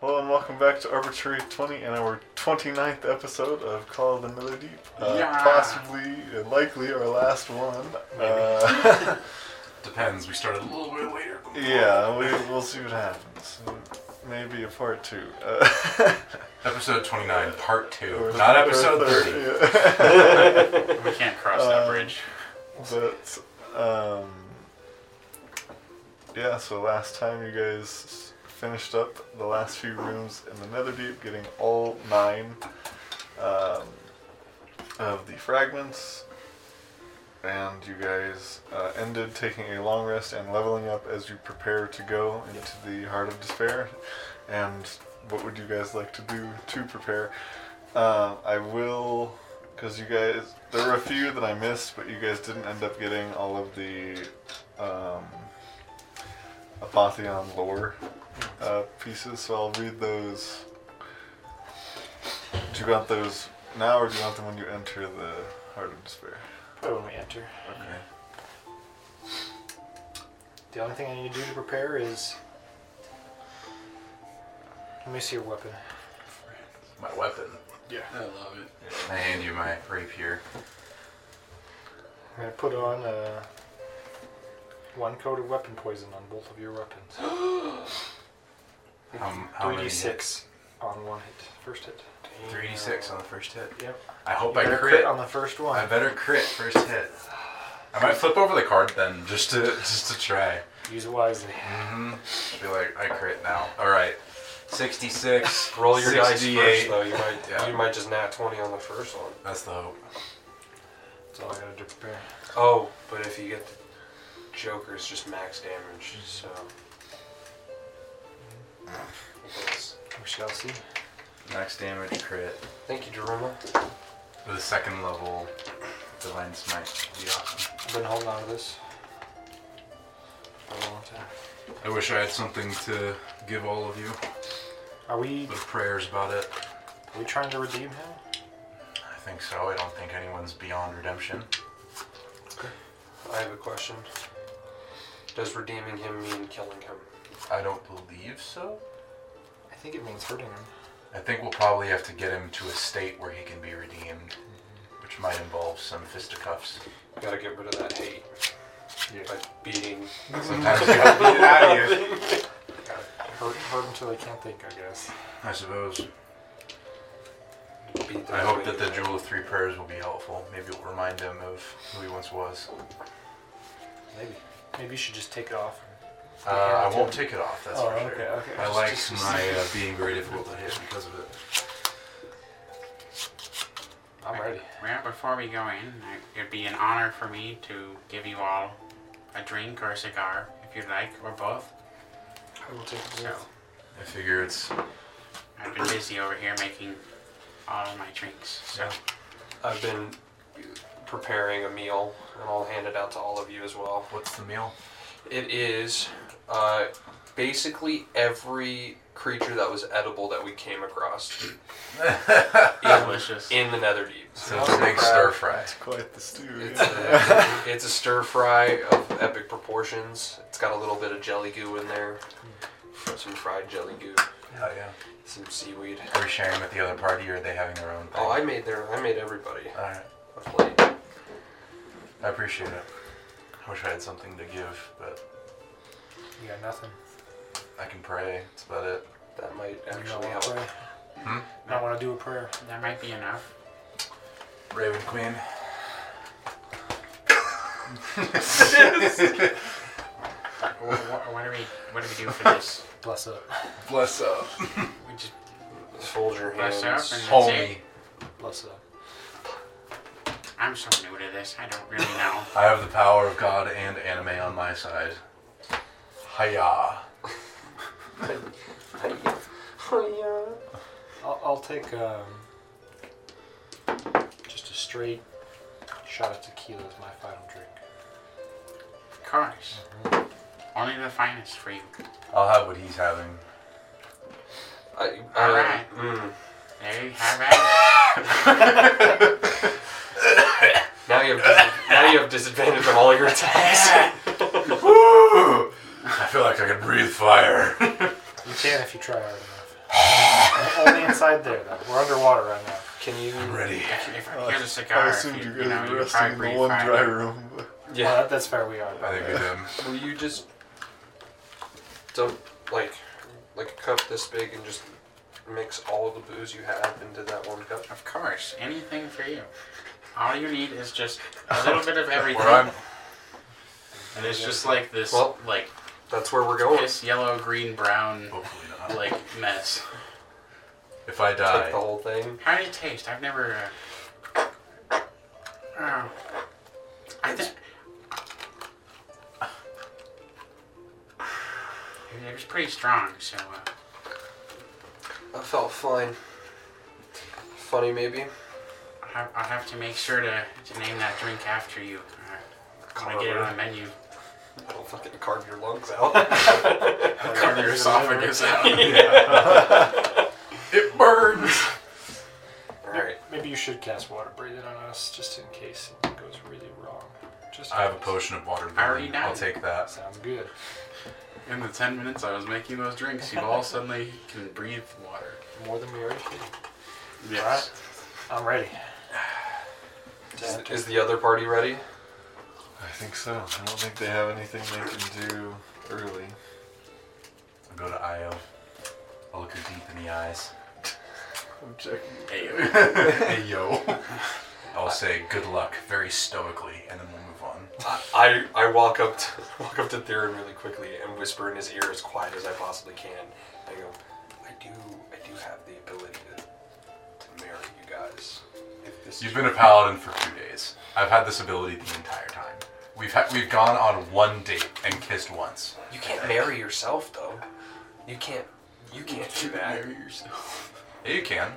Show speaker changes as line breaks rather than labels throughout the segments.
Hello and welcome back to Arbitrary 20 and our 29th episode of Call of the Miller Deep. Uh,
Yeah.
Possibly and likely our last one. Uh,
Depends. We started a little bit later.
yeah, we, we'll see what happens. Maybe a part two. Uh,
Episode 29, part 2.
or-
Not
or
episode
third,
30.
yeah.
We can't cross that
Um,
bridge.
But um, yeah, so last time you guys finished up the last few rooms in the Netherdeep, getting all nine um, of the fragments, and you guys uh, ended taking a long rest and leveling up as you prepare to go into the Heart of Despair. And what would you guys like to do to prepare? Um, I will, because you guys, there were a few that I missed, but you guys didn't end up getting all of the um, Apotheon lore uh, pieces, so I'll read those. Do you want those now, or do you want them when you enter the Heart of Despair?
Probably when we enter.
Okay.
The only thing I need to do to prepare is. Let me see your weapon.
My weapon.
Yeah.
I love it.
I hand you my rapier.
I'm gonna put on uh, one coat of weapon poison on both of your weapons.
How, how many
3d6 on one hit. First hit.
hits? 3d6 on the first hit.
Yep.
I hope
You
I
better
crit.
on the first one.
I better crit first hit. I might flip over the card then, just to just to try.
Use it wisely.
Mm-hmm. Be like, I crit now. All right, sixty-six.
Roll your dice
68.
first, though. You might,
Yeah.
you might just nat 20 on the first one.
That's the hope.
That's all I gotta do to prepare.
Oh, but if you get the Joker, it's just max damage,
Mm-hmm.
so. Yes.
We shall see.
Max damage crit.
Thank you, Jeruma.
The second level divine smite. would Be awesome.
I've been holding on to this for a long time.
I wish I had something to give all of you.
Are we,
But prayers about it.
are we trying to redeem him?
I think so. I don't think anyone's beyond redemption.
I have a question. Does redeeming him mean killing him?
I don't believe so.
I think it means hurting him.
I think we'll probably have to get him to a state where he can be redeemed, which might involve some fisticuffs.
Gotta get rid of that hate by beating.
Sometimes you have to beat it out of you.
Hurt, hurt until they can't think, I guess.
I suppose.
beat
I hope that the Jewel of Three Prayers will be helpful. Maybe it will remind him of who he once was.
Maybe. Maybe you should just take it off.
Uh, I won't take it off, that's
Oh,
for sure.
okay, okay.
I
Just-
like
just- just-
my uh, being very difficult to hit because of it.
I'm ready.
Well, before we go in, I- it'd be an honor for me to give you all a drink or a cigar, if you'd like, or both.
I will take it.
So,
I figure it's
I've been busy over here making all of my drinks. So,
I've been preparing a meal, and I'll hand it out to all of you as well.
what's the meal?
It is uh, basically every creature that was edible that we came across in,
delicious.
in the Netherdeep.
So it's a big stir fry.
It's quite the stew.
It's
Yeah.
a, it's a stir fry of epic proportions. It's got a little bit of jelly goo in there, some fried jelly goo,
Oh yeah.
some seaweed.
Are we sharing with the other party, or are they having their own thing?
Oh, I made their, I made everybody
All right.
a plate.
I appreciate it. I wish I had something to give, but
You got nothing.
I can pray. That's about it.
That might
You don't
actually
want to
help.
pray.
Hmm?
Not want to do a prayer.
That might be enough.
Raven Queen.
What, what, what do we What do we do for this?
Bless up.
Bless up.
We just
Fold your
Bless her up
hands.
and that's
Homie.
it.
Bless up.
I'm so new to this. I don't really know.
I have the power of God and anime on my side. Hiya.
Oh,
I'll, I'll take um, just a straight shot of tequila as my final drink.
Of course.
Mm-hmm.
Only the finest for you.
I'll have what he's having.
yeah. I, I,
All right.
mm.
There you have it.
Now you have dis- now you have disadvantage on all your attacks.
Woo! I feel like I could breathe fire.
You can if you try hard enough. Only inside there, though. We're underwater right now.
Can you?
ready.
If, if
Well,
here's a
Oh, I
cigar. if
assumed
you,
you
you know,
guys
you
were
would
resting
probably
in
breathe
the one
fire.
dry room. but-
Well,
Yeah.
that, that's fair. We are.
I think we did.
Will you just dump like like a cup this big and just mix all of the booze you have into that one cup?
Of course, anything for you. All you need is just a little bit of everything.
Where I'm
And it's just like this,
Well- oh.
like
That's where we're going.
this yellow, green, brown,
hopefully not.
like mess.
if I
Take the
die,
whole thing.
How did it taste? I've never. Uh, oh. I think. It was pretty strong, so. Uh,
I felt fine. Funny maybe.
I'll have- I'll have to make sure to, to name that drink after you. Uh, when I get it on the menu.
I'll fucking carve your lungs out.
Cover your esophagus out.
it burns.
Alright.
Maybe you should cast water breathing on us just in case it goes really wrong. Just in
I have a
case.
potion of water.
I already
brewing. I'll
died.
take that.
Sounds good.
In the 10 minutes I was making those drinks, you all suddenly can breathe water.
More than we already did.
Yes.
I'm ready.
Is, is the other party ready?
I think so. I don't think they have anything they can do early.
I'll go to Io. I'll look her deep in the eyes.
I'm checking.
Ayo.
hey yo. I'll say good luck very stoically, and then we'll move on.
I, I I walk up to walk up to Theron really quickly and whisper in his ear as quiet as I possibly can. I go, I do I do have the ability to, to marry you guys. If this is
You've been a paladin for two days. I've had this ability the entire time. We've ha- we've gone on one date and kissed once.
You can't marry yourself though. You can't. You can't do that.
Yeah, you can.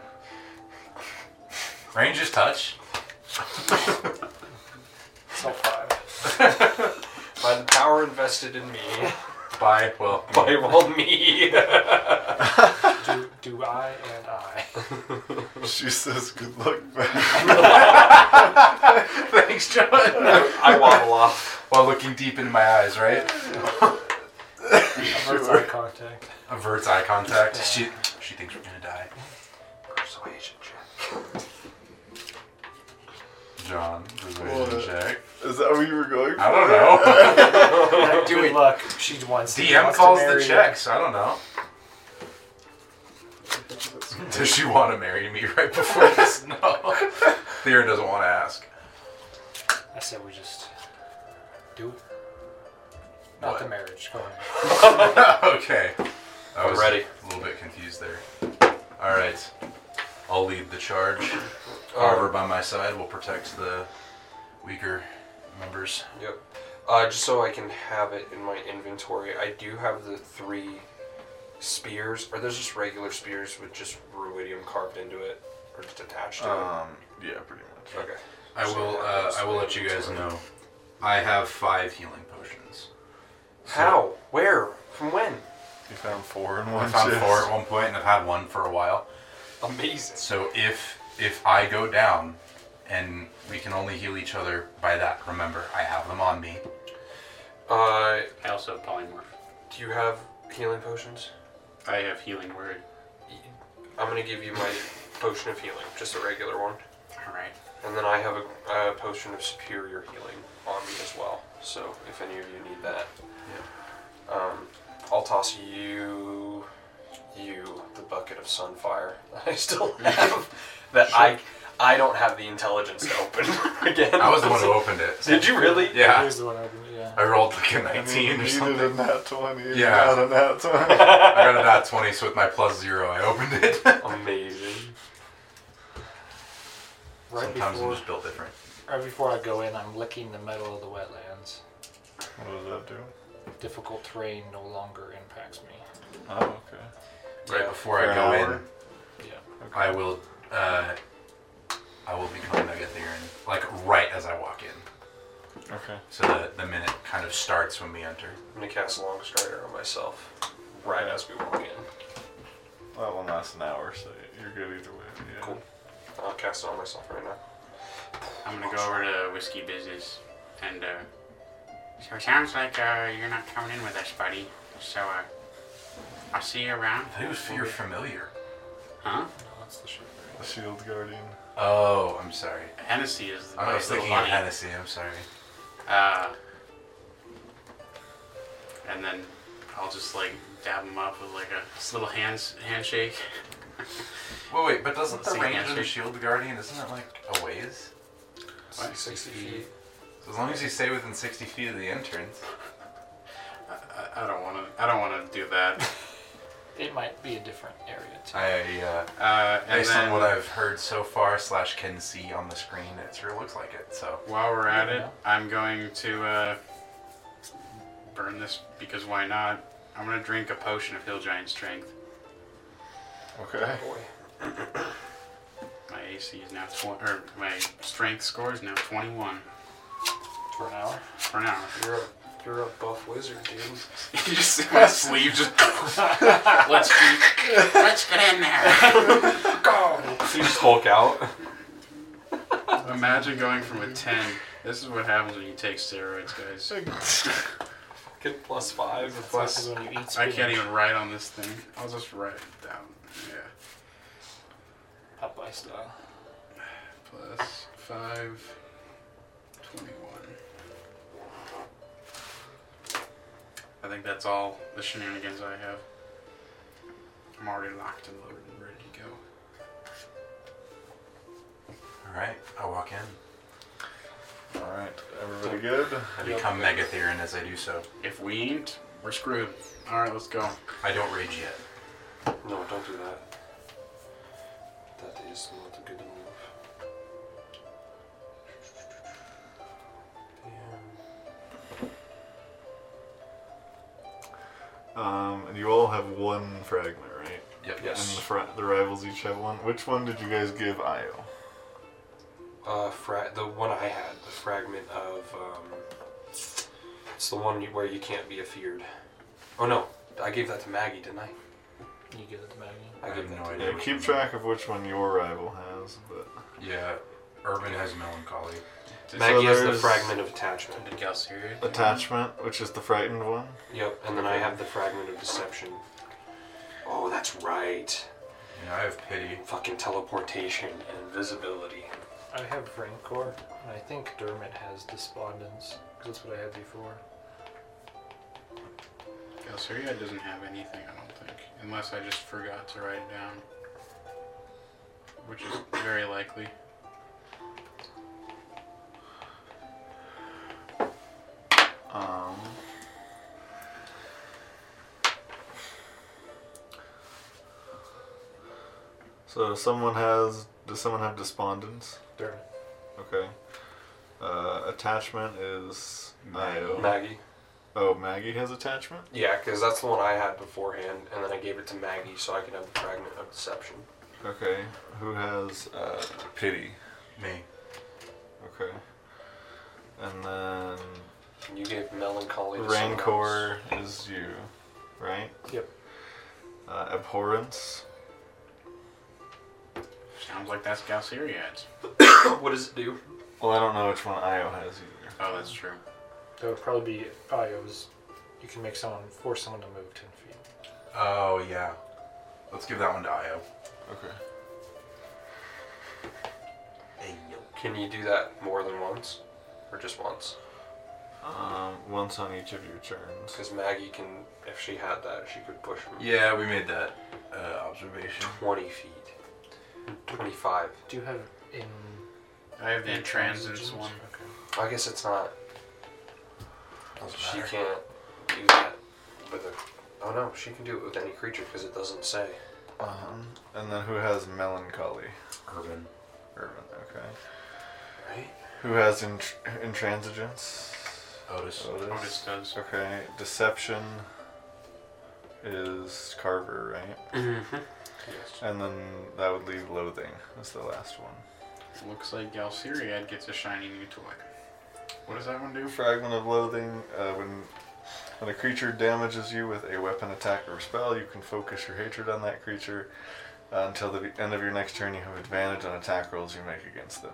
Ranger's touch.
So five.
By the power invested in me,
Bye. Well,
by well me.
Do, do I and I.
She says good luck back.
thanks, John.
I wobble off.
While looking deep into my eyes, right?
Averts eye contact.
Averts eye contact. She she thinks we're gonna die.
Persuasion check.
John, persuasion
What?
check.
Is that where you were going?
I don't know.
good
it.
luck. She wants to-
DM
wants to
calls
marry
the
you.
checks. I don't know. Does she want to marry me right before this? No. Theron doesn't want to ask.
I said we just do it. Not
What?
the marriage. Go ahead.
okay. I was
ready.
a little bit confused there. All right. I'll lead the charge. However, by my side will protect the weaker members.
Yep. Uh, just so I can have it in my inventory, I do have the three spears. Are those just regular spears with just ruidium carved into it, or just attached to
Um, yeah, pretty much.
it? Okay.
I will. Uh, I will let you guys know. I have five healing potions.
How? Where? From when?
You found four in one
I found
chest.
four at one point, and I've had one for a while.
Amazing.
So if if I go down, and we can only heal each other by that. Remember, I have them on me.
Uh,
I also polymorph.
do you have healing potions?
I have healing word.
I'm gonna give you my potion of healing, just a regular one,
Alright.
and then I have a, a potion of superior healing on me as well. So if any of you need that, um, I'll toss you you the bucket of sunfire that I still have that I I don't have the intelligence to open again.
I was the one who opened it.
Did you really?
He
Yeah.
was the one opening it, yeah.
I rolled like a
I mean, you
19 or
needed
something.
a nat 20. you
Yeah.
Got a nat 20.
I got a dot 20, so with my plus zero, I opened it.
Amazing.
Right
Sometimes I'm
before,
just built different.
right before I go in, I'm licking the metal of the wetlands.
What does that do?
Difficult terrain no longer impacts me.
Oh, okay.
Right
Yeah.
For
before I
an
go
hour?
in,
Yeah.
I will, uh, I will become Megatheron, like right as I walk in.
Okay.
So the, the minute kind of starts when we enter.
I'm gonna cast long strider on myself right as we walk in.
That one lasts an hour, so you're good either way. Yeah.
Cool. I'll cast it on myself right now.
I'm gonna go over to Whiskey Business and, uh. So it sounds like, uh, you're not coming in with us, buddy. So, uh. I'll see you around.
I think it was for your familiar.
Huh?
No, that's the shield.
The shield guardian.
Oh, I'm sorry.
Hennessy is the
I
nice
was
little
thinking of
bunny.
Hennessy. I'm sorry.
Uh, and then I'll just like dab him up with like a just little hands handshake.
Wait, wait, but doesn't the
See,
range of
answer.
the shield guardian isn't it like a ways?
What?
60 feet.
So as long as you stay within 60 feet of the entrance.
I, I don't want to. I don't want to do that.
It might be a different area too.
I uh,
Uh, and
Based
then
on what I've heard so far, slash can see on the screen, it sure looks like it. So
while we're at it, I'm going to uh, burn this because why not? I'm gonna drink a potion of hill giant strength.
Okay.
Boy.
My AC is now twenty, or my strength score is now 21
For an hour.
for an hour.
You're a, you're a buff wizard, dude.
you just see my sleeve just. let's get, let's get in there.
you just Hulk out.
Imagine going from a 10. This is what happens when you take steroids, guys.
Get plus five.
Plus, this is when you eat
I
spinach.
can't even write on this thing. I'll just write it down. Yeah.
Popeye style.
Plus 5, 21. I think that's all the shenanigans I have. I'm already locked and loaded and ready to go.
all right, I walk in.
All right. Everybody good?
I become Megatheron as I do so.
If we ain't, we're screwed. Alright, let's go.
I don't rage yet.
No, don't do that. That is not a good move. Damn.
Um, and you all have one fragment, right?
Yep.
And the,
Yes.
fra- the rivals each have one. Which one did you guys give Io?
Uh, fra- the one I had, the fragment of. Um, it's the one you, where you can't be afeared. Oh no, I gave that to Maggie, didn't I?
You give it to Maggie.
I,
I
gave
have
that
no
to
idea.
Yeah, keep track of which one your rival has, but
Yeah. Urban has melancholy.
Did,
Maggie has the
there's-
fragment of attachment.
did Galceria?
attachment, which is the frightened one.
Yep, and then I have the fragment of deception. Oh, that's right.
Yeah, I have pity.
Fucking teleportation and invisibility.
I have Rancor, and I think Dermot has Despondence, 'cause that's what I had before.
Galceria doesn't have anything, I don't think. Unless I just forgot to write it down. Which is very likely.
Um, so someone has. Does someone have despondence?
Dermot.
Okay. Uh, attachment is Io.
Maggie.
Oh, Maggie has attachment.
Yeah, because that's the one I had beforehand, and then I gave it to Maggie so I could have the fragment of deception.
Okay. Who has uh, pity?
Me.
Okay. And then
You gave melancholy. To someone else.
Rancor is you, right?
Yep.
Uh, abhorrence.
Sounds like that's Galceria.
what does it do?
Well, I don't know which one Io has either.
Oh, that's true.
That would probably be oh, Io's. You can make someone force someone to move ten feet.
Oh yeah. Let's give that one to Io.
Okay.
Can you do that more than once, or just once?
Um, once on each of your turns.
Because Maggie can, if she had that, she could push him
Yeah, we made that uh, observation.
twenty feet, twenty-five.
Do you have in?
I have the intransigence one.
Okay.
I guess it's not.
Doesn't
She
matter.
can't do that with a. Oh no, she can do it with any creature because it doesn't say.
Um, and then who has melancholy?
Urban.
Irvin. Okay.
Right?
Who has intr intransigence?
Otis.
Otis.
Otis does.
Okay. Deception is Carver, right?
Mm-hmm.
Yes.
And then that would leave loathing as the last one.
Looks like Galceria gets a shiny new toy. What does that one do?
Fragment of loathing. Uh, when when a creature damages you with a weapon, attack, or spell, you can focus your hatred on that creature. Uh, until the end of your next turn, you have advantage on attack rolls you make against them.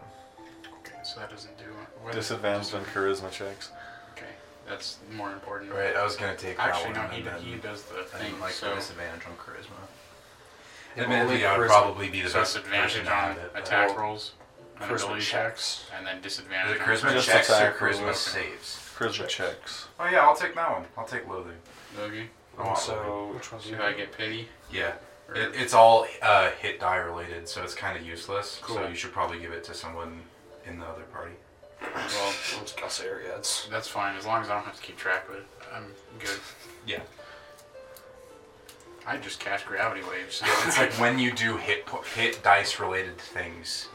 Okay, so that doesn't do it. What-
Disadvantage on charisma checks.
Okay, that's more important.
Right. I was gonna take
Actually, no,
that one.
he,
and then
he does the
I
thing.
didn't like
so
the disadvantage on charisma. Admittedly,
only
I would
charisma.
probably be the
So it's
best person
advantage
to
on
have it. but-
attack rolls, and
Charisma
ability
checks.
and then
Is
disadvantage.
it
on
charisma
Just
checks or
attack
charisma
rolls.
saves?
Charisma checks.
Oh yeah, I'll take that one. I'll take loathing.
Okay.
Oh, I want loathing.
So
Which one's
Should
you?
I get pity?
Yeah,
Or-
it, it's all uh, hit die related, so it's kind of useless. So
Cool.
you should probably give it to someone in the other party.
well,
it's Galsaria. It's
that's fine as long as I don't have to keep track of it. I'm good.
Yeah.
I just cast gravity waves.
It's like when you do hit po- hit dice related things.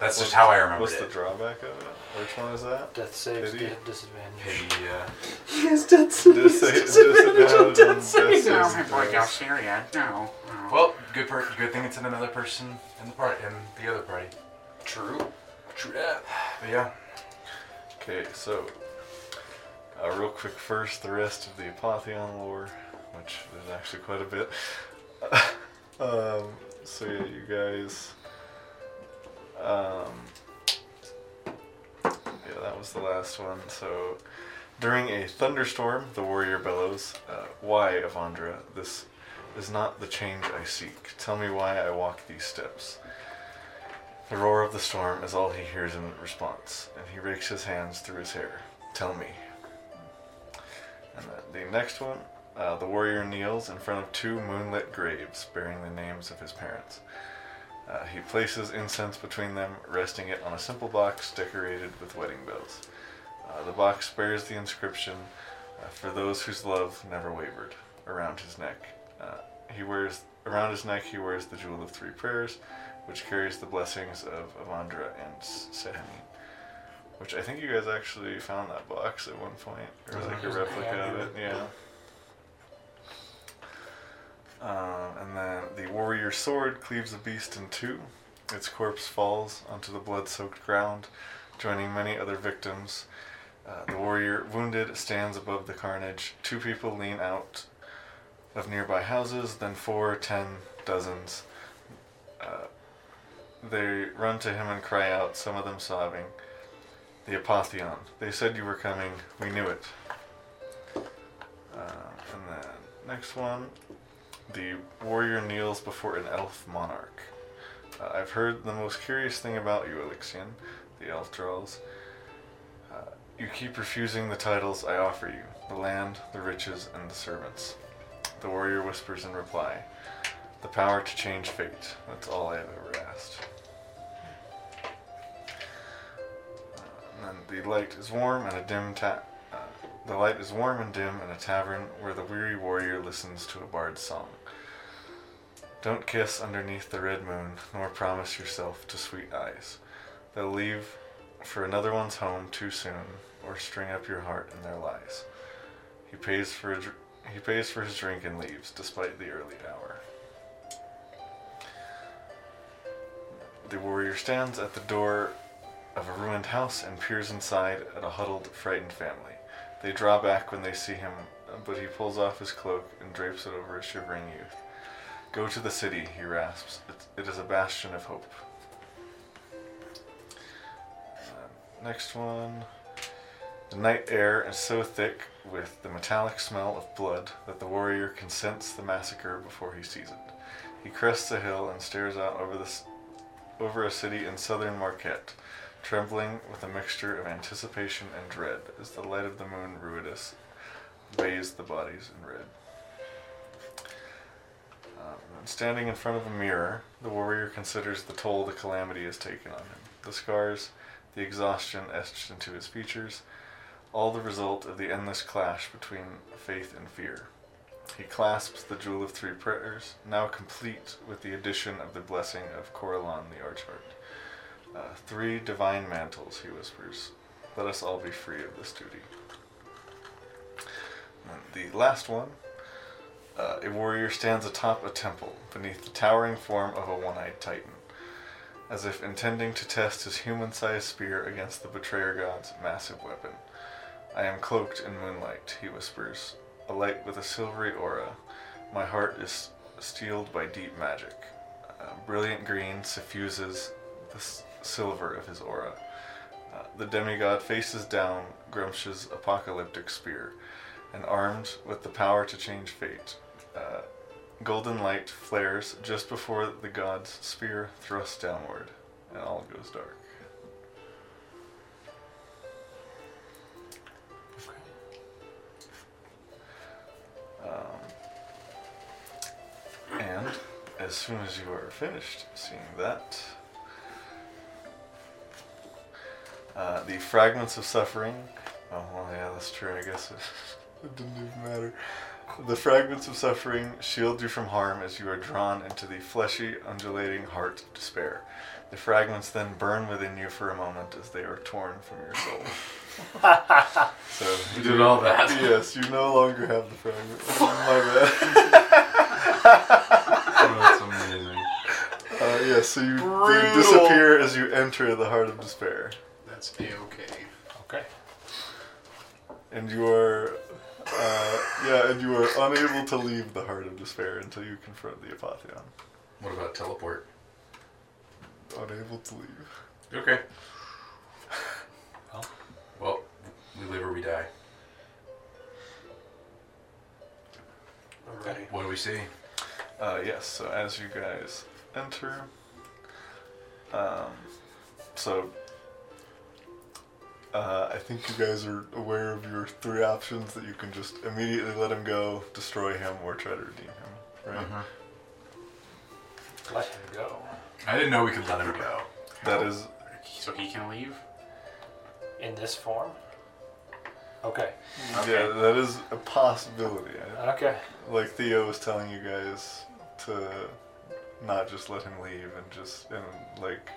That's just how I remember
What's the
it.
drawback of it? Which one is that?
Death saves
Pity.
get disadvantage.
Maybe, uh,
Dis- disadvantage on death saves.
no, my boy Galceria. No. no.
well, good per- good thing it's in another person in the party in the other party.
true. True that.
But yeah,
Okay, so uh, real quick first, the rest of the Apotheon lore, which is actually quite a bit. um, so yeah, you guys. Um, yeah, that was the last one. So during a thunderstorm, the warrior bellows, uh, "Why, Evandra? This is not the change I seek. Tell me why I walk these steps." The roar of the storm is all he hears in response, and he rakes his hands through his hair. Tell me. And the, the next one, uh, the warrior kneels in front of two moonlit graves bearing the names of his parents. Uh, he places incense between them, resting it on a simple box decorated with wedding bells. Uh, the box bears the inscription uh, for those whose love never wavered around his neck. Uh, he wears around his neck he wears the jewel of three prayers which carries the blessings of Avandra and Sehani. Which I think you guys actually found that box at one point, or like a
Mhm.
replica
Yeah.
of it, yeah. Um, and then the warrior sword cleaves a beast in two. Its corpse falls onto the blood soaked ground, joining many other victims. Uh, the warrior, wounded, stands above the carnage. Two people lean out of nearby houses, then four, ten, dozens. Uh, they run to him and cry out, some of them sobbing. The Apotheon. They said you were coming. We knew it. Uh, and then next one. The warrior kneels before an elf monarch. Uh, I've heard the most curious thing about you, Elixion, the elf drawls. Uh, you keep refusing the titles I offer you the land, the riches, and the servants. The warrior whispers in reply the power to change fate. That's all I have ever asked. Uh, and then the light is warm and a dim ta- uh, the light is warm and dim in a tavern where the weary warrior listens to a bard's song. Don't kiss underneath the red moon, nor promise yourself to sweet eyes. They'll leave for another one's home too soon, or string up your heart in their lies. He pays for a dr- he pays for his drink and leaves, despite the early hour. The warrior stands at the door of a ruined house and peers inside at a huddled, frightened family. They draw back when they see him, but he pulls off his cloak and drapes it over a shivering youth. Go to the city, he rasps. It, it is a bastion of hope. Uh, Next one. The night air is so thick with the metallic smell of blood that the warrior can sense the massacre before he sees it. He crests a hill and stares out over the s- over a city in southern Marquette, trembling with a mixture of anticipation and dread as the light of the moon ruidus bathes the bodies in red. Um, and standing in front of a mirror, the warrior considers the toll the calamity has taken on him, the scars, the exhaustion etched into his features, all the result of the endless clash between faith and fear. He clasps the Jewel of Three Prayers, now complete with the addition of the blessing of Coralon the Archheart. Uh, three divine mantles, he whispers. Let us all be free of this duty. And the last one. Uh, a warrior stands atop a temple, beneath the towering form of a one eyed titan, as if intending to test his human sized spear against the betrayer god's massive weapon. I am cloaked in moonlight, he whispers, a light with a silvery aura. My heart is steeled by deep magic. Uh, brilliant green suffuses the s- silver of his aura. Uh, the demigod faces down Grumsh's apocalyptic spear, and armed with the power to change fate, uh, Golden light flares just before the god's spear thrusts downward, and all goes dark. Um, and as soon as you are finished seeing that, uh, the fragments of suffering. Oh, well, yeah, that's true. I guess it, it didn't even matter. The fragments of suffering shield you from harm as you are drawn into the fleshy, undulating heart of despair. The fragments then burn within you for a moment as they are torn from your soul. so
You did all that.
Yes, you no longer have the fragments. My bad.
Oh, that's amazing.
Uh, yes, so you, they disappear as you enter the heart of despair,
That's a okay.
Okay.
and you are, uh, yeah, and you are unable to leave the heart of despair until you confront the apotheon.
What about teleport?
Unable to leave.
Okay.
Well.
Well, we live or we die.
Alrighty.
What do we see?
Uh, yes, so as you guys enter, um, so uh, I think you guys are aware of your three options that you can just immediately let him go, destroy him, or try to redeem him. Right.
Mhm.
Let him go.
I didn't know we could let him go.
That is
So he can leave?
In this form? Okay.
Yeah, that is a possibility. I-
Okay.
Like Theo was telling you guys to not just let him leave and just and like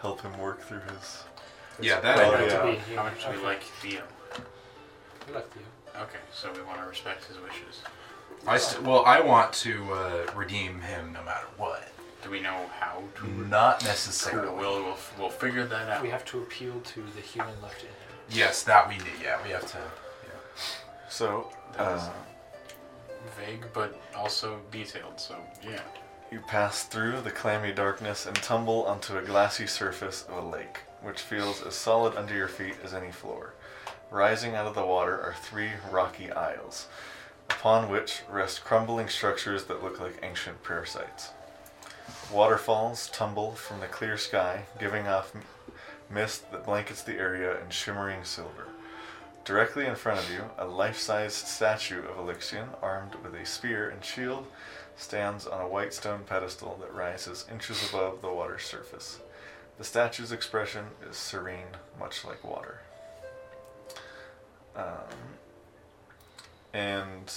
help him work through his.
Yeah, that
Oh,
I
Good
know.
to be
How
here.
much do we like Theo?
I like you.
Okay, so we want to respect his wishes.
I st- well, I want to uh, redeem him no matter what.
Do we know how to?
Mm-hmm.
Not necessarily.
We'll, we'll, we'll figure that out.
We have to appeal to the human left in him.
Yes, that we need. Yeah, we have to.
So
That is-
uh,
Vague, but also detailed, so yeah.
you pass through the clammy darkness and tumble onto a glassy surface of a lake, which feels as solid under your feet as any floor. Rising out of the water are three rocky isles, upon which rest crumbling structures that look like ancient prayer sites. Waterfalls tumble from the clear sky, giving off m- mist that blankets the area in shimmering silver. Directly in front of you, a life sized statue of Elixion, armed with a spear and shield, stands on a white stone pedestal that rises inches above the water's surface. The statue's expression is serene, much like water. Um, and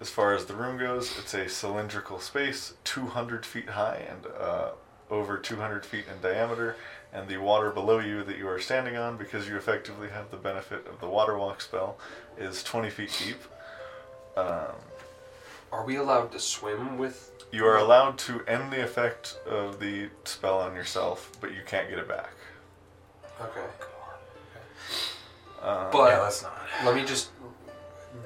as far as the room goes, it's a cylindrical space, 200 feet high and uh, over 200 feet in diameter, and the water below you that you are standing on, because you effectively have the benefit of the water walk spell, is 20 feet deep. Um,
Are we allowed to swim with?
you are allowed to end the effect of the spell on yourself, but you can't get it back.
Okay.
Um,
But
yeah, let's not.
let me just.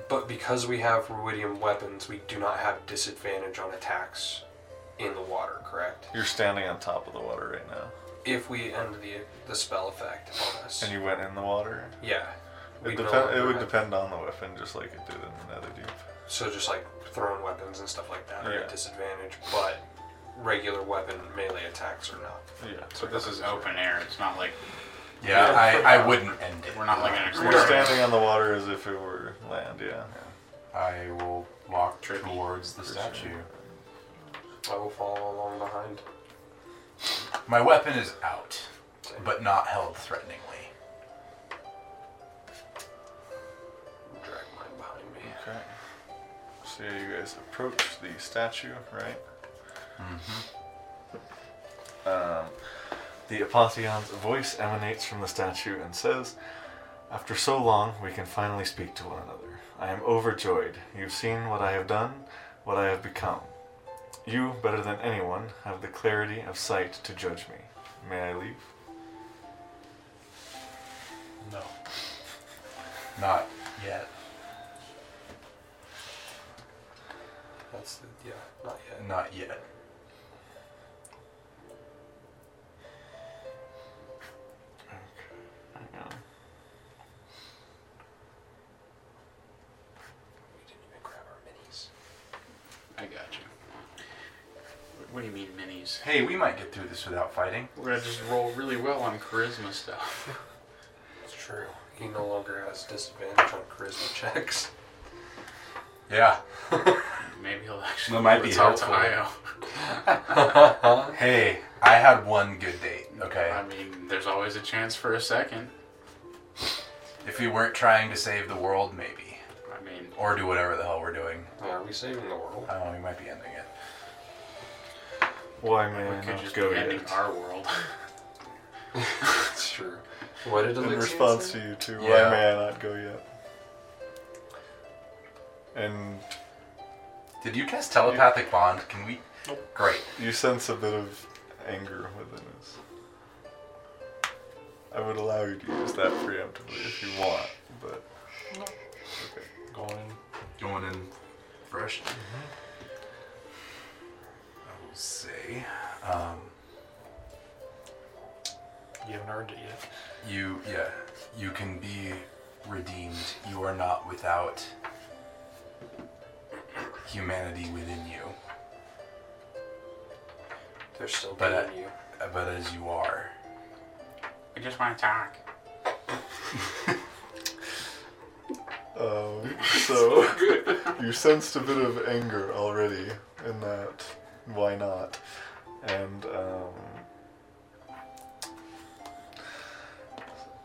But because we have ruidium weapons, we do not have disadvantage on attacks in the water, correct?
you're standing on top of the water right now,
If we end the the spell effect on us.
and you went in the water.
yeah. we
It, depen-
no
it
longer
would
have-
depend on the weapon, just like it did in Nether Deep.
So just like throwing weapons and stuff like that are
Yeah.
at disadvantage, but regular weapon melee attacks are not.
Yeah.
So this is open air. It's not like
Yeah, I, I wouldn't end it.
we're not like in a
You're
corner.
standing on the water as if it were land. Yeah.
I will walk
Trippy.
towards the statue.
I will follow along behind.
My weapon is out, but not held threateningly.
Drag mine behind me.
Okay. So yeah, you guys approach the statue, right? Mm-hmm. Um, the Apotheon's voice emanates from the statue and says, After so long, we can finally speak to one another. I am overjoyed. You've seen what I have done, what I have become. You, better than anyone, have the clarity of sight to judge me. May I leave?
No.
Not yet.
That's the, yeah, not yet.
Not yet.
Hang on. Mm.
We didn't even grab our minis.
What do you mean minis?
Hey, we might get through this without fighting.
We're gonna just roll really well on charisma stuff.
It's true. He no longer has disadvantage on charisma checks.
Yeah.
Maybe he'll actually.
That might be
It's all to
helpful.
Io.
Hey, I had one good date, okay?
I mean, there's always a chance for a second.
If we weren't trying to save the world, maybe.
I mean,
Or do whatever the hell we're doing.
Yeah, are we saving the world?
I don't know, we might be ending it.
Why
we
may I
could
not
just
go
be
yet?
ending our world.
It's true. What did
In
Elixir
response
say?
to you two,
Yeah.
why may I not go yet? And
Did you cast telepathic bond? Can we? Great.
you sense a bit of anger within us. I would allow you to use that preemptively if you want, but
Going in.
Going in fresh. Mm-hmm. I will say, um,
You haven't earned it yet.
you yeah, you can be redeemed. You are not without humanity within you,
There's still
But
good
I-
in you.
uh, but as you are,
We just want to talk.
Um, so you sensed a bit of anger already in that. Why not? And um,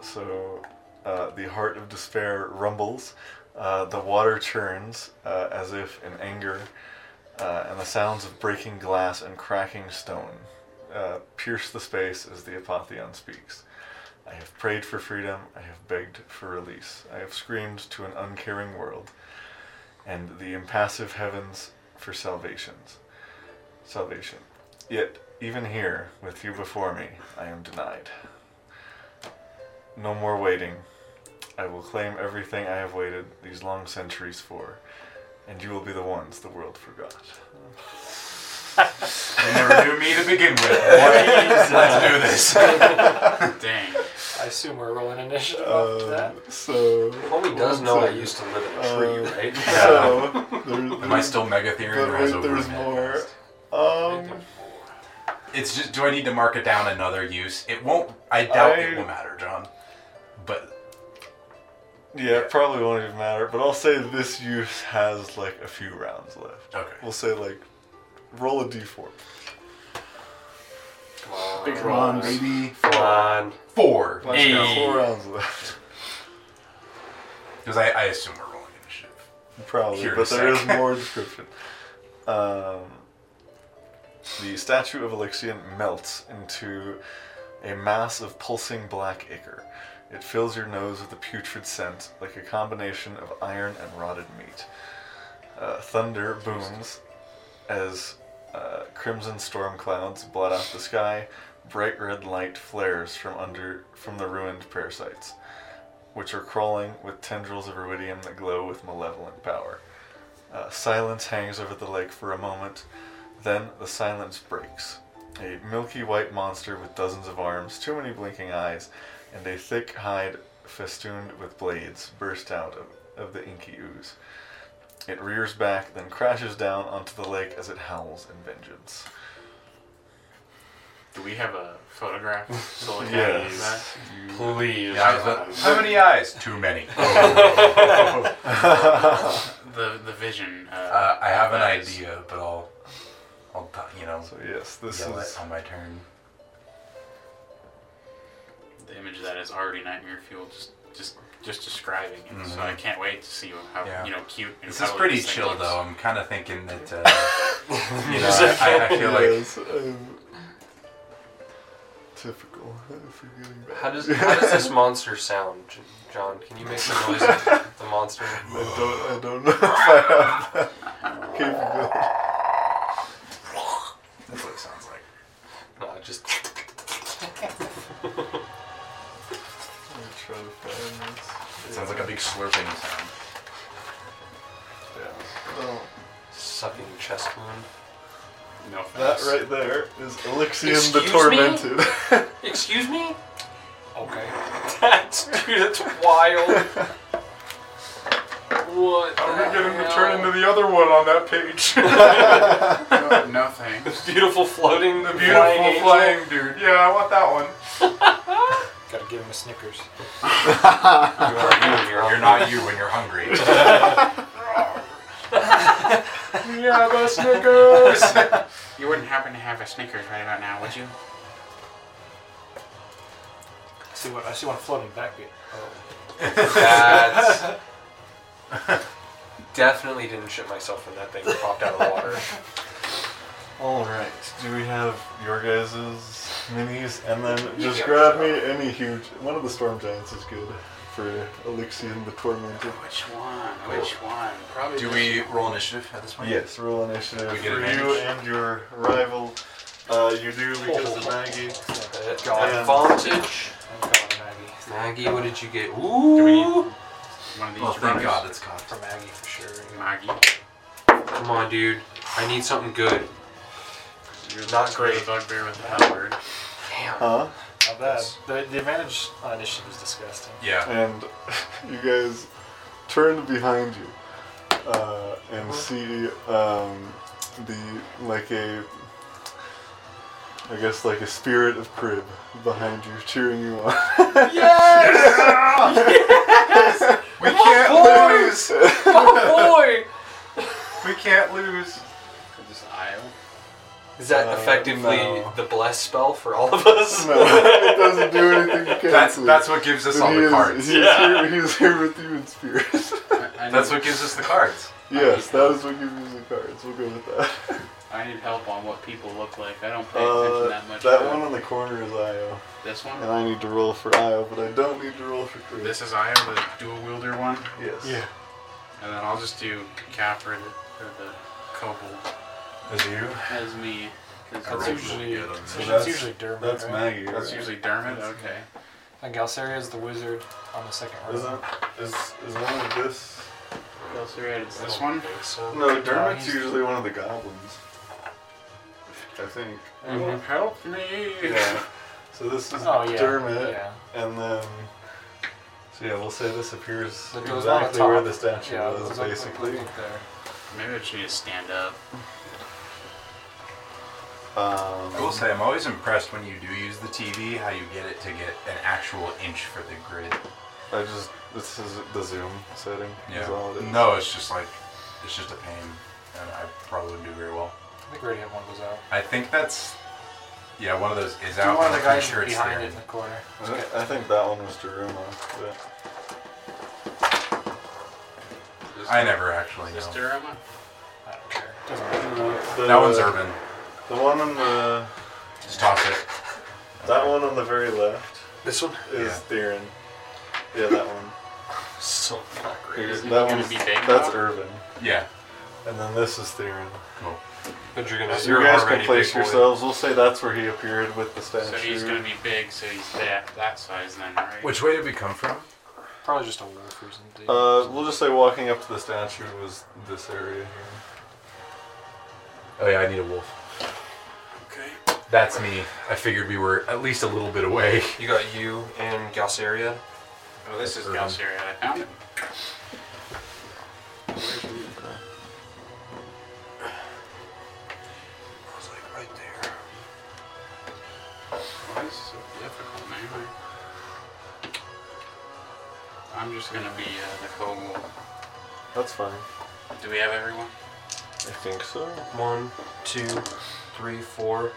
so uh, the heart of despair rumbles. Uh, the water churns uh, as if in anger, uh, and the sounds of breaking glass and cracking stone uh, pierce the space as the Apotheon speaks. I have prayed for freedom. I have begged for release. I have screamed to an uncaring world and the impassive heavens for salvations. Salvation. Yet, even here, with you before me, I am denied. No more waiting. I will claim everything I have waited these long centuries for, and you will be the ones the world forgot.
they never knew me to begin with. Boy, Let's do this.
Dang.
I assume we're rolling initiative after that.
Um, so.
Homie does
one
know I
second.
used to live in a tree,
Uh,
right?
So, there-
Am I
there's-
still mega theory?
But
or has
wait,
Overman
there's more.
passed?
Um,
It's just, do I need to mark it down another use? It won't, I doubt
I-
it will matter, John. But,
yeah, it probably won't even matter. But I'll say this use has like a few rounds left.
okay.
We'll say like, roll a d4.
Come on.
Big
Come
roll.
on.
maybe
Come on.
four.
Like,
Hey.
Four rounds left.
Because I, I assume we're rolling initiative.
Probably,
Here in a
but there is
sec.
more description. Um, the statue of Elixion melts into a mass of pulsing black ichor. It fills your nose with a putrid scent, like a combination of iron and rotted meat. Uh, thunder booms as uh, crimson storm clouds blot out the sky. Bright red light flares from under from the ruined parasites which are crawling with tendrils of iridium that glow with malevolent power. Uh, silence hangs over the lake for a moment, then the silence breaks. A milky white monster with dozens of arms, too many blinking eyes, and a thick hide festooned with blades bursts out of, of the inky ooze. It rears back, then crashes down onto the lake as it howls in vengeance.
Do we have a photograph? So like,
Yes.
Please.
Yeah, I was like, how many eyes? Too many.
The the vision. Uh,
uh, I have an
that is-
idea, but I'll, I'll, t- you know,
So yes, this
yell
is
it on my turn.
The image of that is already nightmare fuel. Just just just describing it. So I
Mhm.
can't wait to see how
Yeah.
you know cute. And
This is
cuddly
pretty
this thing
chill,
looks.
though. I'm kind of thinking that, uh, you know, I, I, I feel like
Yes, um, typical. If you're getting back.
How does, how does this monster sound, J- John? Can you make the noise of the monster?
I don't. I don't know if I have that capability.
that's what it sounds like.
No, just.
Let me try to find this.
It sounds like a big slurping sound.
Oh,
Sucking chest wound.
No
that
offense.
right there is Elixion the
Excuse me?
Tormented.
Excuse me? Okay. that's, dude, that's wild. What?
I'm
the
gonna get him to
hell?
turn into the other one on that page.
No, no thanks.
beautiful floating,
the beautiful
flying angel.
flying dude. Yeah, I want that one.
Gotta give him a Snickers.
You are you. You're,
You're not you when you're hungry.
Yeah, the Snickers.
You wouldn't happen to have a Snickers right about now, would you?
I see what I see one floating back oh, here.
That's definitely didn't shit myself when that thing popped out of the water.
All right. Do we have your guys' minis? And then just
Yeah.
grab me any huge. One of the storm giants is good for Elixion the Tormented.
Which one? Which one? Probably.
Do
this
we roll initiative at this point?
Yes, roll initiative
We
for
get
you
advantage? Oh.
and your rival. Uh, you do because of Maggie.
Got
And-
advantage.
I'm calling Maggie.
Maggie, what did you get?
Do we
Ooh!
need one of these
Well, Oh, thank
runners?
God it's cocked.
For Maggie for sure.
Maggie.
Come on, dude. I need something good.
You're
Not
the
great.
Bugbear with the halberd.
Damn.
Huh?
Not bad. The, the advantage on initiative is disgusting.
Yeah.
And you guys turn behind you uh, and see um, the like a. I guess like a spirit of crib behind you, cheering you on.
We can't lose!
Oh,
Boy!
We can't lose!
This aisle.
Is that
Uh,
effectively
no.
the bless spell for all of us?
No, it doesn't do anything. You can't
That's,
see.
that's what gives us
But
all
he
the
is,
cards.
He is,
Yeah.
here, he is here with you in spirit.
I, I
That's
need,
what gives us the cards.
yes, that is what gives you the cards. We'll go with that.
I need help on what people look like. I don't pay
Uh,
attention that much.
that
to
one
it.
on the corner is Io,
This
and
one.
I need to roll for Io, but I don't need to roll for Chris.
This is Io, the dual wielder one,
yes.
Yeah.
and then I'll just do Capra the, or the kobold
Is you?
as me. 'cause
I rolled
that's
really
usually
good on this.
So
It's
that's-
usually Dermot.
That's
right?
Maggie.
that's
right?
usually Dermot. Okay.
And Galceria is the wizard on the second row.
Isn't is is one of this?
Galceria, it's this one.
So,
No, Dermot's
he's-
usually one of the goblins. I think.
Mhm. Help me!
Yeah. So this is
Oh yeah.
Dermot,
Yeah.
and then. So yeah, we'll say this appears
That goes on the
exactly where
top.
the statue
yeah,
was,
those are-
basically.
look there.
Maybe I should just stand up.
Um,
I will say, I'm always impressed when you do use the TV, how you get it to get an actual inch for the grid.
I just this is the zoom setting. is all it is.
No, it's just like, it's just a pain, and I probably wouldn't do very well.
I think we already have one of those out.
I think that's, yeah, one of those is
Do
out.
one
and
of the
I'm pretty
guys
sure it's
behind
there.
it in the corner.
I thi- I think that one was Daruma. But
I never actually
Is this
know.
Dermot?
I don't care. Doesn't
the,
That one's urban.
The one on the
Just toss it.
that one on the very left
this one?
is
Yeah.
Theron. Yeah, that one.
So not great.
Isn't it
that
gonna
one's
be big
that's
now?
Urban,
Yeah.
and then this is Theron.
Cool.
But you're gonna.
So
you're
you guys
already
can place
big boy.
yourselves. We'll say that's where he appeared with the statue.
So he's gonna be big, so he's that that size then, right?
Which way did we come from?
Probably just a wolf or something.
uh, we'll just say walking up to the statue was this area here.
Oh yeah, I need a wolf.
Okay.
That's me. I figured we were at least a little bit away.
You got you and Galceria.
Oh, this is
Urban.
Galceria. I found it.
I was like right there.
Why is it so difficult, man? I'm just gonna be uh, the kobold.
That's fine. Mm-hmm.
Do we have everyone?
I think so.
One, two, three, four,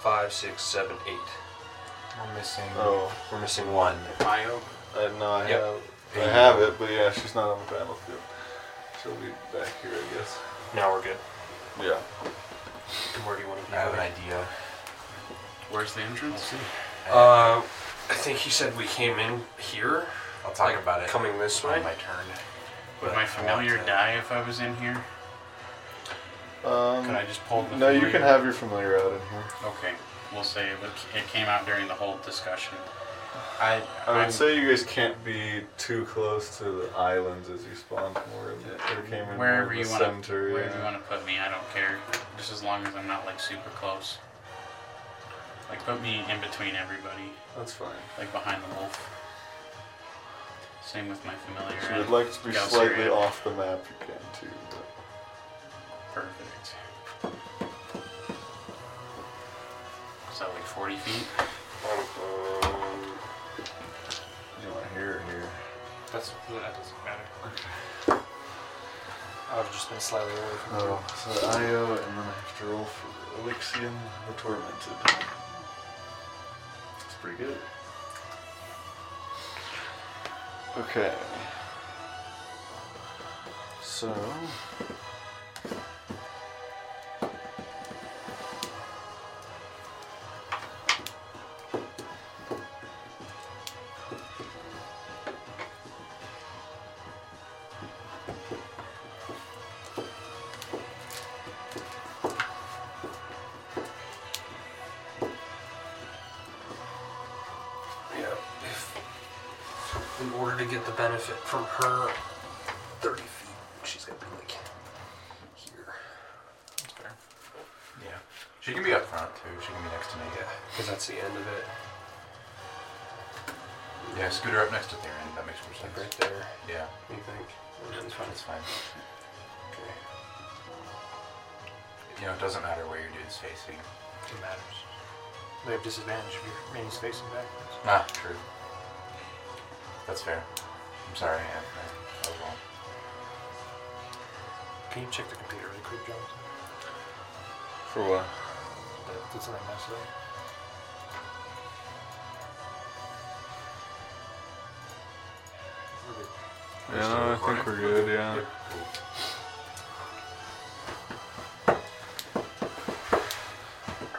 five, six, seven, eight.
We're missing
Oh,
We're missing one.
Bio.
I, no, I
Yep.
have. I have it, but yeah, she's not on the battlefield. She'll be back here, I guess.
Now we're good.
Yeah.
And where do you want to
I have an idea.
Where's the entrance?
Uh, I think he said we came in here,
I'll talk
like,
about it
coming this way.
on my turn.
Would
But
my
I
familiar
want to-
die if I was in here?
Um,
Could I just pull the
no, you
familiar?
can have your familiar out in here.
Okay, we'll say it, was- it came out during the whole discussion. I,
I
um,
would
I'm-
say you guys can't be too close to the islands as you spawn more. in the- Or came in
wherever
more in
you
the
want to
center.
wherever
yeah.
you want to put me, I don't care. Just as long as I'm not like super close. Like put me in between everybody,
That's fine.
like behind the wolf. Same with my familiar.
If you would
and
like to be
Gaussian
slightly
random.
off the map, you can too. But
Perfect. So like 40 feet.
Um,
you want here or here?
That's that doesn't matter. I've just been slightly away from you.
Oh, so Io, and then I have to roll for Elixion the Tormented. That's pretty good. Okay. So.
yeah. If in order to get the benefit from her 30 feet, she's gonna be like here.
That's fair.
Yeah. She can be up front too. She can be next to me.
Yeah, because that's the end of it.
Yeah, scoot her up next to Theron. That makes more sense.
Like right there,
Yeah,
you think?
that's
That's
fine.
fine.
It's fine.
Okay.
You know, it doesn't matter where your dude's facing.
It matters. They have disadvantage if your main is facing backwards.
Ah, true. That's fair. I'm sorry, Anne. I, I was wrong.
Can you check the computer really quick, Jones?
For what?
That- That's something I messed up. We're good.
We're still recording?
good, yeah.
Cool.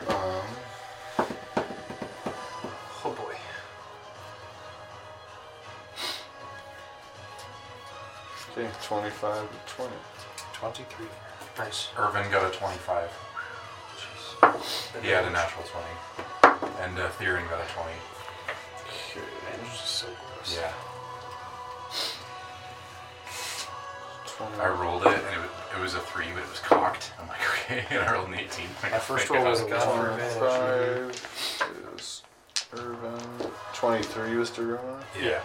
Um,
Oh boy.
okay, 25 to 20.
23.
Nice.
Irvin got a 25.
Jeez.
He had a natural 20. And uh, Theron got a 20.
Okay.
Advantage is so gross.
Yeah.
20.
I rolled it, and it was, it was a 3, but it was cocked. I'm like, okay. And I rolled an 18. Like,
My first
if I
roll was
was
a
a god for
one.
advantage.
25 is Irvin. 23 was Daruma.
Yeah.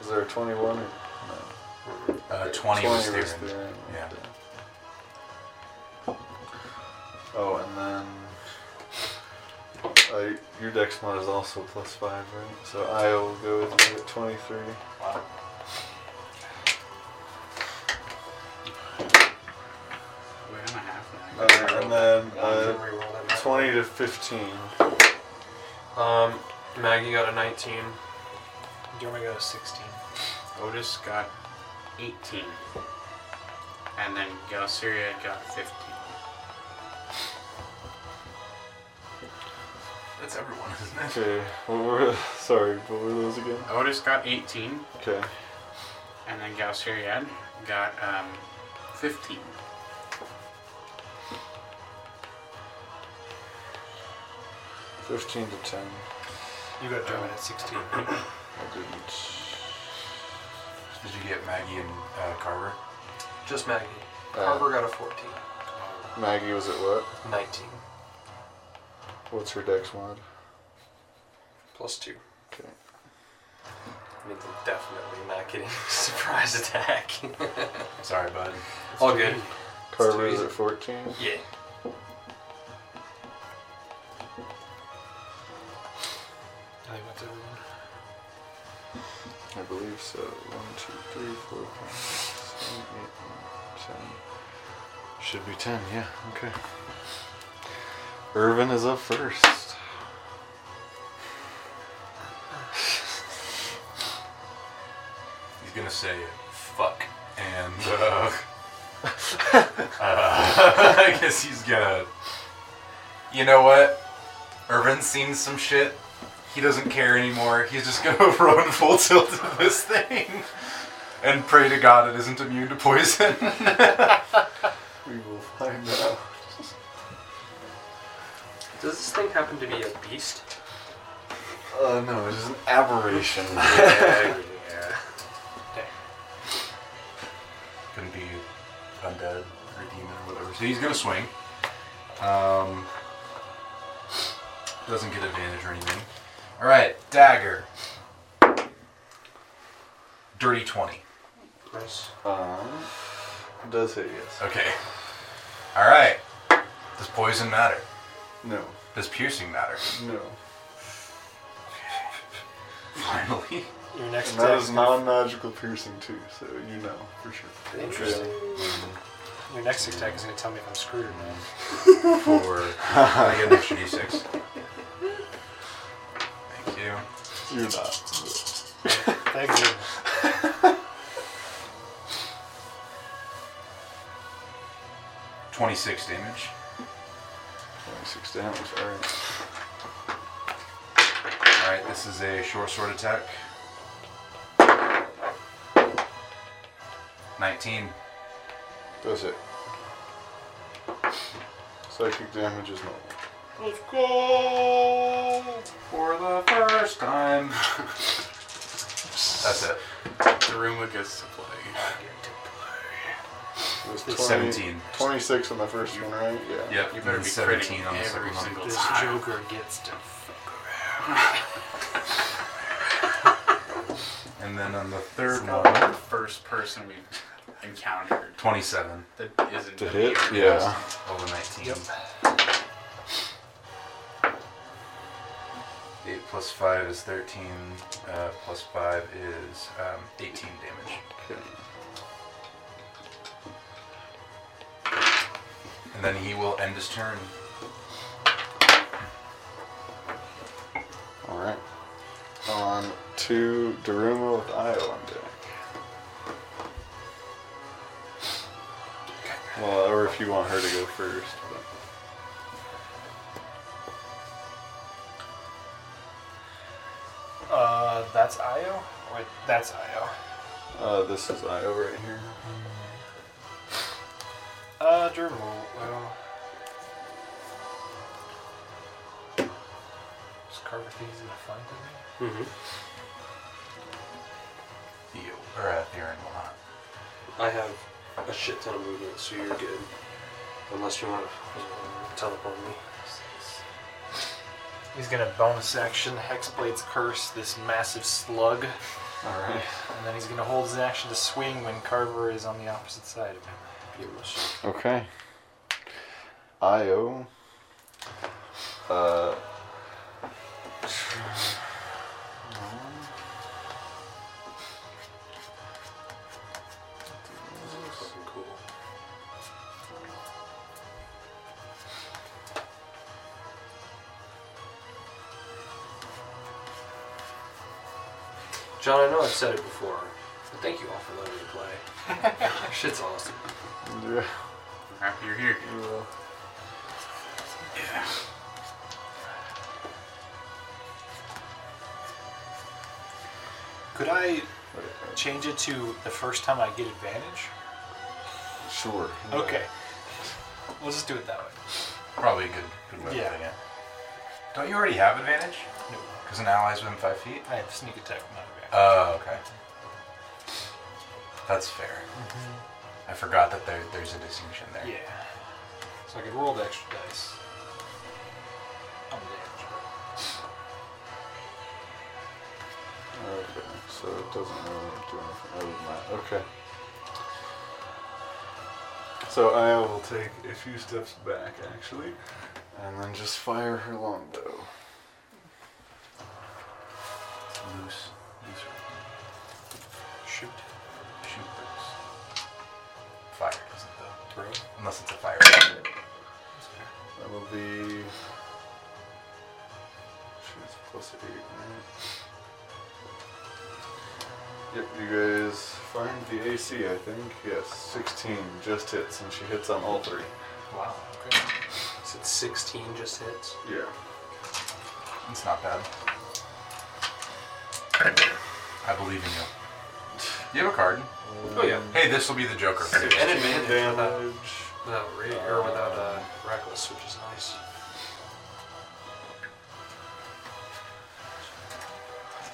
Is there a 21 or no?
Uh, 20, was Theron.
Theron,
Yeah.
okay. Oh, and then. Uh, your dex mod is also plus 5, right? So I will go with you at 23.
Wow.
We're gonna have
Uh,
that.
and then uh,
Reroll that back.
20 to 15.
Um, Maggie got a 19.
Jeremy got a 16.
Uh.
Otis got 18. And then Galceria got 15.
That's everyone, isn't it?
Okay, what were, sorry, what were those again?
Otis got 18.
Okay.
And then Galceriad got um, 15.
Fifteen to ten.
You got German at 16.
I didn't.
Did you get Maggie and uh, Carver?
Just Maggie.
Uh,
Harper got a 14.
Maggie was at what?
19.
What's her dex mod?
Plus 2.
Okay.
I mean, they're definitely not getting a surprise attack.
Sorry, bud.
All good.
Carver
too
is
easy.
at fourteen.
Yeah.
I think that's everyone.
I believe so. One, two, three, four, five, six, seven, eight, nine, ten. Should be ten. Yeah. Okay. Irvin is up first.
He's gonna say fuck, and uh, uh, I guess he's gonna. You know what? Irvin's seen some shit. He doesn't care anymore. He's just gonna run full tilt at this thing, and pray to God it isn't immune to poison.
We will find out.
Does this thing happen to be a beast?
Uh, no, it is an aberration.
yeah,
Couldn't be undead or demon or whatever. So he's gonna swing. Um, doesn't get advantage or anything. All right, dagger. Dirty 20.
Nice.
Um, does hit, yes.
Okay. Alright. Does poison matter?
No.
Does piercing matter?
No.
Finally.
Your next
And that
attack
is non magical piercing, too, so you know for sure.
Interesting. Your next attack is going to tell me if I'm screwed or not.
For. I get an extra d6. Thank you.
You're not.
Thank goodness.
Twenty-six damage.
26 damage, alright.
All right, this is a short sword attack. Nineteen.
Does it. Psychic damage is normal.
Let's go for the first time. That's it.
The room gets to play.
It was 20,
17.
26 on the first one, right? Yeah.
Yep.
You better
and
be
seventeen
critting
on the
every
second one.
single
This
time.
Joker gets to.
And then on the third
It's
one,
not the first person we've encountered
twenty-seven
that isn't
To
a
hit?
hero.
Yeah.
over nineteen.
Yep.
Eight plus five is thirteen. Uh, plus five is um, eighteen damage.
Okay.
And then he will end his turn.
Alright. On to Daruma with Io on deck. Well, or if you want her to go first. But.
Uh, that's Io? Wait, that's Io.
Uh, this is Io right here.
Uh, Dermal. Well. Just carving things in the fun, doesn't
Mm-hmm.
You or uh, Theron will not.
I have a shit ton of movement, so you're good. Unless you want to teleport me.
he? He's gonna bonus action Hexblade's Curse, this massive slug,
Alright.
and then he's gonna hold his action to swing when Carver is on the opposite side of him.
You must.
Okay. Io. Uh.
Fucking cool. John, I know I've said it before, but thank you all for letting me play. Shit's awesome.
Yeah.
I'm happy you're here.
you will.
Could I change it to the first time I get advantage?
Sure.
Okay. We'll just do it that way.
Probably a good, good way
Yeah.
of doing it. Don't you already have advantage?
No,
Because an ally's within five feet?
I have sneak attack, not advantage.
Oh, okay. That's fair. I forgot that there, there's a distinction there.
Mm-hmm. Yeah. So I could roll the extra dice. On the damage.
Okay, so it doesn't really do anything other than that. Okay. So I will take a few steps back, actually, and then just fire her longbow.
Loose. Loose.
Shoot.
Shoot loose. Fire doesn't though.
Throw.
Unless it's a fire.
That will be. Shoot, it's plus eight, right? Yep, you guys find the AC, I think. Yes, 16 just hits, and she hits on all three.
Wow. Okay.
Is it 16 just hits?
Yeah.
It's not bad. I believe in you. You have a card.
Uh,
Oh, yeah.
Hey, this will be the Joker. for you.
And advantage without,
Damage.
without, ra- or without uh, reckless, which is nice.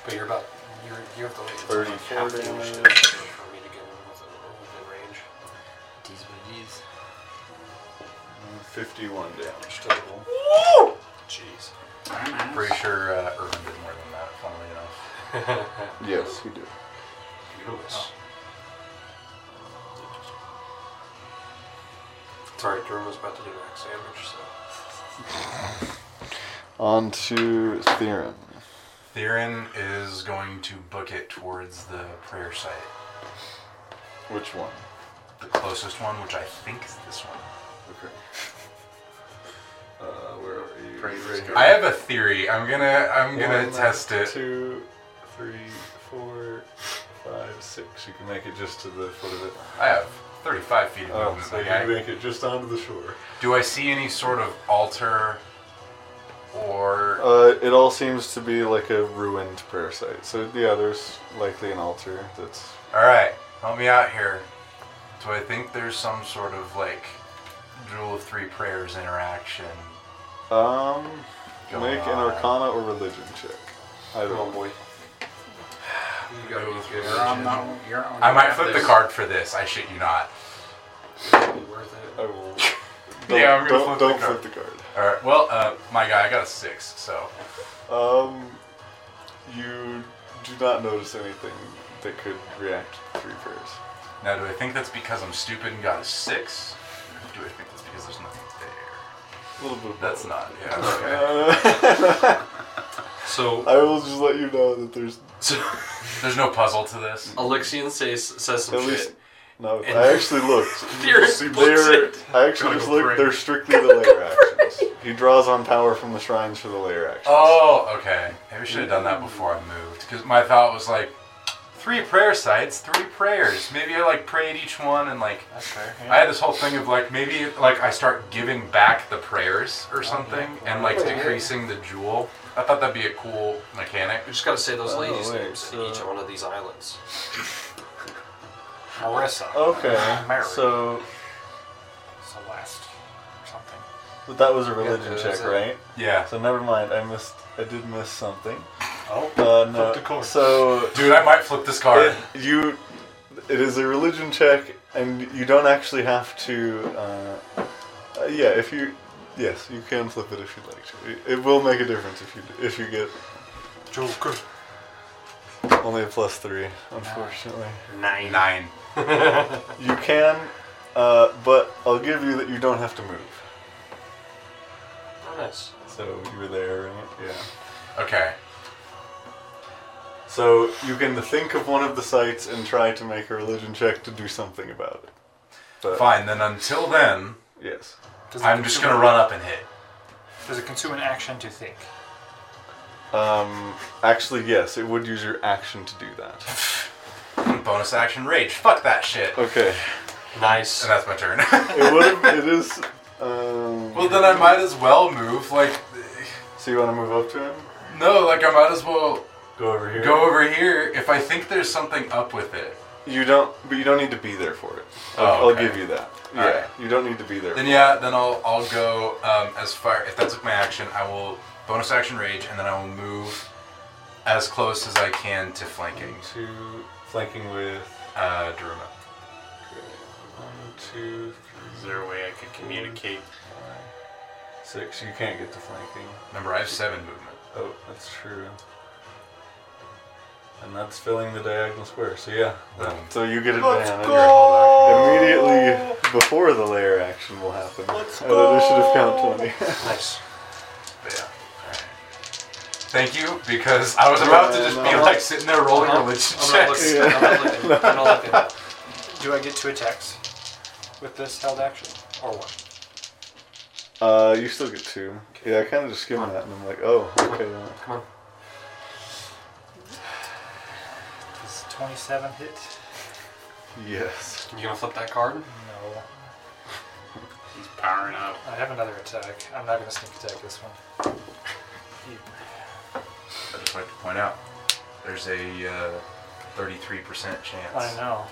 But you're about you're you have to wait until
34
half the
damage.
initiative for me to get in within, within range.
It is what it is.
51 uh, damage.
Still. Jeez.
Pretty sure uh, Irvin did more than that, funnily enough.
Yes, he did.
You
Goodness. It's alright, Durham was about to do an axe sandwich, so.
On to Theron.
Theron is going to book it towards the prayer site.
Which one?
The closest one, which I think is this one.
Okay. Uh, where are you?
Praise is
Right here.
good.
I have a theory. I'm gonna I'm gonna
One,
test it.
Two, three, four, five, six. You can make it just to the foot of it.
I have 35 feet of
Oh,
movement.
so you
like, I-
can make it just onto the shore.
do I see any sort of altar or
Uh, it all seems to be like a ruined prayer site. So yeah, there's likely an altar that's
All right, help me out here. Do I think there's some sort of like rule of three prayers interaction?
um.
going
Make an
on?
Arcana or religion check. I
Come on,
don't.
boy. You gotta
Go
be
through
good.
Oh, You're on the, you're on
I might flip the
this.
card for this. I shit you not.
It'll be worth it.
I will. Don't,
Yeah, I'm gonna
don't,
flip the
don't
card.
flip the card.
All right. Well, uh, my guy, I got a six, so
Um, you do not notice anything that could react to three prayers.
Now, do I think that's because I'm stupid and got a six? Or do I think that's because there's nothing there?
A little bit. Of
That's
both.
not. Yeah. Okay.
Uh,
So,
I will just let you know that there's
so
There's no puzzle to this.
Elixion says, says some
at
shit.
least. No,
And-
I actually looked.
Theron
See,
looks
they're,
it.
I actually
Gotta
just
go
looked.
pray.
They're strictly the layer actions. He draws on power from the shrines for the layer actions.
Oh, okay. Maybe I should have done that before I moved, because my thought was like, three prayer sites, three prayers. Maybe I like prayed each one, and like
That's fair. yeah.
I had this whole thing of like maybe like I start giving back the prayers
Oh,
or something, and like decreasing the jewel. I thought that'd be a cool mechanic.
We just gotta say those
Oh,
ladies'
wait,
names
so-
in each one of these islands.
Marissa.
Okay.
Mary.
So
Celeste. Or something.
but that was a religion
Yeah,
check,
that's it.
right?
Yeah,
So never mind. I missed. I did miss something.
Oh.
Uh,
the
no.
card.
So
dude, I might flip this card.
it, you it is a religion check and you don't actually have to uh, uh, yeah if you yes you can flip it if you'd like to it, it will make a difference if you if you get
Joker.
only a plus three unfortunately
Nine.
Nine.
you can uh, but i'll give you that you don't have to move
Oh, nice.
so you were there right yeah
Okay.
so you can think of one of the sites and try to make a religion check to do something about it but
Fine. Then until then,
yes
Does it
I'm just
consume
gonna
an-
run up and hit.
Does it consume an action to think?
um, actually yes it would use your action to do that
Bonus action rage. Fuck that shit. And
Okay.
Nice.
that's my turn.
It would have, it is. Um,
well, then I might as well move. Like,
So you want to move up to him?
no, like I might as well
Go over here.
go over here if I think there's something up with it.
You don't, but you don't need to be there for it. I'll,
Oh, okay.
I'll give you that. Yeah.
Alright.
You don't need to be there.
Then yeah, then I'll I'll go um, as far. If that's my action, I will bonus action rage, and then I will move as close as I can to flanking
Two flanking with.
uh, Daruma.
Okay. One, two,
Is there a way I could communicate?
three, six. You can't get to flanking.
Remember, I have seven movement.
Oh, that's true. And that's filling the diagonal square. So yeah.
Boom.
So you get
Let's
advantage.
go!
Immediately before the layer action will happen.
Let's
at
go!
initiative count twenty.
Nice.
But yeah. Alright. Thank you, because I was about to just be like sitting there rolling
I'm not-
religion
I'm not
checks.
looking. I'm not looking. I'm not looking.
Do I get two attacks with this held action? Or what?
Uh, you still get two. Yeah, I kind of just skimmed that, and I'm like, oh, okay. yeah.
Come on.
Does 27 hit?
Yes.
You gonna flip that card?
No.
He's powering up.
I have another attack. I'm not going to sneak attack this one.
I just wanted to point out, there's a uh, 33% chance.
I know.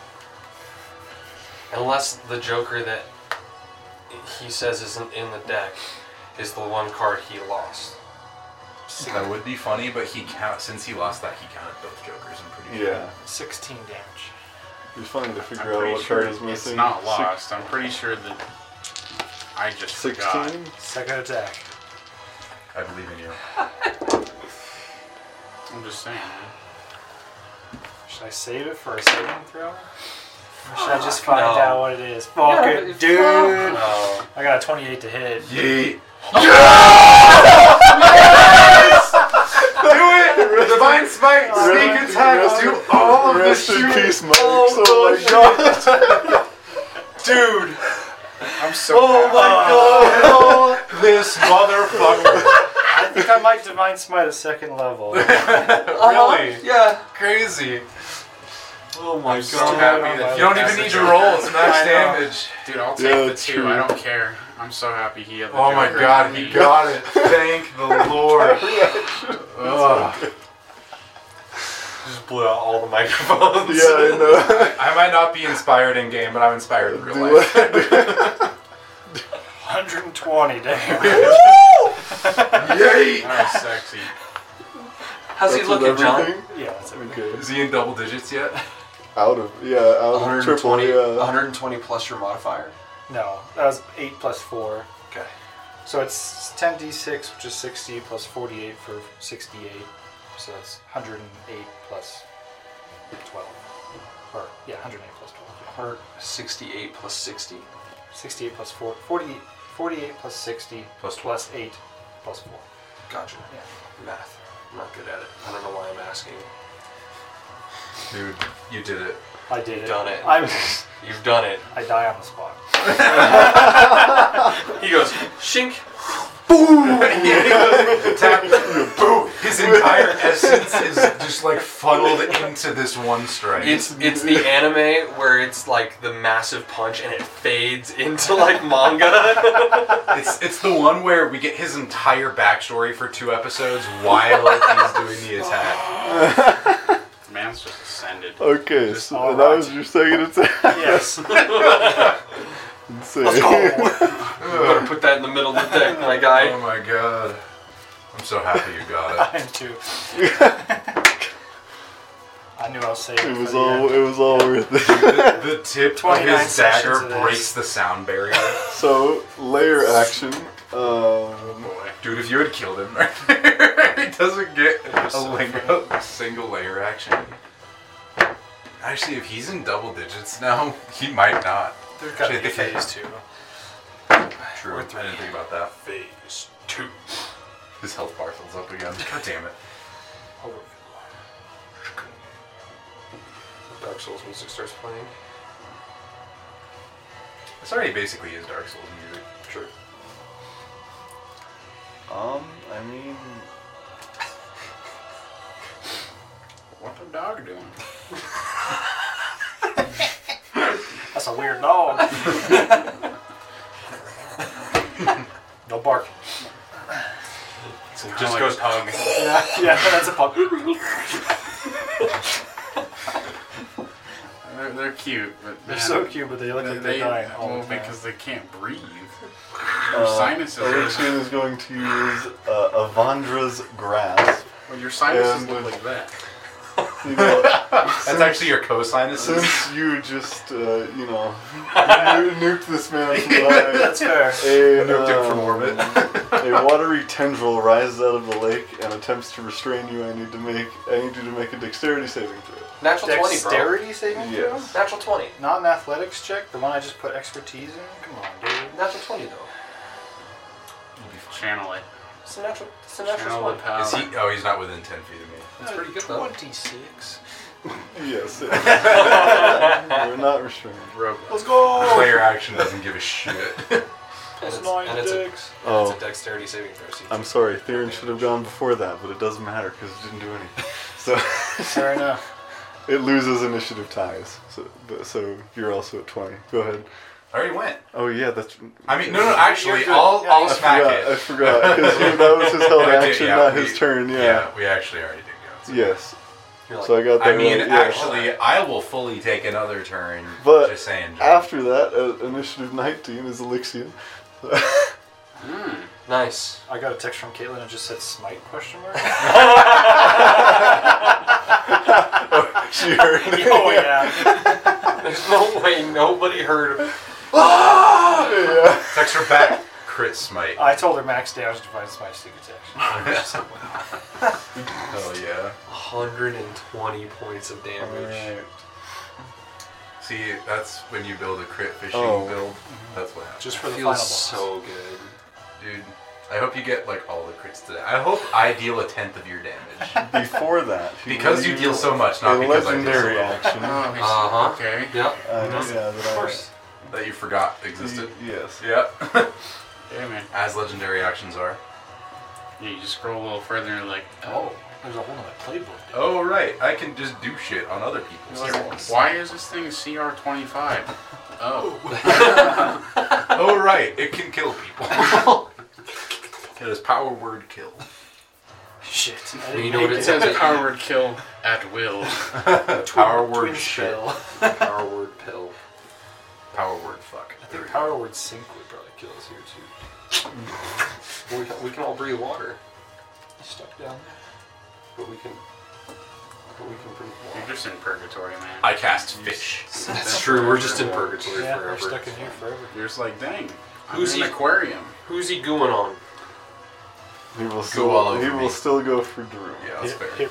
Unless the Joker that he says isn't in the deck is the one card he lost.
That would be funny, but he count since he lost that, he counted both jokers. I'm pretty sure.
Yeah.
16 damage.
It's funny to
I'm
figure out
pretty
what
sure
card is missing.
it's not lost. i I'm pretty sure that I just forgot.
Sixteen.
Second attack.
I believe in you.
I'm just saying. man.
Should I save it for a saving throw? Or should I just find
no.
out what it is? Fuck
Yeah,
it,
it's-
dude!
No.
I got a 28 to hit.
Yeet. Yes! Do it! Divine Smite, sneak attack, do all of this
Rest in
shooting.
peace, Mike. Oh my god.
Dude,
I'm so. Oh
this motherfucker.
I think I might Divine Smite a second level.
really?
Yeah.
Crazy.
Oh my
So
god.
happy that
You don't even need to roll, it's max
I know.
damage.
Dude, I'll take
Yeah,
the
it's
two.
true.
I don't care. I'm so happy he had the
Oh my
Joker
god,
on
he
me.
got it. Thank the Lord. Ugh.
Just blew out all the
Oh
microphones. Yeah, I know.
I might not be inspired in game, but I'm inspired in real life.
120, damn.
Yay!
That was sexy.
How's he looking, John?
Yeah, that's it.
Okay.
Is he in double digits yet?
Out of yeah, out of Uh, triple
120,
yeah.
120 plus your modifier.
No, that was 8 plus 4.
Okay.
So it's 10d6, which is 60, plus 48 for 68. So that's 108 plus 12. Or, yeah, 108 plus 12. yeah.
68 plus 60.
68 plus 4. 48, 48 plus 60
Plus
plus 8 plus 4.
Gotcha. Math. I'm not good at it. I don't know why I'm asking.
Dude, you did it.
I did it.
Done it.
I'm,
You've done it.
I die on the spot.
He goes, shink.
Tap, boom! His entire essence is just like funneled into this one strike.
It's it's the anime where it's like the massive punch and it fades into like manga.
It's it's the one where we get his entire backstory for two episodes while he's doing the attack.
The man's just ascended.
Okay,
Just
so
all
that
right.
was your second attack.
Yes.
Insane.
Better put that in the middle of the deck, my
Oh
guy.
my god. I'm so happy you got it.
I am too. I knew I was safe.
It was all it was all worth it.
The, the tip of
29
his dagger
sessions of this.
breaks the sound barrier.
So layer action. Um,
Boy.
Dude, if you had killed him right there, he doesn't get a, lingo, single layer action. Actually, if he's in double digits now, he might not.
There's got to
Shit,
be
they can't-
phase two.
True. I didn't think about that.
Phase two.
His health bar fills up again. God damn it.
Dark Souls music starts playing.
This already basically is Dark Souls music.
True.
um, I mean,
What the dog doing?
That's a weird dog. no barking.
It
Kinda
just
like
goes
a pug.
Yeah, yeah, that's a pug.
They're, they're cute, but
They're
man,
so cute, but they look
They,
like they're
they,
dying Oh, all
well,
the time.
because they can't breathe. Your
uh,
sinuses. Are,
Erickson is going to use uh, Avandra's grasp.
well, your sinuses
And
look
with-
like that.
You know,
That's actually your cosine.
since you just uh, you know nu- nuked this man from the
That's fair.
a,
Nuked him from
um,
orbit.
a watery tendril rises out of the lake and attempts to restrain you. I need to make I need you to make a dexterity saving throw.
Natural 20,
Dexterity saving throw?
Yes.
bro. Natural 20.
Not an athletics check. The one I just put expertise in. Come on, dude.
Natural 20, though.
Channel it.
It's a natural, it's a natural
Channel the
20.
power.
Is he? Oh, he's not within 10 feet of me.
That's pretty good, though.
Twenty-six.
Yes. We're not restrained.
Rogue.
Let's go.
Player action doesn't give a shit.
And it's,
nine
and it's, a,
dicks.
it's
Oh,
a dexterity saving throw. so you
I'm
take-
sorry. Theron should have gone before that, but it doesn't matter because it didn't do anything. So
Fair enough.
it loses initiative ties. So but- so you're also at 20. Go ahead.
I already went.
Oh yeah, that's.
I mean, no, no, actually,
You're good.
I'll,
Yeah,
I'll
yeah.
smack
yeah, uh, I
it.
forgot because that was his held
I did,
action,
yeah,
not
we-
his turn.
Yeah.
Yeah.
we actually already did go.
Yes.
You're like,
So I got that.
I mean,
right, yeah.
actually, I will fully take another turn.
But
just saying. John.
After that, uh, initiative 19 is Elixir.
nice.
I got a text from Caitlin and just said smite question mark.
She heard it.
oh yeah.
There's no way nobody heard of
Yeah.
text her back. Crit smite.
I told her max damage divides by sneak attack.
Hell yeah.
120 points of damage.
See, that's when you build a crit fishing
Oh.
build. That's what happens.
Just for the final
Feels
boss.
so good.
Dude, I hope you get like all the crits today. I hope I deal a tenth of your damage.
Before that, she
Because you
used
deal so much,
a
not because I deal so
legendary
little.
action. uh,
Oh, he's-
Uh-huh.
Okay.
Yep.
yeah, that I-
Of course.
That you forgot existed.
Yes.
Yeah.
Wait a minute.
As legendary actions are.
You just scroll a little further and like,
Oh, there's a whole nother playbook.
Oh right, I can just do shit on other people's turns.
why is this thing CR25? Oh,
oh right, it can kill people. Oh. it is power word kill.
Shit. I
We
didn't
know what
make
it
it
it.
says power word kill at will.
power word
Twin
shit.
spell.
Power word pill.
Power word fuck.
I
There
think
we go.
power word sync would probably kill us here too.
We, we can all breathe water,
Stuck down there.
but we can. But we can breathe
You're
water.
just in purgatory, man.
I cast fish.
That's true. We're just in purgatory
Yeah,
forever.
we're stuck in here forever.
You're just like, dang,
Who's
who's an
he-
aquarium?
Who's he going on?
He will still,
all over
he
me.
will still go for Drew.
Yeah, that's
Hit-
fair.
hit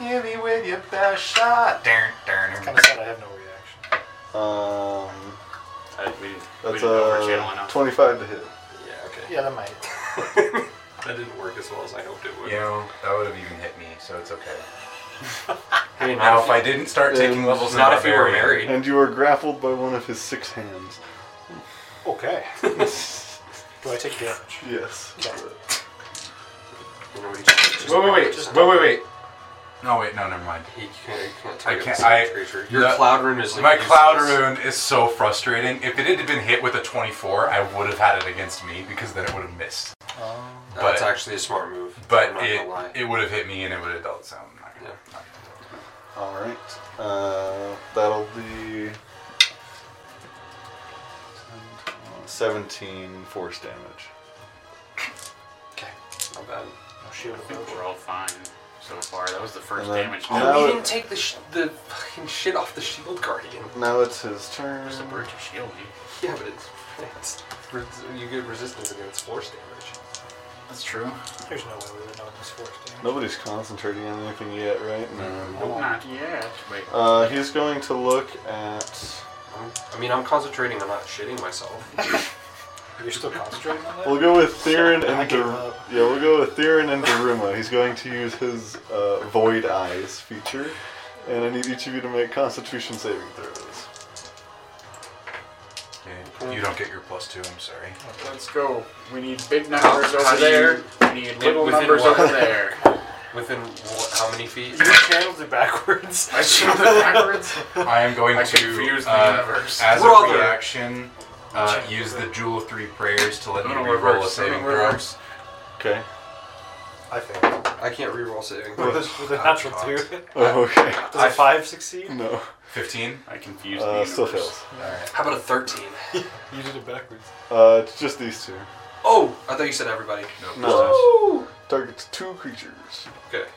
me.
Hit me with your best shot. Darn, darn.
Kind of sad I have no reaction.
Um,
I, we, we
that's
didn't over channel
a
enough.
25 to hit.
Yeah. Okay.
Yeah, that might.
That didn't work as well as I hoped it would.
You know, that would have even hit me, so it's okay.
Hey,
Now,
not
if I didn't start taking
Um,
levels, in
Not if we were
barbarian,
married.
And you are grappled by one of his six hands.
Okay. Do I take damage?
Yes.
You know, he just- just-
Wait, wait, wait,
just-
wait, wait, wait. No, wait, no, never mind.
He can't, he can't
I
target
can't-
the same
I-
creature.
your
Your
the-
cloud rune is like
My cloud
useless.
rune is so frustrating. If it had been hit with a 24, I would have had it against me because then it would have missed.
Um,
That's
but-
actually a smart move. I'm
But
not
it
gonna lie.
it would have hit me and it would have dealt some. I'm not gonna-
Yeah.
not gonna do
Alright. Uh, that'll be 17 force damage.
okay.
not bad.
No shield
I
approach.
think we're all fine so far. That was the first
And then-
damage.
Oh, Now
we
it-
didn't take the sh- the fucking shit off the shield guardian.
Now it's his turn.
There's a bird to shield you.
Yeah, but it's, it's res- you get resistance against force damage.
That's true.
There's no way we would know what this force damage.
Nobody's concentrating on anything yet, right?
Mm-hmm.
No.
Nope, not yet. Wait.
Uh, he's going to look at.
I'm, I mean, I'm concentrating on not shitting myself.
You're still concentrating on that?
We'll go with Theron
I
and
gave
Dar-
up.
yeah, we'll go with Theron and Daruma. He's going to use his uh, Void Eyes feature, and I need each of you to make Constitution saving throws.
it. Okay, You don't get your plus two. I'm sorry.
Let's go. We need big numbers
How
over
do
there.
you-
We need little
within
numbers
what?
over there.
Within wh- how many feet?
You channeled it backwards.
I shielded backwards.
I am going
I
to,
confused the
uh,
universe.
as
Brother.
a reaction, uh, use the Jewel of Three Prayers to let me
Little
reroll a
reverse,
saving
little
throw.
reverse.
Okay.
I failed.
I can't reroll saving.
With a, with a natural
God.
two. Does
Oh, okay.
a five succeed?
No.
15?
I confused the
Uh,
universe.
still fails.
How about a thirteen?
You did it backwards.
Uh, it's just these two.
Oh, I thought you said everybody.
No. Targets two creatures.
Okay.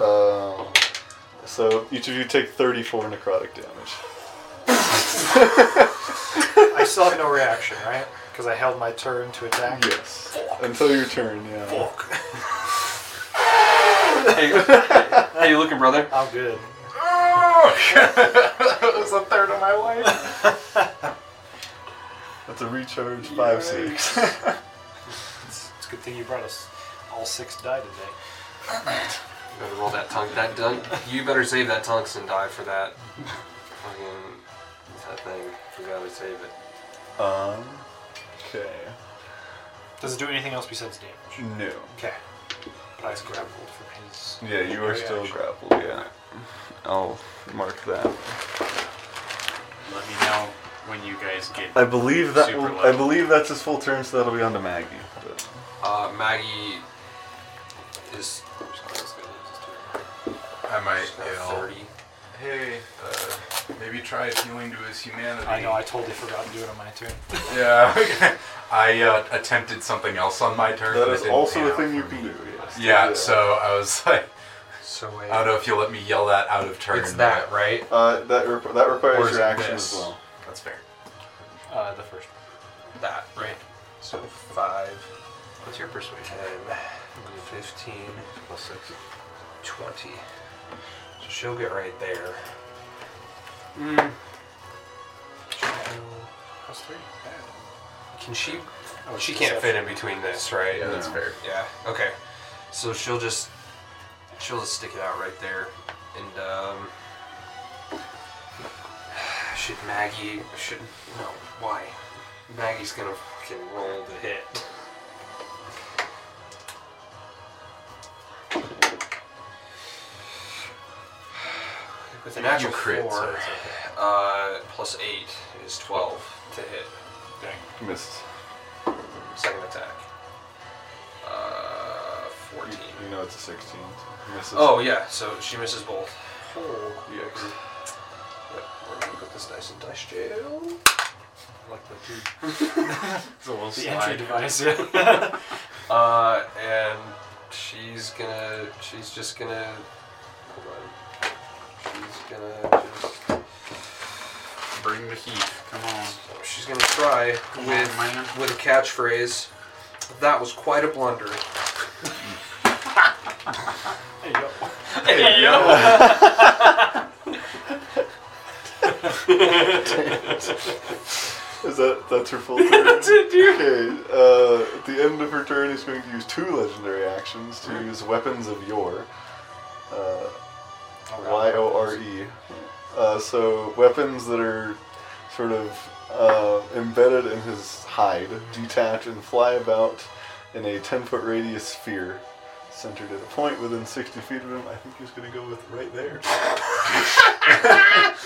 Um, so each of you take 34 necrotic damage.
I still have no reaction, right? Because I held my turn to attack.
Yes. Until your turn, yeah.
Hey, how you looking, brother?
I'm good.
that was a third of my life.
That's a recharge 5 6.
It's, it's a good thing you brought us all six die today.
You better roll that tongue. That done. You better save that tungsten die for that. Fucking that thing. You gotta save it.
Um, okay.
Does it do anything else besides damage?
No.
Okay. But I grappled from his.
Yeah, you are still
Reaction.
grappled, yeah. I'll mark that.
Let me know when you guys get.
I believe that
Super
will-
low.
I believe that's his full turn, so that'll be on to Maggie. But
Uh, Maggie is. uh,
I might
She's got
yell.
30.
Hey, uh, maybe try appealing to his humanity.
I know, I totally forgot to do it on my turn.
Yeah, okay. I uh, attempted something else on my turn.
that
but it
is
didn't
also
pan
a thing
out
you
for
can
me.
do. Yes.
Yeah, so I was like,
So wait.
I don't know if you'll let me yell that out of turn.
it's that, right?
uh, that requ that
Or
requires
is
your
it
action
this?
as well.
That's fair.
Uh, the first
That, right? So five.
What's your persuasion?
15 plus 6. 20. So she'll get right there. Hmm.
Mm,
Plus 3? Can she? Oh, she can't fit in between this, right?
Yeah, that's fair.
Yeah. Okay. So she'll just she'll just stick it out right there, and um, should Maggie should no why Maggie's gonna fucking roll the hit. With a natural
crit, so
four,
it's
uh, plus eight is twelve to hit.
Missed.
Second attack. Uh, 14.
You know it's a 16. Misses.
Oh, yeah, so she misses both.
Yikes.
Yep, we're gonna put this dice in dice jail. Like the dude.
It's a little
The
slide.
entry device. Yeah.
Uh, and she's gonna. She's just gonna. Hold on. She's gonna just.
bring the heat. Come on.
She's gonna try
Come on,
with,
man.
with a catchphrase. That was quite a blunder.
There you go.
Hey, yo!
Is that that's her full turn? that's it, dude. Okay. Uh, at the end of her turn, he's going to use two legendary actions to use weapons of yore. Uh, Y O R E. Uh, So weapons that are sort of uh, embedded in his hide, detach and fly about in a 10 foot radius sphere, centered at a point within 60 feet of him. I think he's going to go with right there.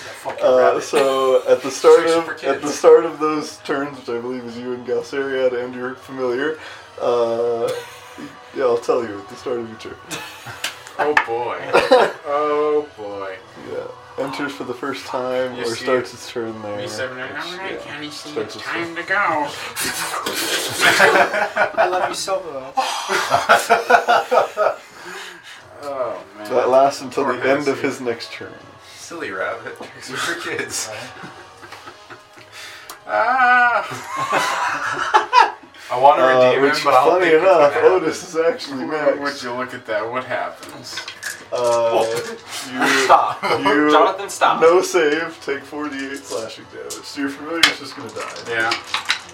Uh, so at the start
Restriction
of
for
at the
kids.
start of those turns, which I believe is you and Galceriad and your familiar, uh, yeah, I'll tell you at the start of your turn.
Oh boy. oh boy.
Yeah, enters for the first time
You
or
see
starts its turn there.
Me seven eight. All right,
yeah.
Kenny, see,
Starts with
it's time to go.
I love you so much.
Oh man.
That lasts until the
Or
end of
Hennessy.
his next turn.
Silly rabbit. Tricks are for kids.
ah.
I want to
Uh,
redeem
which,
him, but I'll
funny
think it's
enough,
gonna
Otis is actually
Would
next.
you look at that? What happens?
Uh,
Stop.
you, you
Jonathan, stop.
no save, take 48 slashing damage. So your familiar's just gonna die.
Yeah.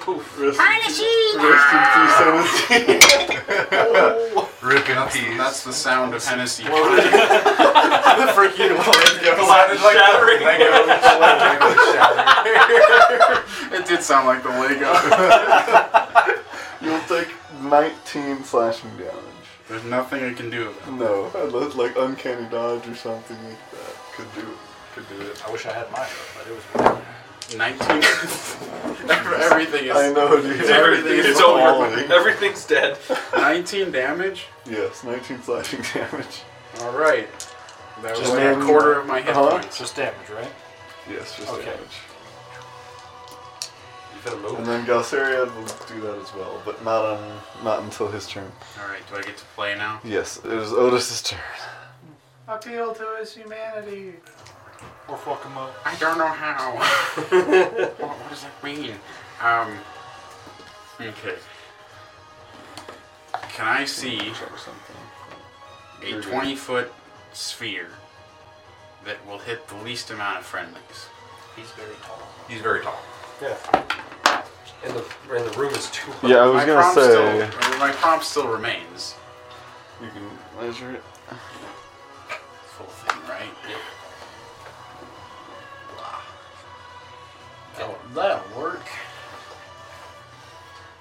Poof. Rest, rest in peace, Hennessy.
happen. Rip in
That's,
peace.
that's the sound of Hennessy.
the freaking sounded like shattering. Lego, Lego shattering.
it did sound like the Lego.
You'll take 19 slashing damage.
There's nothing I can do about
No, unless like uncanny dodge or something like that could do could do it.
I wish I had mine, but it was.
it. 19. Everything
I
is
know, dude.
Everything is
Everything's
over.
falling.
Everything's dead.
19 damage.
Yes, 19 slashing damage.
All right. That was
Just
like a
then-
quarter of my hit
Uh-huh.
It's
points.
just damage, right?
Yes, just
Okay.
damage.
You better move.
And then Galceriad will do that as well, but not on, not until his turn.
All right. Do I get to play now?
Yes, it is Otis's turn.
Appeal to his humanity.
Or fuck him up.
I don't know how. what, what does that mean? Um. Okay. Can I see
Or something.
a 20 foot sphere that will hit the least amount of friendlies?
He's very tall.
He's very tall.
Yeah. And the, and the room is too hot.
Yeah, I was
my
gonna
prompt
say
Still, my prompt still remains.
you can measure it.
Full thing, right? Blah. That'll, that'll work.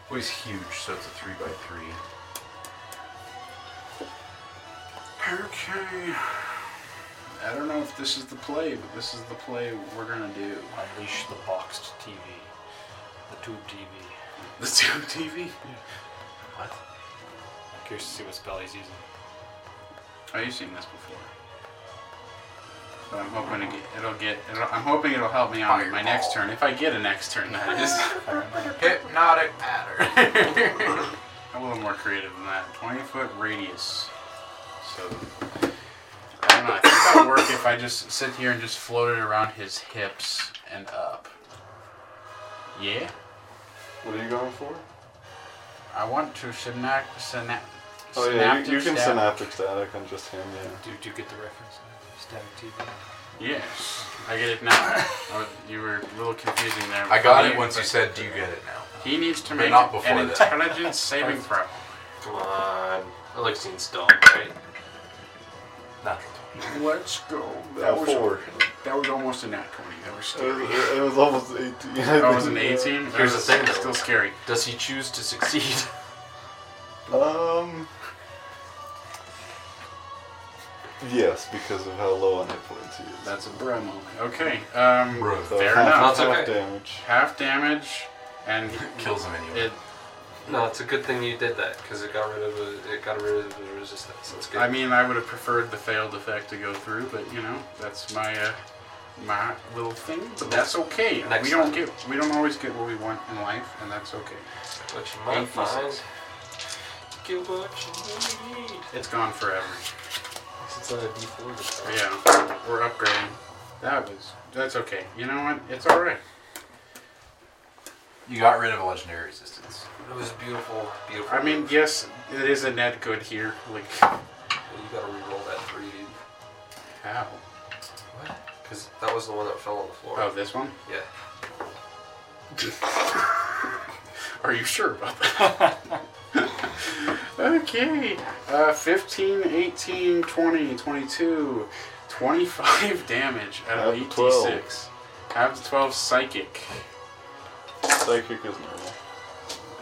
Well, he's huge, so it's a three by three.
Okay. I don't know if this is the play, but this is the play we're gonna do.
Unleash the boxed TV, the tube TV.
The tube TV?
What? I'm curious to see what spell he's using.
Oh, you've seen this before. But I'm hoping to get, it'll get. It'll, I'm hoping it'll help me on my next turn, if I get a next turn, that is.
Hypnotic pattern.
I'm a little more creative than that. 20 foot radius. So I don't know. I think that'll work if I just sit here and just float it around his hips and up. Yeah.
What are you going for?
I want to synap- synap-
Oh yeah,
synaptic
you, you can
stab.
synaptic static on just him. Yeah.
Do, do you get the reference?
Static TV.
Yes, I get it now. I was- you were a little confusing there.
I got
before
it once you
but
said, "Do you get it now?"
He needs to
but
make
not before
an
that.
intelligence saving throw.
Come on. Alexine's dumb, right?
Natural.
Let's go.
That was four.
that was almost a nat twenty. That was
It was, it was almost eighteen. I
That was an
think.
eighteen. That
Here's
was
the thing, though.
Still scary.
Does he choose to succeed?
Um. Yes, because of how low on hit points he is.
That's a bro moment. Okay. Um,
Bro.
so
fair
half,
enough.
That's
half
okay.
damage.
Half damage, and
Kills him anyway.
it.
no, it's a good thing you did that because it got rid of the, it got rid of the resistance. That's good.
I mean, I would have preferred the failed effect to go through, but you know, that's my uh, my little thing. But that's okay.
Next
we don't
time.
get we don't always get what we want in life, and that's okay.
what you might find.
86.
Get what you need.
It's gone forever.
It's a D4. this time.
Yeah, we're upgrading. That was that's okay. You know what? It's all right.
You got rid of a legendary resistance.
It was beautiful, beautiful.
I mean, yes, it is a net good here. Like
you gotta re-roll that three, dude.
how?
What? Because that was the one that fell on the floor.
Oh, this one?
Yeah.
Are you sure about that? okay. Uh, 15, 18, 20, 22, 25 damage out of
Half to
8d6. Half to 12 psychic.
Psychic is normal.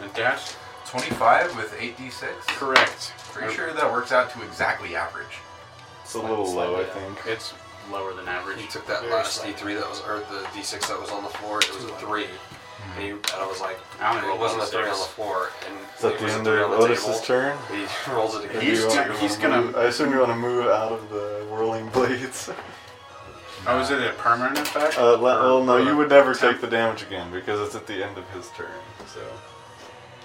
And Uh, that's
Twenty-five with eight d6.
correct.
Pretty sure that works out to exactly average.
It's a little low, I
slightly, yeah.
think.
It's lower than average.
You took that
Very
last
slight.
D3 that was, or the D6 that was on the floor. It was a three, and, you, and I was like,
I only
well, it
rolled
wasn't a
a
three on the
six.
floor, and
Is that
it
the
was a
end
three
of
on the
Otis's
table.
turn?
He rolls it
Or
again.
do
He's
you want-
gonna- he's
you wanna
gonna-
move- I assume you want to move out of the whirling blades.
Oh, is it a permanent effect?
Uh, le- well, no,
Or-
you would never take the damage again because it's at the end of his turn. So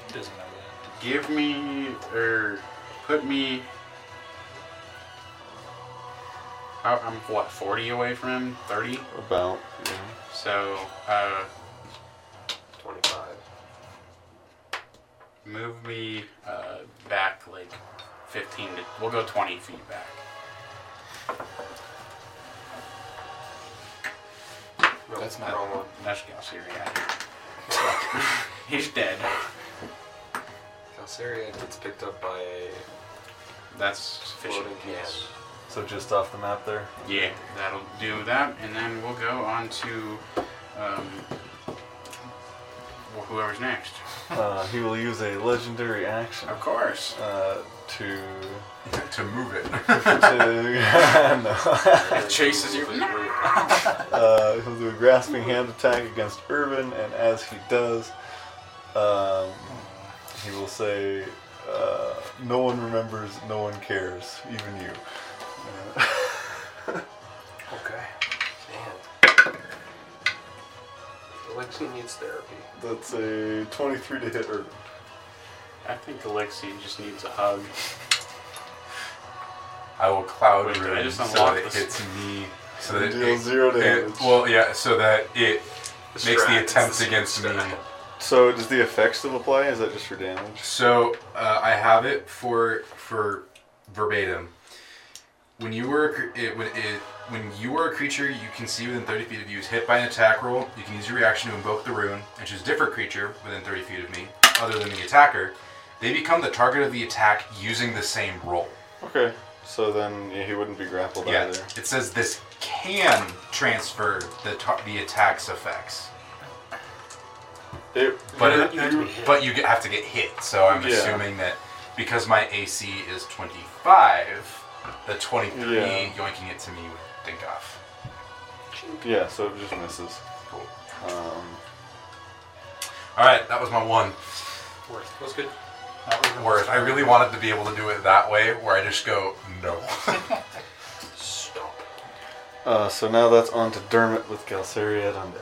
He doesn't know that.
Give me or put me. I- I'm what 40 away from him, 30.
about. Yeah.
So uh,
25.
move me uh, back like 15 to. We'll go 20 feet back.
No,
That's not-
wrong one.
That's Galceria. He's dead.
Calceria gets picked up by a
That's sufficient.
floating
Yes.
can.
So just off the map there.
Yeah, that'll do that, and then we'll go on to um, wh- whoever's next.
Uh, he will use a legendary action
Of course.
uh, to.
to move it.
to no.
It chases you.
Uh, he'll do a grasping hand attack against Urban, and as he does, um, he will say, uh, "No one remembers. No one cares. Even you." Uh,
Okay. Man. Alexi needs therapy.
that's a 23 to hit Urban.
I think Alexi just needs a hug.
I will cloud
Wait, did I
ruin
just
so
unlock
that it
this?
hits me. So
You
that
deal
it,
zero
it-
damage.
well, yeah, so that it makes
strat,
the
it's
attempt
the
against me.
strat.
So does the effect still apply? Is that just for damage?
So uh, I have it for for verbatim. When you were a cr- it, when it when you are a creature you can see within 30 feet of you is hit by an attack roll, you can use your reaction to invoke the rune and choose a different creature within 30 feet of me, other than the attacker. They become the target of the attack using the same roll.
Okay. So then yeah, he wouldn't be grappled
Yeah,
either.
it says this can transfer the ta- the attack's effects,
It,
but
you-
it- but you get- have to get hit. So I'm
Yeah.
assuming that because my AC is 25, the 23
Yeah.
yoinking it to me would think off.
yeah. So it just misses.
Cool.
Um,
All right, that was my one
Worth. That was good.
Not even
worth. I really wanted to be able to do it that way, where I just go no.
Stop.
uh, so now that's on to Dermot with Galceria on deck.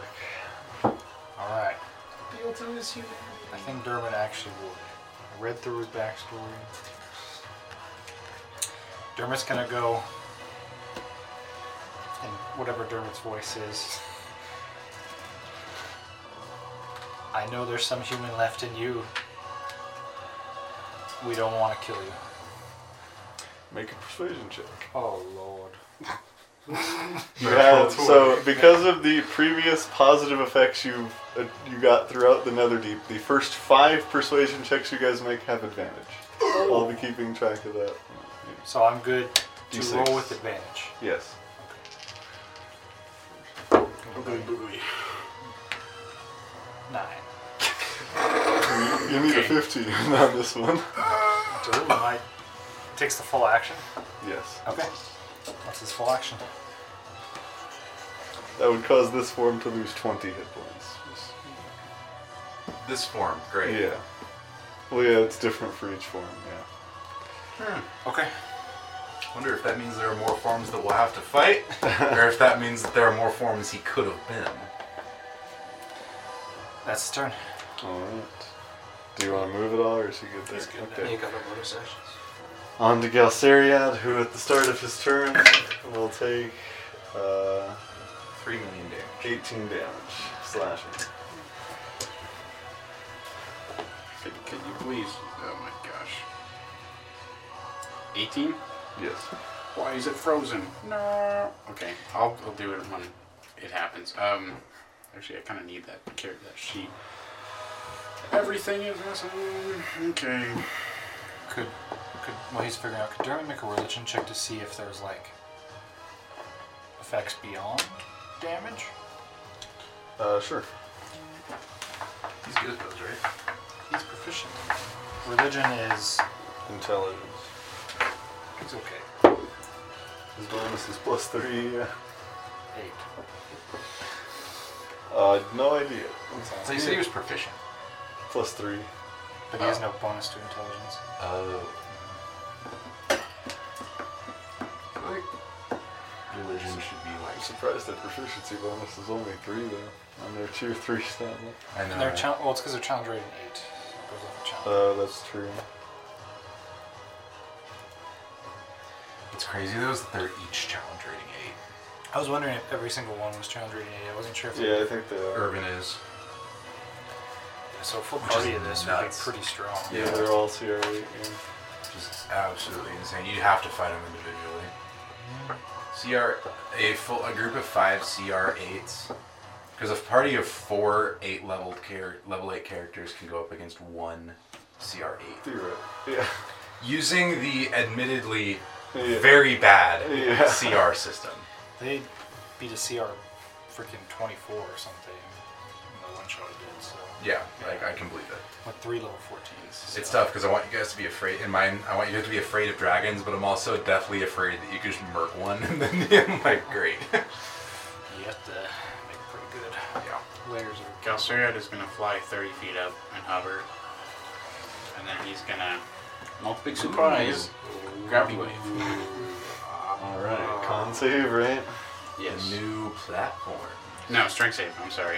All right. I think Dermot actually will. I read through his backstory. Dermot's gonna go, in whatever Dermot's voice is. I know there's some human left in you. We don't want to kill you.
Make a persuasion check.
Oh lord.
Yeah, so because of the previous positive effects you uh, you got throughout the Netherdeep, the first five persuasion checks you guys make have advantage. I'll be keeping track of that.
So I'm good to
D6.
roll with advantage.
Yes.
Nine.
You- You need a 15 on this one.
Ooh, my takes the full action.
Yes.
Okay. That's his full action.
That would cause this form to lose 20 hit points.
This form, great.
Yeah. Well, yeah, it's different for each form, yeah.
Okay.
Wonder if that means there are more forms that we'll have to fight, or if that means that there are more forms he could have been.
That's his turn.
Alright. Do you want to move at all, or is he good there?
He's good. now.
Okay.
He got no bonus actions.
On to Galceriad, who at the start of his turn will take uh,
Three million damage.
18 damage. Slashing.
Could, could you please? Oh my gosh. 18?
Yes.
Why is it frozen? No. Okay, I'll, I'll do it when it happens. Um, actually, I kind of need that care that sheet. Everything is missing. Okay.
Could could well he's figuring out could Dermot make a religion check to see if there's like effects beyond damage?
Uh, sure.
He's good at those, right?
He's proficient. Religion is
Intelligence.
it's okay.
His bonus is plus 3. yeah.
Eight.
Uh, no idea.
So you said he was proficient.
Plus 3.
But he has no bonus to intelligence.
Oh. Like, religion should be
I'm
like.
surprised that proficiency bonus is only 3, though. On their tier 3 stat.
I know.
And they're
right?
chal- well it's because they're challenge rating eight. So it goes off the challenge.
Uh, that's true.
What's crazy though is that they're each challenge rating eight.
I was wondering if every single one was challenge rating eight. I wasn't sure if they-
Yeah, I think they are.
Urban is.
so a full
Which is
party of this would be
nuts.
pretty strong.
Yeah, they're all CR8. yeah.
Just absolutely insane. You'd have to fight them individually. CR a full a group of five CR eights. Because a party of four eight level char- level eight characters can go up against one CR eight.
You're right. Yeah.
Using the admittedly
Yeah.
very bad
Yeah.
CR system.
They beat a CR freaking 24 or something in the one shot I did, so.
Yeah, like I can believe it.
With three level 14s. So.
It's tough because I want you guys to be afraid. In mine, I want you guys to be afraid of dragons, but I'm also deathly afraid that you could just murk one and then I'm like, great.
You have to make it pretty good.
yeah.
Layers of.
Galceriad is going to fly 30 feet up and hover. And then he's going to. No big surprise. Gravity wave.
Alright, con save, right?
Yes.
New platform.
No, strength save. I'm sorry.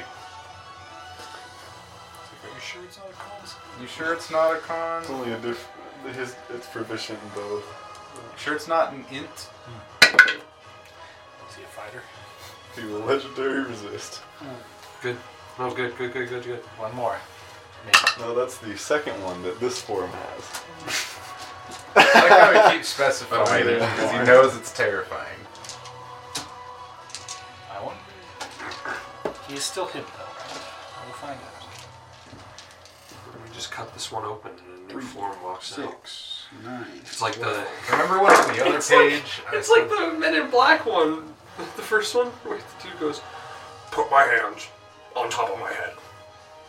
Are you sure it's not a cause?
You sure it's not a con?
It's only a diff. His, it's proficient in both.
Sure it's not an int?
Is he a fighter?
He will legendary resist.
Good. That was good. Good. Good. Good. Good.
One more.
No, that's the second one that this form has.
I like how he keeps specifying
But wait,
it
there's
because he
more.
knows it's terrifying.
I wonder. He is still hidden, though, right? We'll find out.
We just cut this one open and a new form walks out.
Six. Nine.
It's like the.
Remember when on the other
It's like-
page? I
It's
said-
like the Men in Black one. The first one where the dude goes, "Put my hands on top of my head."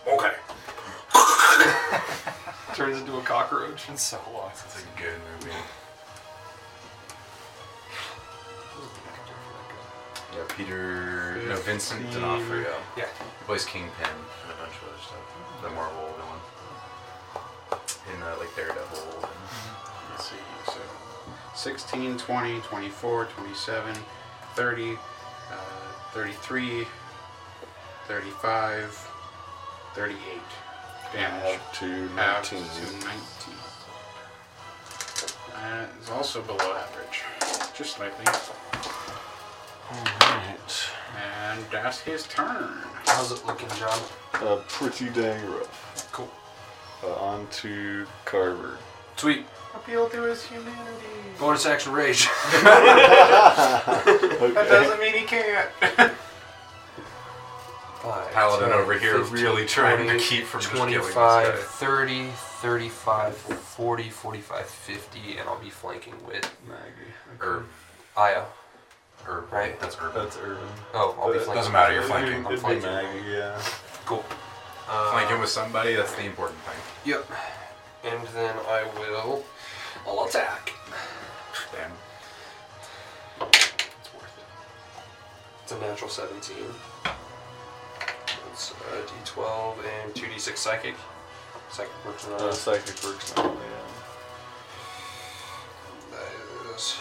Okay. Turns into a cockroach.
It's been so long since
It's a good movie. Yeah, Peter. No, Vincent D'Onofrio.
Yeah.
He plays Kingpin and a bunch of other stuff. The Marvel villain. In uh, like Daredevil. And
Let's see, so 16, 20, 24, 27, 30, uh, 33, 35, 38 damage.
Half to
Half to
19.
19. That is also below average, just slightly.
Alright.
And that's his turn.
How's it looking, John?
Uh, pretty dang rough.
Cool.
Uh, on to Carver.
It's Sweet.
Appeal to his humanity.
Bonus action rage.
That doesn't mean he can't.
Five,
Paladin
10,
over here
15,
really trying to
20,
keep from just killing this
25,
guy.
30, 35, 40, 45, 50, and I'll be flanking with
Herb.
Aya.
Herb.
Right.
That's Herb.
That's urban.
Oh, I'll be
But-
flanking.
Doesn't matter, you're
It'd be-
flanking.
I'm
It'd be
flanking.
Maggie, yeah.
Cool. Uh,
Flanking with somebody, that's the important thing.
Yep. And then I will. I'll attack.
Damn.
It's worth it. It's a natural 17. It's a d12 and 2d6 psychic. Psychic works on
Uh,
us.
psychic works now. Yeah.
That is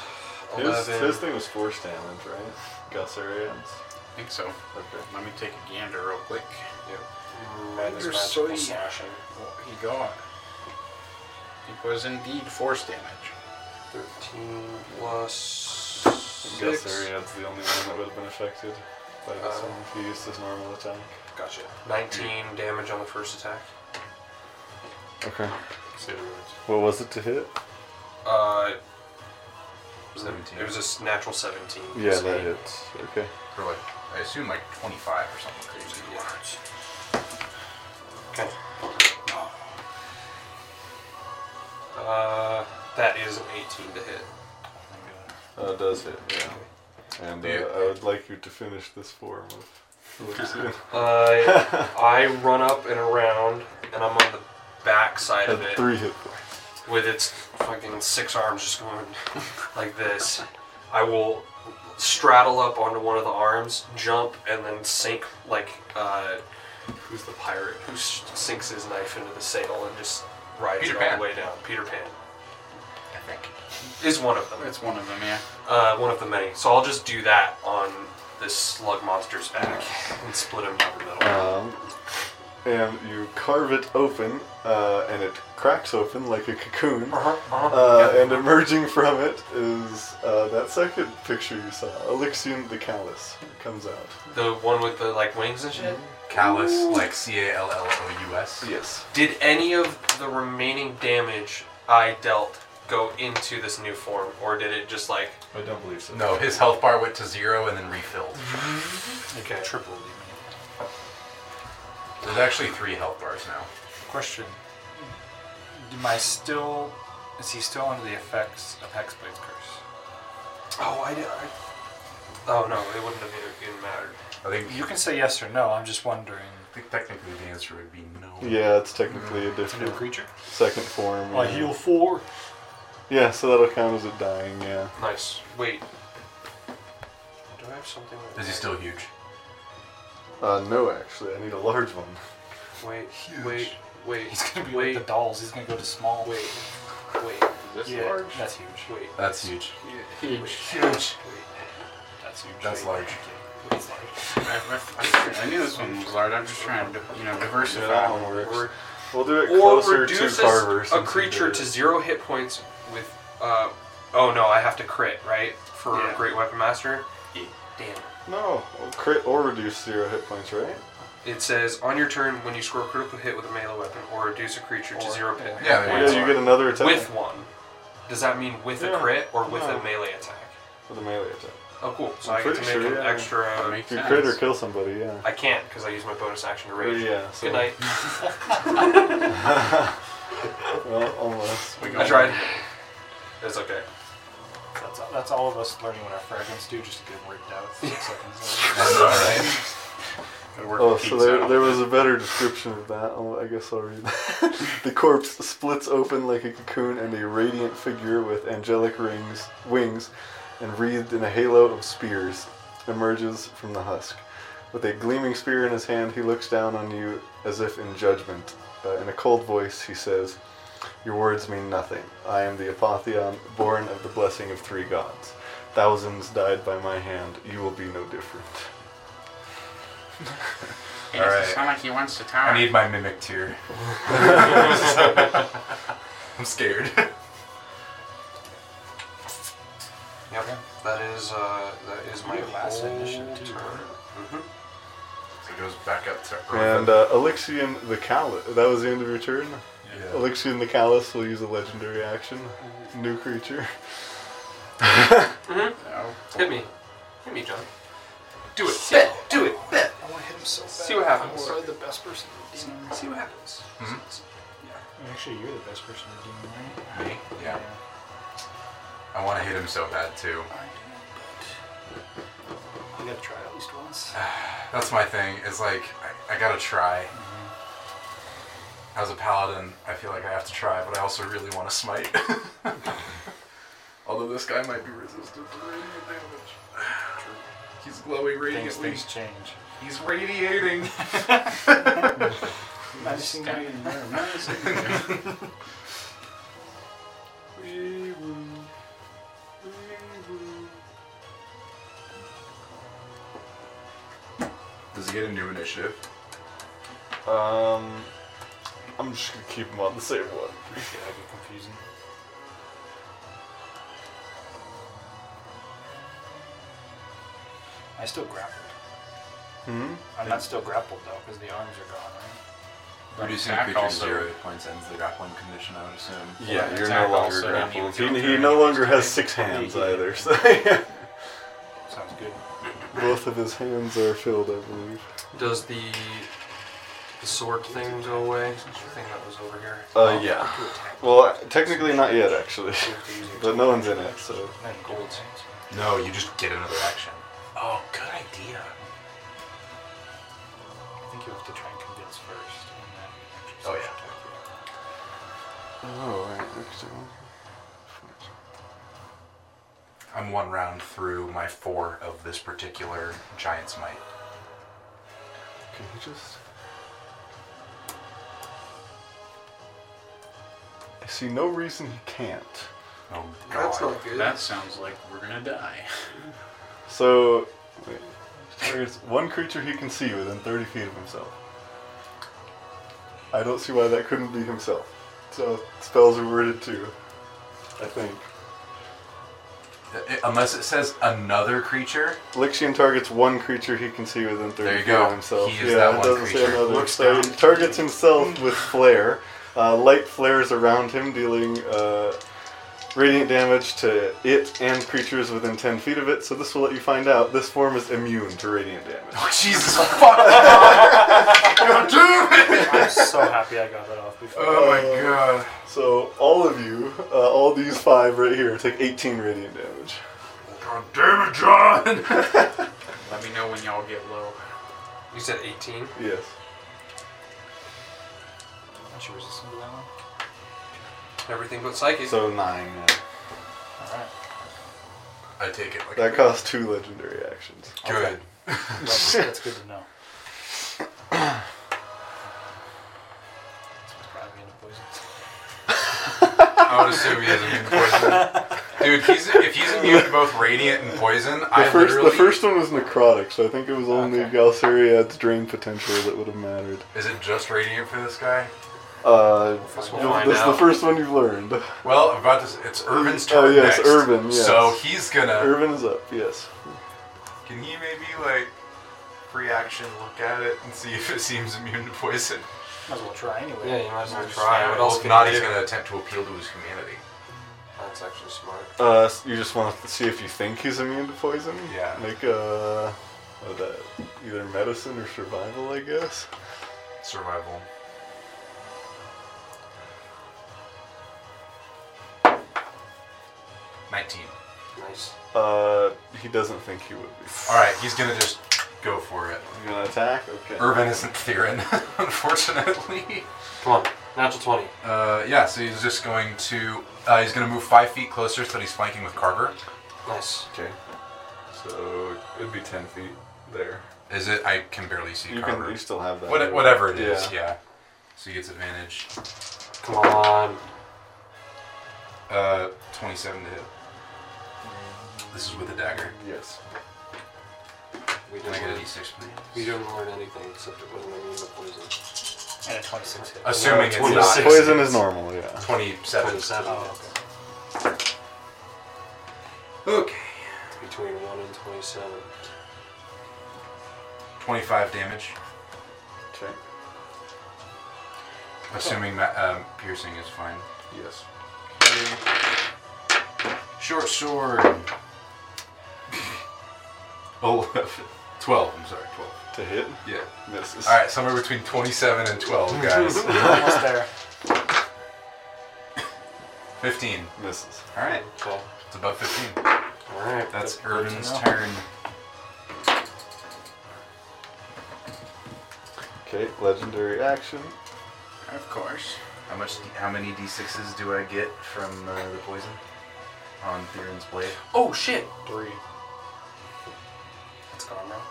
His,
11.
his thing was force damage, right? Gusarian's.
I think so.
Okay.
Let me take a gander real quick.
Yep.
Minus
Minus
magical
magical
slashing. What he got? It was indeed force damage.
13 plus six.
Gusarian's the only one that would have been affected by this
Uh,
one if he used his normal attack.
Gotcha. 19 damage on the first attack.
Okay. What was it to hit?
Uh,
Seventeen.
It was a s- natural 17.
Yeah,
so-
that hits. Okay.
For like, I assume like 25 or something crazy.
Okay. Uh, that is an 18 to hit.
Uh, it does hit, yeah. And uh,
Yeah.
I would like you to finish this form of elixir.
Uh, I run up and around, and I'm on the back side of
Had
it
three hit points.
with its fucking six arms just going like this. I will straddle up onto one of the arms, jump, and then sink like uh, who's the pirate who s- sinks his knife into the sail and just rides
Peter
it all
Pan.
the way down. Peter Pan
I think.
is one of them.
That's one of them, yeah.
Uh, one of the many. So I'll just do that on this slug monster's back and split him down the middle.
Um, and you carve it open, uh, and it cracks open like a cocoon.
Uh-huh, uh-huh.
Uh, and emerging from it is uh, that second picture you saw, Elixion the Callus, comes out.
the one with the like wings and shit.
Callus, like C A L L O U S.
Yes.
Did any of the remaining damage I dealt go into this new form, or did it just like
I don't believe so.
No, his health bar went to zero and then refilled.
okay?
Triple.
There's actually three health bars now.
Question: Am I still? Is he still under the effects of Hexblade's curse?
Oh, I did. I, oh no, it wouldn't have even- even mattered.
I think,
You can say yes or no. I'm just wondering.
I think technically the answer would be no.
Yeah, it's technically a
It's a new
different
creature.
second form.
I
yeah.
heal four.
Yeah, so that'll count as it dying, yeah.
Nice. Wait. Do I have something? that-
Is he still huge?
Uh, no, actually, I need a large one.
Wait.
Huge.
Wait. Wait.
He's gonna be
wait.
like the dolls. He's gonna go to small.
wait. Wait.
This
yeah, that's huge.
Wait.
That's huge.
Wait.
Huge.
Wait.
That's huge.
That's large.
I, I- I knew this one was large. I'm just trying to, you know,
Yeah,
diversify.
that one works. We'll do it
or
closer
reduces
to Carver.
a
since he
creature
did
to
it.
zero hit points with. Uh, oh no, I have to crit right for
Yeah.
Great Weapon Master.
Yeah.
Damn.
No, crit or reduce zero hit points, right?
It says on your turn when you score a critical hit with a melee weapon or reduce a creature to
Or-
zero hit
Yeah,
hit
there
Yeah,
points
you get another attack
with one. Does that mean with
Yeah.
a crit or with
No.
a melee attack?
with a melee attack.
Oh, cool. So
I'm
i get to
pretty
make
sure,
an
yeah.
That
extra.
makes
If you
sense.
crit or kill somebody, yeah.
I can't because I use my bonus action to rage.
Yeah, so-
Good night.
Well, almost.
We
I
got
tried. It's okay.
That's all, that's all of us learning what our fragments do. Just to get worked out. Six seconds.
That's alright.
Gotta work
Oh,
the
so
kinks
there,
out.
there was a better description of that. I'll- I guess I'll read that. the corpse splits open like a cocoon, and a radiant figure with angelic rings, wings and wreathed in a halo of spears emerges from the husk. With a gleaming spear in his hand, he looks down on you as if in judgment. Uh, in a cold voice, he says, Your words mean nothing. I am the Apotheon, born of the blessing of three gods. Thousands died by my hand. You will be no different.
He doesn't
Alright.
sound like he wants to tower.
I need my mimic tier. I'm scared.
Yep. That is uh, that is my
Your last
whole
initiative, too,
turn. hmm
So it goes back up to Earth.
uh, And uh, Elixion the Callus. That was the end of your turn?
yeah.
Elixir in the Callus will use a legendary action. New creature.
No.
Hit me. Hit me, John. Do it.
So-
Bet. Do it. Bet.
I want to hit him so bad.
See what happens.
I'm the best person in the
See what happens.
Actually, you're the best person to do it, right?
Me? Yeah. I want to hit him so bad too.
You gotta try it at least once.
That's my thing. Is like I, I gotta try. As a paladin, I feel like I have to try, but I also really want to smite. Although this guy might be resistant to radiant damage. He's glowing
Things,
radiantly.
things change.
He's radiating.
Medicine guy in there.
Does he get a new initiative?
Um, I'm just gonna keep him on the same one.
Shit, I get confusing. I still grappled.
Hmm.
I'm not still grappled though, because the arms are gone, right?
Reducing
Attack
creature to
also.
zero points ends the grappling condition, I would assume.
Yeah,
Well,
you're
attack
no longer
also, you need
grappled.
to
He,
go
he
through
no
his
longer has
attack.
six hands either, so
Sounds good.
both of his hands are filled, I believe.
Does the the sword thing go away? The thing that was over here.
Uh, yeah. Well, uh, technically not yet, actually.
You have to use your-
But no one's in it, so.
Then you do it,
Golds.
right?
No, you just get another action. Oh, good idea.
I think you have to try and convince first. And then you
Oh,
can
yeah.
actually-
Oh, right. Next
I'm one round through my four of this particular giant's might.
Can he just. I see no reason he can't.
Oh god.
That's not good.
That sounds like we're gonna die.
So. Wait. There's one creature he can see within 30 feet of himself. I don't see why that couldn't be himself. So, spells are worded too. I think.
Uh, Unless it says another creature.
Lixian targets one creature he can see within 30
There you
feet
go.
of himself.
He is
yeah,
that
it
one
doesn't say
creature.
another.
Looks
So
down.
he targets himself with flare. Uh, light flares around him, dealing uh, radiant damage to it and creatures within 10 feet of it. So this will let you find out. This form is immune to radiant damage.
Oh, Jesus fuck! God damn it!
I'm so happy I got that off before.
Oh my
Uh,
god.
So all of you, uh, all these five right here, take 18 radiant damage.
God damn it, John!
Let me know when y'all get low.
You said 18.
Yes.
Oh.
Aren't you resistant to that one?
Everything but psychic.
So nine. yeah.
Alright.
I take it like
That costs two legendary actions.
good.
That's, that's good to know. This was probably gonna poison.
I would assume he is immune to poison. Dude, he's, if he's immune to both radiant and poison,
The
I
first, the
literally
first one was necrotic, so I think it was only
Okay.
Galceriad's drain potential that would have mattered.
is it just radiant for this guy?
Uh,
This we'll
you'll-
find
this is the
out.
first one you've learned.
Well, I'm about to. s- It's Irvin's
Oh,
turn.
yes,
next.
Irvin, yes.
So he's gonna.
Irvin is up, yes.
Can he maybe like free action look at it and see if it seems immune to poison?
Might as well try anyway.
Yeah, you might as well try. What
Well,
else
if
can
not,
you
he's
do?
gonna attempt to appeal to his humanity.
That's actually smart.
Uh, s- you just want to see if you think he's immune to poison?
Yeah.
Make uh, what that, either medicine or survival, I guess.
Survival. Nineteen.
Nice.
Uh, he doesn't think he would be.
All right, he's gonna just go for it.
You gonna attack? Okay.
Irvin isn't Theron, unfortunately.
Come on. Natural 20.
Uh, yeah, so he's just going to. Uh, he's gonna move five feet closer so that he's flanking with Carver.
Nice.
Okay. So it'd be ten feet there.
Is it? I can barely see
You
Carver.
can. You still have that.
What,
right?
whatever it is,
Yeah.
yeah. So he gets advantage.
Come on.
Uh, 27 to hit. This is with a dagger.
Yes.
We
Can I
didn't
get a
learn,
d6,
we
please?
didn't learn anything except it wasn't immune to poison.
And a 26 hit.
Assuming it's
Poison
not.
Poison is normal. Yeah.
27.
27
Oh,
hits.
okay.
Okay.
Between 1 and 27.
25 damage.
Okay.
Assuming ma- um, piercing is fine.
Yes.
Short sword. 11. 12, Oh, I'm sorry, 12.
To hit?
Yeah.
Misses.
Alright, somewhere between 27 and 12, guys.
Almost there.
15.
Misses.
Alright,
Cool.
it's above 15.
Alright.
That's
Good to
Irvin's
know.
turn.
Okay, legendary action.
Of course.
How much? How many d6s do I get from uh, the poison on Theron's blade?
Oh shit!
Three.
It's gone now.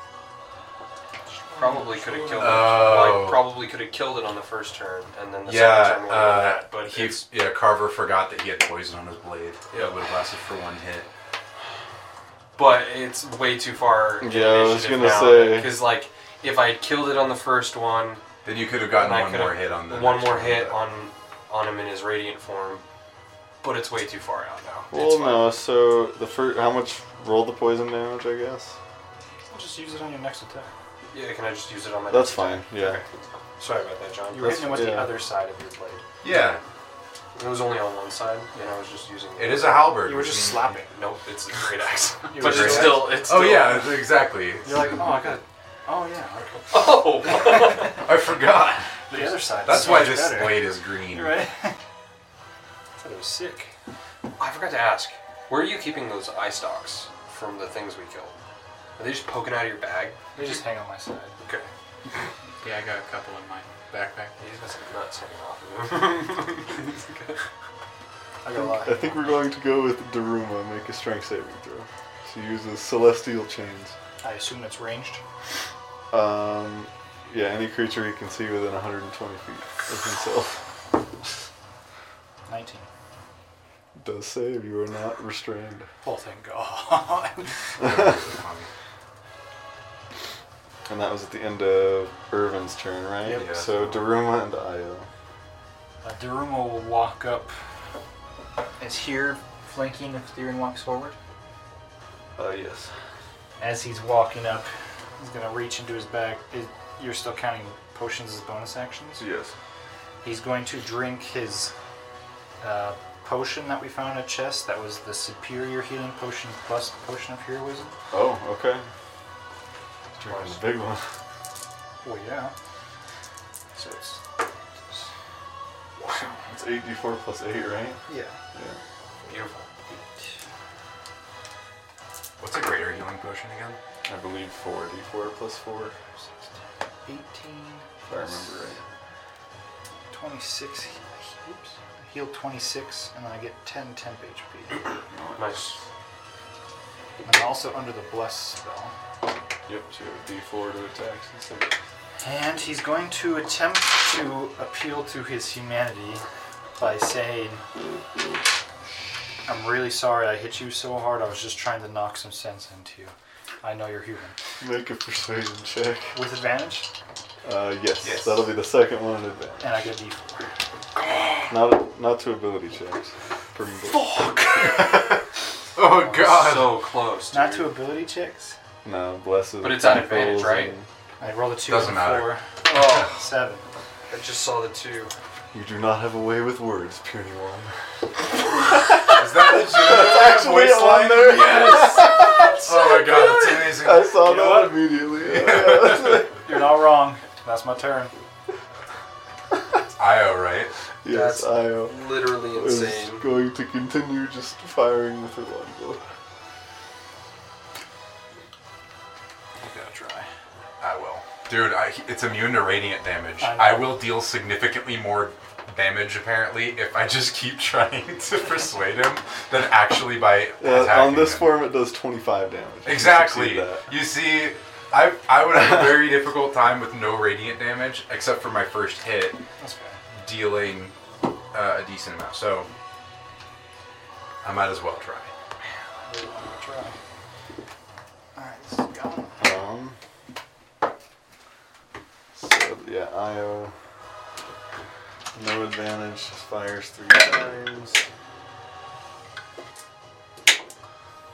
Probably could have killed it.
Oh.
Like, probably could have killed it on the first turn, and then the
yeah,
second turn would have
uh,
that. But
he,
it's
yeah, Carver forgot that he had poison on his blade. Yeah, it would have lasted for one hit.
but it's way too far.
Yeah, I was gonna say.
because like if I had killed it on the first one,
Then you could have gotten
And I
one
could've-
more hit on the
one
next
more
one,
hit
but-
on on him in his radiant form, but it's way too far out now. It's
Well,
fine.
no. So the first, how much roll the poison damage? I guess.
We'll just use it on your next attack.
Yeah, can I just use it on my?
That's
next
fine.
attack?
Yeah.
Sorry about that, John.
You were hitting it with the
yeah.
other side of your blade.
Yeah,
It was only on one side, and I was just using.
it is a halberd.
You were
which
just
means-
slapping.
Nope, it's a great axe.
You
but
were
it's
just-
still. It's
Oh
still-
yeah, exactly. It's-
You're like, oh, I got. Oh yeah. okay.
Oh.
I forgot.
The other side. is
That's
so
why
much
this
better.
blade is green.
You're right. I thought it was sick.
I forgot to ask. Where are you keeping those eye stalks from the things we killed? Are they just poking out of your bag?
They just hang on my side.
Okay.
Yeah, I got a couple in my backpack.
He's got some nuts hanging off of him.
I got a lot.
I think we're going to go with Daruma. Make a strength saving throw. She uses celestial chains.
I assume it's ranged.
Um, yeah, any creature he can see within 120 feet of himself
19.
does save. You are not restrained.
Oh, thank God.
And that was at the end of Irvin's turn, right?
Yep.
Yeah.
So Daruma and Io.
Uh, Daruma will walk up. Is here flanking if Theron walks forward?
Uh, yes.
As he's walking up, he's going to reach into his bag. Is, you're still counting potions as bonus actions?
Yes.
He's going to drink his uh, potion that we found in a chest. That was the superior healing potion plus the potion of heroism.
Oh, okay. Drinking the big one. Oh,
Well, yeah. So it's.
It's 8d4 plus 8, right?
Yeah.
Yeah.
Beautiful.
What's a greater healing potion again?
I believe 4d4 plus 4, if
18,
I remember right.
26. Oops. Heal 26, and then I get 10 temp HP.
Nice.
I'm also under the bless spell.
Yep, so you have d4 to attacks and stuff.
And he's going to attempt to appeal to his humanity by saying, I'm really sorry I hit you so hard. I was just trying to knock some sense into you. I know you're human.
Make a persuasion check.
With advantage,
Uh, yes,
Yes.
that'll be the second one in advance.
and I get d4.
Not, not to ability checks. Pretty good.
Oh god!
So close. Dude.
Not to ability checks.
No, bless it.
But it's at advantage, right?
I roll a 2
Doesn't
and a
matter.
4.
Oh,
7.
I just saw the two.
You do not have a way with words, puny one.
Is that the
actually
voice
on
line?
there.
Yes! oh my god, that's amazing.
I saw
You know
that
what?
immediately. Yeah.
You're not wrong. That's my turn.
Io, right?
yes,
That's-
Io
Literally
is
insane.
going to continue just firing with her longbow.
You gotta try.
I will. Dude, I, it's immune to radiant damage.
I know.
I will deal significantly more damage, apparently, if I just keep trying to persuade him than actually by
Uh,
attacking
on this
him.
form, it does 25 damage. if you
Exactly.
succeed that.
You see, I, I would have a very difficult time with no radiant damage, except for my first hit,
That's fair.
dealing uh, a decent amount. So, I might as well try.
I really wanted to try. Alright, this is gone.
Um, so, yeah, Io. No advantage, just fires three times.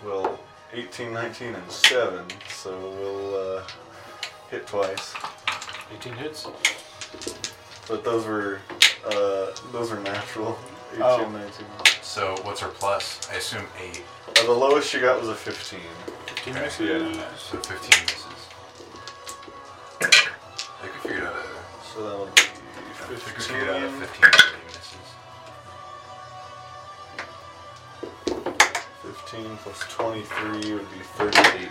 Well, 18, 19, and 7, so we'll uh, hit twice.
18 hits.
But those were uh, Uh, those are natural. 18,
Oh.
19.
So what's her plus? I assume eight.
Uh, the lowest she got was a 15.
Fifteen
Okay.
minutes.
Yeah.
So fifteen misses. I could figure out a.
So that would be
I could
15.
figure out a 15 or 30 misses.
15 plus 23 would be 38 damage.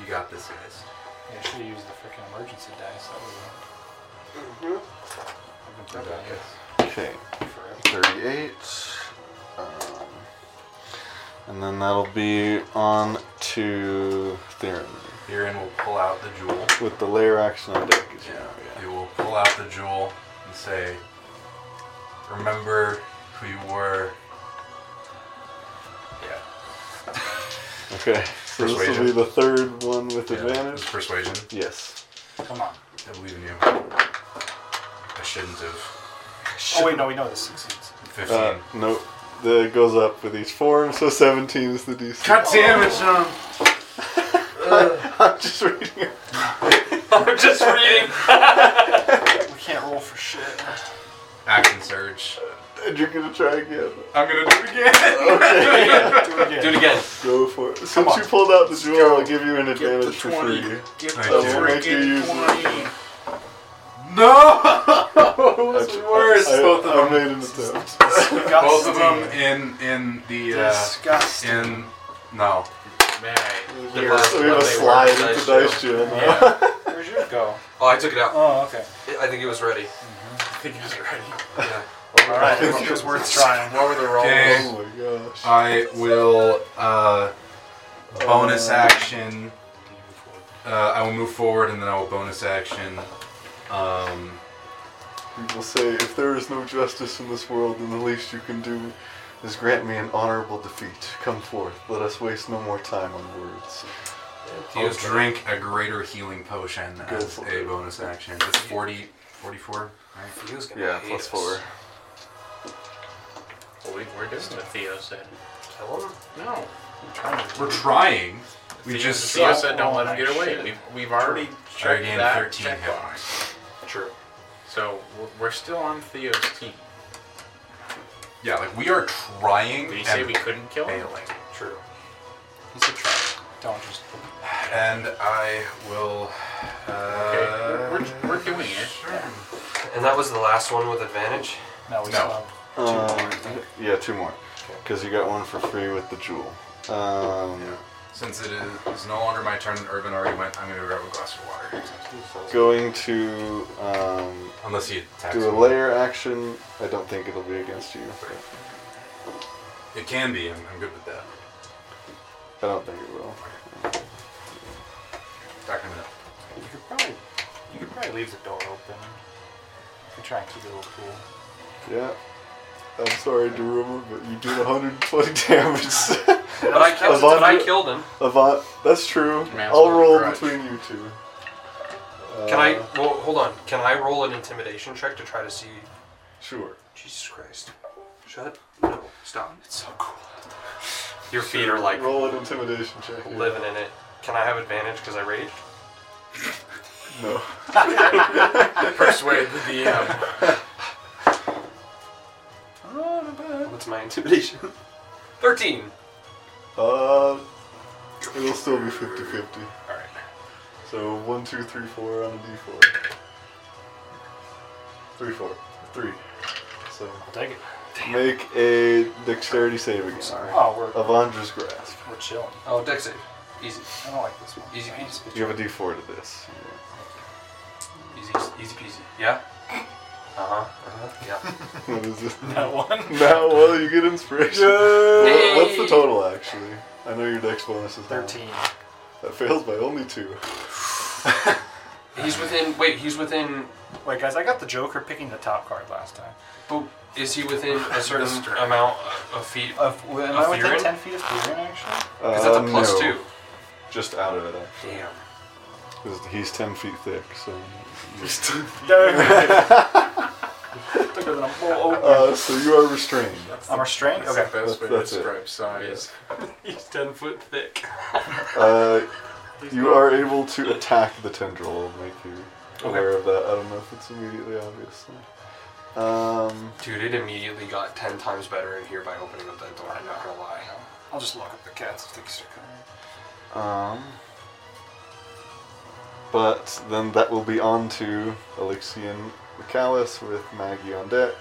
You got this, guys.
Yeah, I should have used the freaking emergency dice. That would have been
Okay.
Okay. 38. Um, and then that'll be on to Theron.
Theron will pull out the jewel.
With the layer action on deck. as you know,
Yeah. He will pull out the jewel and say, "Remember who you were." Yeah.
Okay. So this will
Persuasion.
be the third one with
Yeah,
advantage.
It's persuasion.
Yes.
Come on.
I believe in you. I shouldn't have.
Oh, wait, no, we know this succeeds.
Fifteen.
Uh, nope. The, it goes up with each form, so 17 is the DC.
God damn it, Sean!
I'm just reading it.
I'm just reading.
We can't roll for shit.
Action surge.
And you're gonna try again.
I'm gonna do it again.
Do it again.
Go for it. Since
on.
you pulled out the jewel, I'll give you an advantage for free.
Get
Thank
the
you.
That'll make you use
freaking
it.
twenty.
No! it was worse.
I,
both
I
of them.
made an attempt.
Both of them in in the uh,
Disgusting.
in no.
May I?
Here,
So we have
what
a
they were,
slide
dice
into
jail.
dice jail now.
Yeah.
Where's yours go?
Oh, I took it out.
Oh, okay.
I think it was ready.
I think you guys are ready.
Yeah.
All right, I think it was worth trying.
What were the rolls?
Okay.
Oh my gosh.
I will uh, bonus action. Uh, I will move forward and then I will bonus action. Um,
People say if there is no justice in this world, then the least you can do is grant me an honorable defeat. Come forth. Let us waste no more time on words.
I'll drink a greater healing potion
Go
as
for
a
it.
bonus action. It's 40, 44, right?
He was gonna
Yeah,
hate
plus
us.
four.
Well, we, we're doing what Theo said.
Kill him?
No.
We're trying. We
Theo,
just
Theo
suck.
said don't let him get away.
Shit.
We've, we've already
I
checked
gained
that
13 hit
checkbox.
points.
True.
So we're, we're still on Theo's team.
Yeah, like we are trying.
Did he say
and
we couldn't kill him?
failing.
True.
Let's try.
Don't just.
And I will. Uh,
Okay, we're, we're, we're doing it.
And that was the last one with advantage.
No, we
No.
still have.
Uh, yeah, two more. Because you got one for free with the jewel. Um,
Since it is, is no longer my turn, and Urban already went. I'm gonna grab a glass of water.
Going to um,
Unless he attacks.
do a
me.
layer action. I don't think it'll be against you. but
It can be. I'm, I'm good with that.
I don't think it will.
Back in a minute.
You could probably. You could probably leave the door open. If you try and keep it a little cool.
Yeah. I'm sorry, Daruma, but you did 120 damage.
But I killed,
Above
but I
you-
killed him.
Avant, that's true.
Man's
I'll
with a
roll
grudge.
between you two.
Can I?
Uh,
Well, hold on. Can I roll an intimidation check to try to see?
Sure.
Jesus Christ! Shut. No. Stop. It's so cool. Your feet are like
Roll an intimidation check. yeah.
living in it. Can I have advantage because I raged?
No.
Persuade the DM.
What's my intimidation? Thirteen.
Uh, it'll still be 50 50.
All right.
So one, two, three, four on the D4. Three, four, three. So
I'll take it.
make a dexterity saving. again.
Oh, we're
Avandra's grasp.
we're chilling.
Oh, deck save. Easy.
I don't like this one.
Easy peasy.
You have a D4 to this.
Easy. Easy peasy. Yeah. Uh huh. Uh-huh. Yeah.
What is it?
That one.
now, well, you get inspiration. Well, What's the total actually? I know your dex bonus is down.
Thirteen.
That fails by only two.
He's within. Wait. He's within.
Wait, guys, I got the Joker picking the top card last time.
But is he within a certain amount of feet?
Of, am
Of
I within
Furin?
ten feet of Furin, actually?
Because that's a
Uh,
plus
no.
two.
Just out of it, actually.
Damn.
'Cause He's 10 feet thick, so.
Thicker than a full oat.
Uh, so you are restrained.
I'm restrained.
That's
Okay.
the best way to
That's it.
describe size. He's ten foot thick.
Uh, You are able to attack the tendril. I'll make you aware of that. I don't know if it's immediately obvious. Um,
Dude, it immediately got ten times better in here by opening up that door. I'm not gonna lie.
I'll just lock up the cats if things are coming.
um, but then that will be on to Elixian Michaelis with Maggie on deck.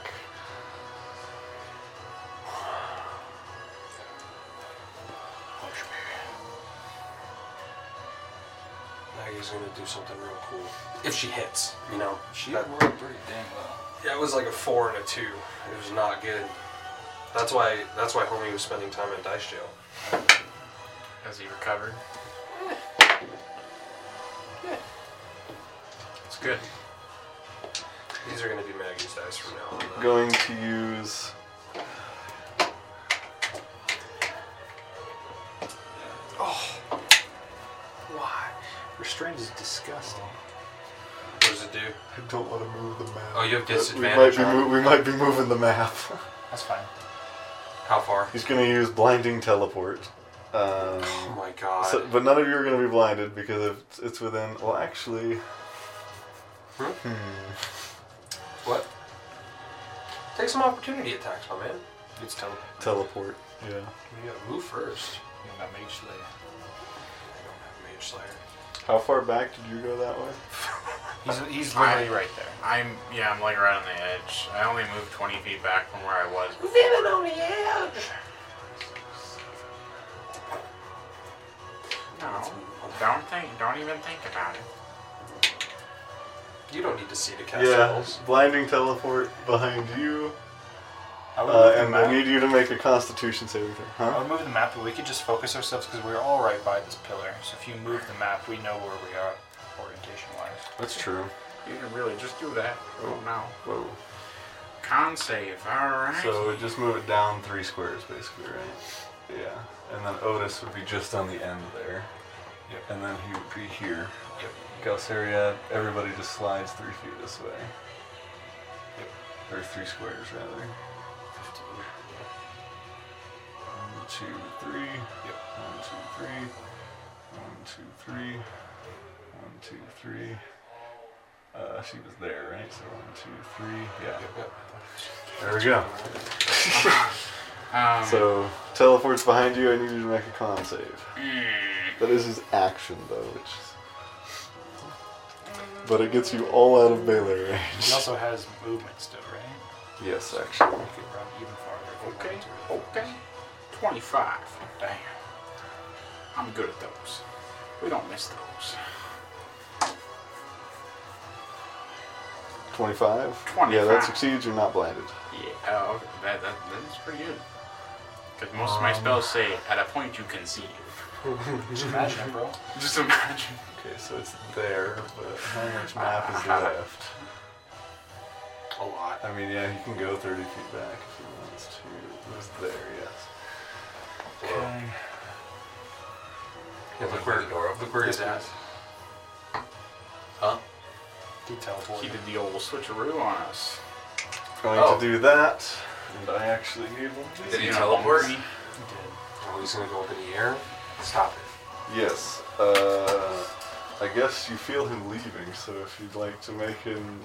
Maggie's gonna do something real cool if she hits. You know,
She
that,
worked pretty dang well.
that was like a four and a two. It was not good. That's why. That's why homie was spending time in dice jail.
Has he recovered?
Eh.
It's good.
These are gonna be Maggie's dice from now on. though.
Going to use.
Why? Restraint is disgusting.
What does it do?
I don't want to move the map.
Oh, you have
but
disadvantage
Uh, We might
on
be,
it.
mo- we might be moving the map.
That's fine.
How far?
He's going to use blinding teleport. Um,
Oh my god.
So, but none of you are going to be blinded because if it's, it's within. Well, actually,
what? Take some opportunity attacks, my man.
It's teleport.
teleport. Yeah.
You gotta move first.
You got Mage Slayer.
I don't have Mage Slayer.
How far back did you go that way?
He's, he's
I-
literally right there.
I'm yeah, I'm like right on the edge. I only moved 20 feet back from where I was. Before.
the edge.
No, don't think, don't even think about it.
You don't need to see to cast spells.
Blinding teleport behind you.
I would
Uh,
move the
and
map.
I need you to make a constitution saving throw.
I
Huh?
would move the map, but we could just focus ourselves because we're all right by this pillar. So if you move the map, we know where we are orientation wise.
That's true.
You can really just do that. Oh no.
Whoa.
Con save. All right.
So just move it down three squares, basically, right? Yeah. And then Otis would be just on the end there.
Yep.
And then he would be here.
Yep.
Galceria, everybody just slides three feet this way. Or three squares, rather. One, two, three. Yep. One, two, three. One, two, three. One, two, three. Uh, she was there, right? So one, two, three. Yeah.
Yep.
There we go.
Uh-huh. um,
So teleports behind you. I need you to make a con save.
mm,
That is his action, though, which. Is... But it gets you all out of melee
He
range.
also has movement still, right?
Yes, actually.
We could run even farther. if we
okay.
wanted to.
Okay. 25. Damn. I'm good at those. We don't miss those.
Twenty-five. Yeah,
25.
that succeeds. You're not blinded.
Yeah. Oh, okay. that, that that is pretty good. Because most of my spells say at a point you conceive.
Just imagine it, bro.
Just imagine.
Okay, so it's there, but how much map is left?
A lot.
I mean, yeah, he can go 30 feet back if he wants to. It was there, yes.
Okay. Yeah, look where the door. Look where he's at. Huh?
He
He
teleported.
did the old switcheroo on us.
Going
Oh.
to do that, and I actually need one. too.
Did he
You know,
teleport?
me.
He did.
Oh, he's gonna go up in the air. Stop it.
Yes. Uh, I guess you feel him leaving, so if you'd like to make him.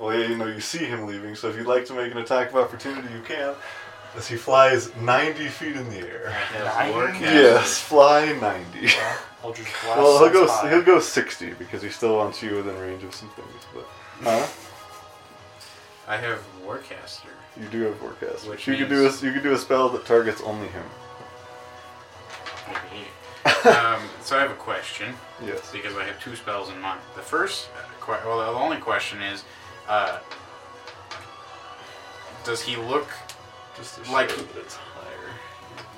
Well, yeah, you know, you see him leaving, so if you'd like to make an attack of opportunity, you can, as he flies 90 feet in the air. Yes, fly 90.
Eldritch Blast.
Well, he'll go,
that's high.
he'll go 60 because he still wants you within range of some things, but. Huh?
I have Warcaster.
You do have forecast.
Which
you can do
means-
a you can do a spell that targets only him.
Oh, um, so I have a question
Yes.
because I have two spells in mind. The first, uh, que- well, the only question is, uh, does he look
Just
Like-
it's higher.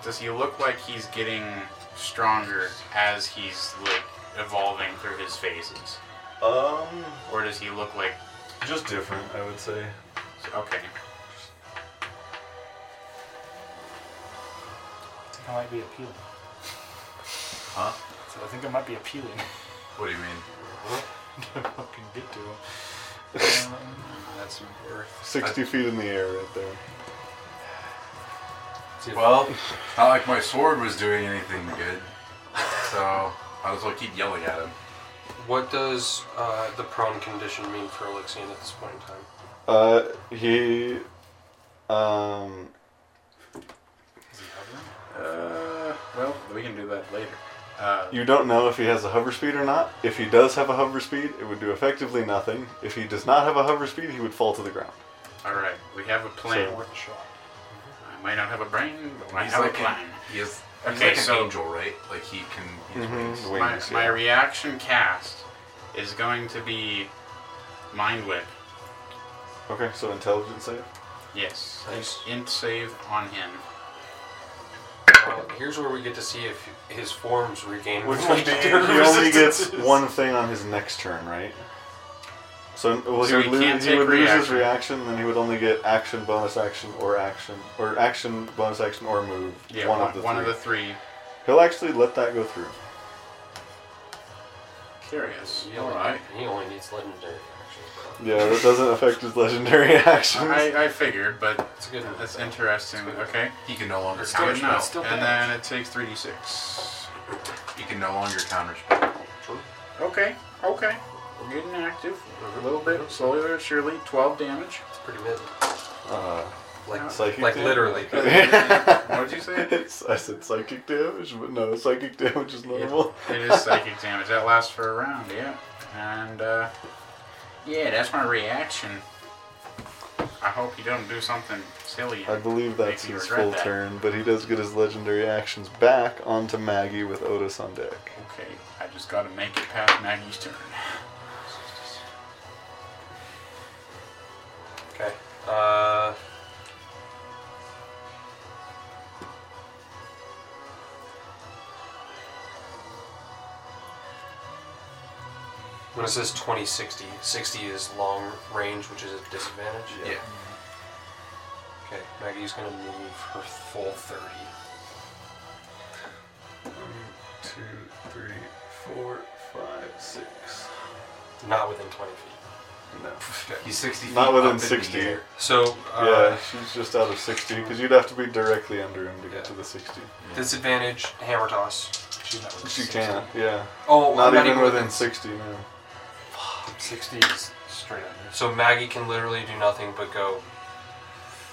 does he look like he's getting stronger as he's like evolving through his phases,
Um,
or does he look like
just different, I would say.
okay?
I think I might be appealing.
Huh?
So I think I might be appealing.
What do you mean?
Can't fucking get to him.
That's worth.
Sixty feet in the air, right there.
Well, not like my sword was doing anything good. So Might as well keep yelling at him.
What does uh, the prone condition mean for Elixion at this point in time?
Uh, he, um,
Is he hovering? Uh, well, we can do that later. Uh,
you don't know if he has a hover speed or not. If he does have a hover speed, it would do effectively nothing. If he does not have a hover speed, he would fall to the ground.
all right, we have a plan.
So-
Worth a shot.
I might not have a brain, but I
He's
have
like
a
an,
plan.
he is, he's
Okay,
like
so-
an angel, right? Like he can. He's
Mhm,
wings.
wings,
My, my
yeah.
reaction cast is going to be Mind Whip.
okay, so intelligence save.
Yes.
Nice.
Int save on him.
Well, here's where we get to see if his forms regain.
Which would be he only gets one thing on his next turn, right? So well,
So
he
he
would,
can't
lose, he
take
would lose his
reaction.
reaction, then he would only get action, bonus action, or action, or action, bonus action, or move.
Yeah,
one, of the
one
three.
of the three.
He'll actually let that go through.
Curious.
He
All
only,
right.
he only needs legendary actions. though.
Yeah, that doesn't affect his legendary actions.
I, I figured, but
That's a good.
that's interesting. Okay.
He can no longer
It's
counter
good now.
spell.
and then it takes 3d6.
He can no longer counter spell.
Okay, okay. We're getting active. A little bit, slowly but surely. 12 damage.
It's pretty mid.
Uh,
Like,
Psychic
like
damage?
literally.
What did you say? It
it's, I said psychic damage, but no, psychic damage is normal.
is psychic damage. That lasts for a round, yeah. And, uh, yeah, that's my reaction. I hope you don't do something silly.
I believe that's
Make me
his
regret
full
that.
turn, but he does get his legendary actions back onto Maggie with Otis on deck.
Okay, I just gotta make it past Maggie's turn.
Okay. Uh, when it says 20 60, 60 is long range, which is a disadvantage.
Yeah.
Okay, Maggie's gonna move her full 30.
One, two, three, four, five, six.
Not within 20 feet.
No.
He's 60 feet
Not
up
within
in the
60.
air.
So,
yeah,
uh,
she's just out of 60, because you'd have to be directly under him to get
Yeah.
to the 60.
disadvantage, hammer toss.
She's not within
She
60.
can't, yeah.
Oh,
Not, even within 60, no.
60 is straight under.
So Maggie can literally do nothing but go.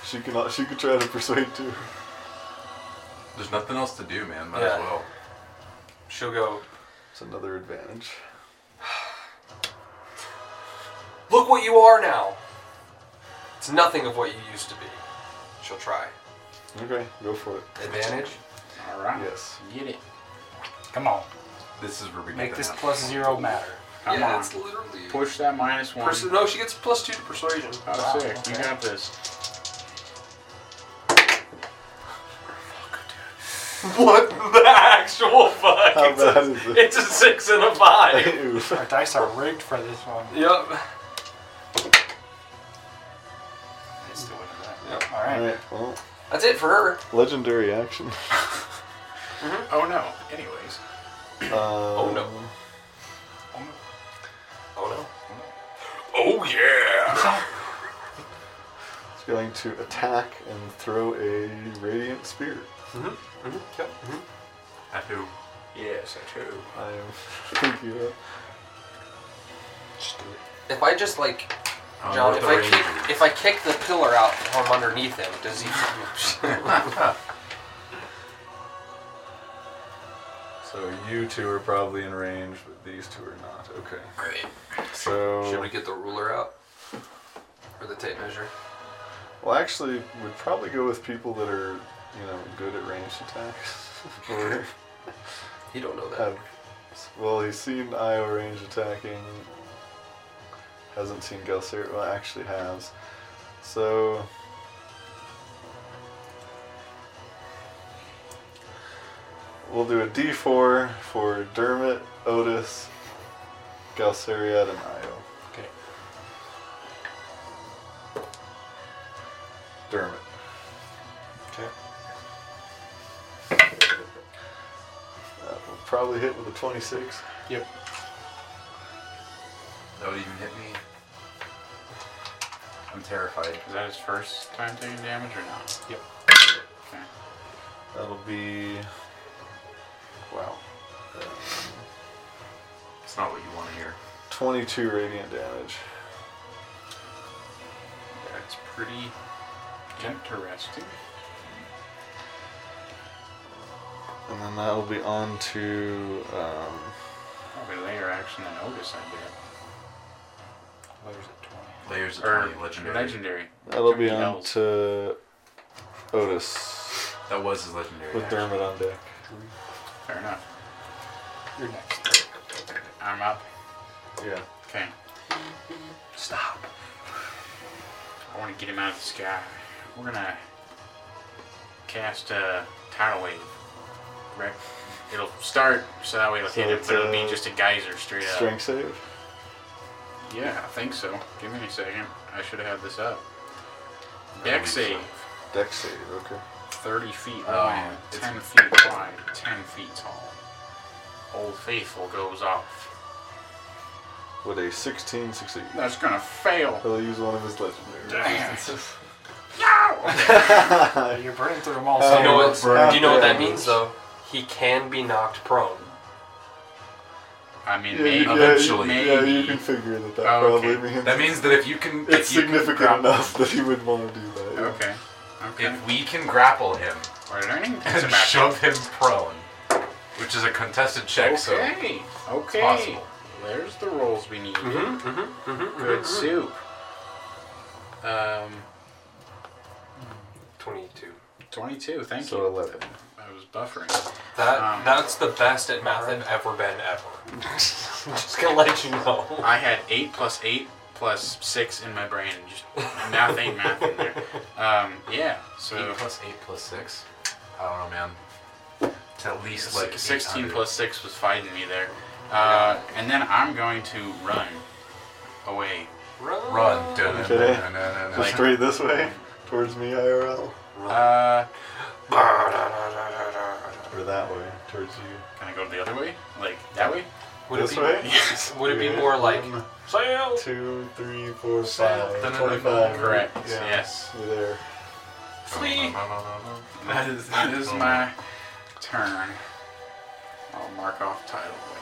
She can, al- she could try to persuade too.
There's nothing else to do, man. Might
Yeah.
as well.
She'll go.
It's another advantage.
Look what you are now. It's nothing of what you used to be. She'll try.
Okay, go for it.
Advantage.
Alright.
Yes.
Get it.
Come on.
This is where we
Make
get
this
that.
plus zero matter.
Come
yeah,
on.
it's literally.
Push that minus one.
Persu- no, she gets plus two to persuasion.
Oh, sick. You
okay.
got this.
What the actual fuck?
How
It's a-
bad is it?
It's a six and a five.
Oof.
Our dice are rigged for this one.
yep.
It's the win of that.
Yep.
All right.
Alright, well,
That's it for her.
legendary action.
Oh no. Anyways.
oh
no. Oh no.
Oh yeah.
It's going to attack and throw a radiant spear.
Mm-hmm. Yep. Mm-hmm.
At who?
yes, I do.
I am thinking of
Just do it. If I just like
Oh,
John,
what
if
the
I
range
kick
is.
if I kick the pillar out from underneath him, does he?
So you two are probably in range, but these two are not. Okay. So Oh.
Should we get the ruler out or the tape measure?
well, actually, we'd probably go with people that are you know good at ranged attacks. or
He don't know that.
have well, he's seen Io range attacking. Hasn't seen Gelsir. Well, actually has. So. We'll do a D4 for Dermot, Otis, Galceriad, and Io.
Okay.
Dermot.
Okay.
That will probably hit with a 26.
Yep.
That would even hit me. I'm terrified.
Is that his first time taking damage or not?
Yep.
Okay.
That'll be. Wow. Um,
It's not what you want to hear.
22 radiant damage.
That's pretty interesting.
And then that will be on to. Um,
Probably later action than Otis, I bet.
Layers at 20.
Layers of
Or
20, legendary.
Legendary.
that'll be
Took the
on
Ls.
to Otis
That was his legendary.
with
action.
Dermot on deck.
Fair enough.
You're next.
I'm up.
Yeah.
Okay. Stop. I want to get him out of the sky. We're gonna cast a tidal wave. Right. It'll start so that way it'll
So
hit him,
it's
but it'll be
a
just a geyser straight up.
Strength save.
Yeah, I think so. Give me a second. I should have had this up. Dex
believe
save,
Deck save, okay.
30 feet
Oh,
long,
it's-
10 feet wide, 10 feet tall. Old Faithful goes off.
Would a 16 succeed?
That's gonna fail.
He'll use one of his legendary
Damn.
instances.
You're burning through them all.
Uh,
Do you know
we're
what? Do you know what that
burnt.
means, though? He can be knocked prone.
I mean,
Yeah,
maybe.
you-
eventually.
Yeah,
Maybe.
you, yeah, you can figure that that
Oh, okay.
probably means.
That means that if you can,
it's
if you can
significant
grapple-
enough that he would want to do that. yeah.
Okay. Okay.
if we can grapple him
We're learning things
and
about
shove him prone, which is a contested check, so
Okay. Okay.
possible.
There's the rolls we need.
Mm-hmm. Mm-hmm. Mm-hmm.
Good soup. Um,
Twenty-two.
22. Thank
So
you.
11.
I was buffering.
That
Um,
that's the best at math I've ever been ever. I'm just gonna let you know.
I had eight plus eight plus six in my brain. Just nothing math in there. Um, yeah.
eight
So
plus eight plus six. I don't know, man. It's at least like
16
800.
plus six was fighting me there. Uh, and then I'm going to run away.
Run.
Run, dun, dun,
Okay.
dun, dun, dun, dun.
Just straight this way, towards me, IRL.
Uh,
Or that way, towards you.
can I go the other way? Like that way?
Would
this
it be,
way?
Would it be
Yeah.
more like
One,
sail?
two, three, four,
Sail.
five,
Dun, dun, dun, dun,
25.
Correct.
Yeah.
Yes.
You're there.
Flee.
No, no, no, no, no.
That is that is my turn. I'll mark off tidal wave.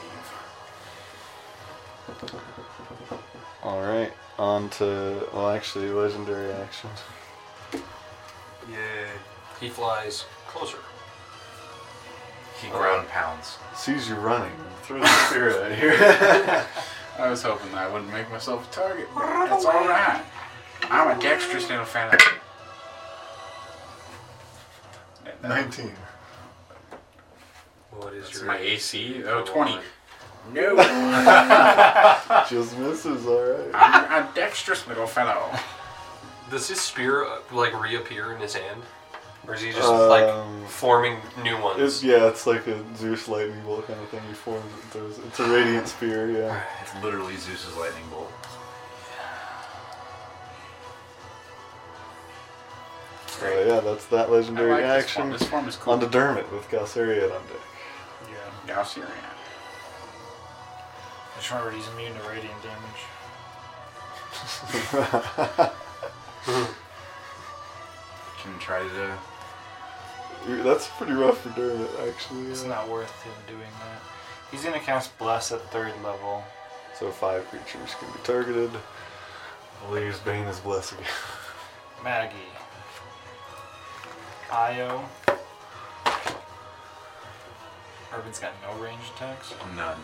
Alright, on to, well, actually, legendary action.
He flies closer.
He ground pounds.
Sees you running. Throw the spear out here.
I was hoping that I wouldn't make myself a target, but that's all right. I'm a dexterous little fella.
19.
What is
That's
your
my AC. Oh,
Come
20.
on.
No, I'm
Just misses, alright.
a dexterous little fellow.
Does his spear uh, like reappear in his hand, or is he just like
Um,
forming new
It's,
ones?
yeah, it's like a Zeus lightning bolt kind of thing. He forms it. and throws it. It's a radiant spear, yeah.
It's literally Zeus's lightning bolt.
So yeah, that's that
I
legendary
like this form.
action.
This form is cool.
On to Dermot with Galsariad on deck.
yeah. Galsarian.
I just remembered he's immune to radiant damage.
Can try to.
That's pretty rough for Dermot, actually.
It's
yeah.
not worth him doing that. He's gonna cast Bless at third level.
So five creatures can be targeted. We'll use Bane as blessing.
Maggie. Io. Urban's got no range attacks.
None.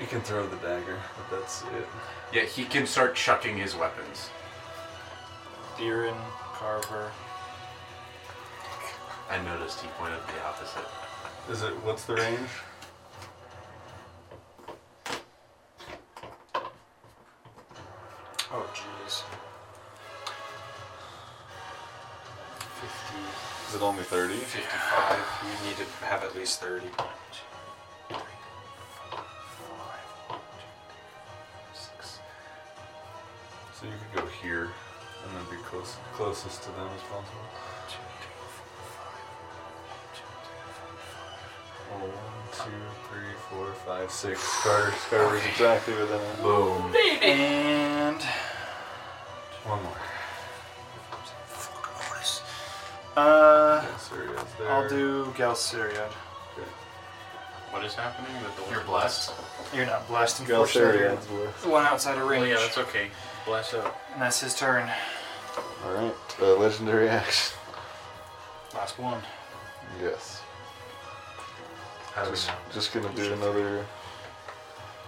You can throw the dagger, but that's it.
Yeah, he can start chucking his weapons.
Deerin, Carver.
I noticed he pointed the opposite.
Is it? What's the range?
Oh, jeez.
Is it only thirty?
55. You need to have at least 30.
So you could go here, and then be close, closest to them as possible. Oh, one, two, three, four, five, six. Scarter, Scarter's exactly within it.
Boom.
And
One more.
uh, uh,
Galsariad's there.
I'll do Galceriad.
Okay.
What is happening? The door.
You're blessed.
You're not blessed, unfortunately.
Galceria
You're
adds bless.
the one outside of
Well,
range.
yeah, that's okay. Bless up.
and that's his turn.
Alright, uh, legendary action.
Last one.
Yes.
How do we
Just,
know?
just gonna do another.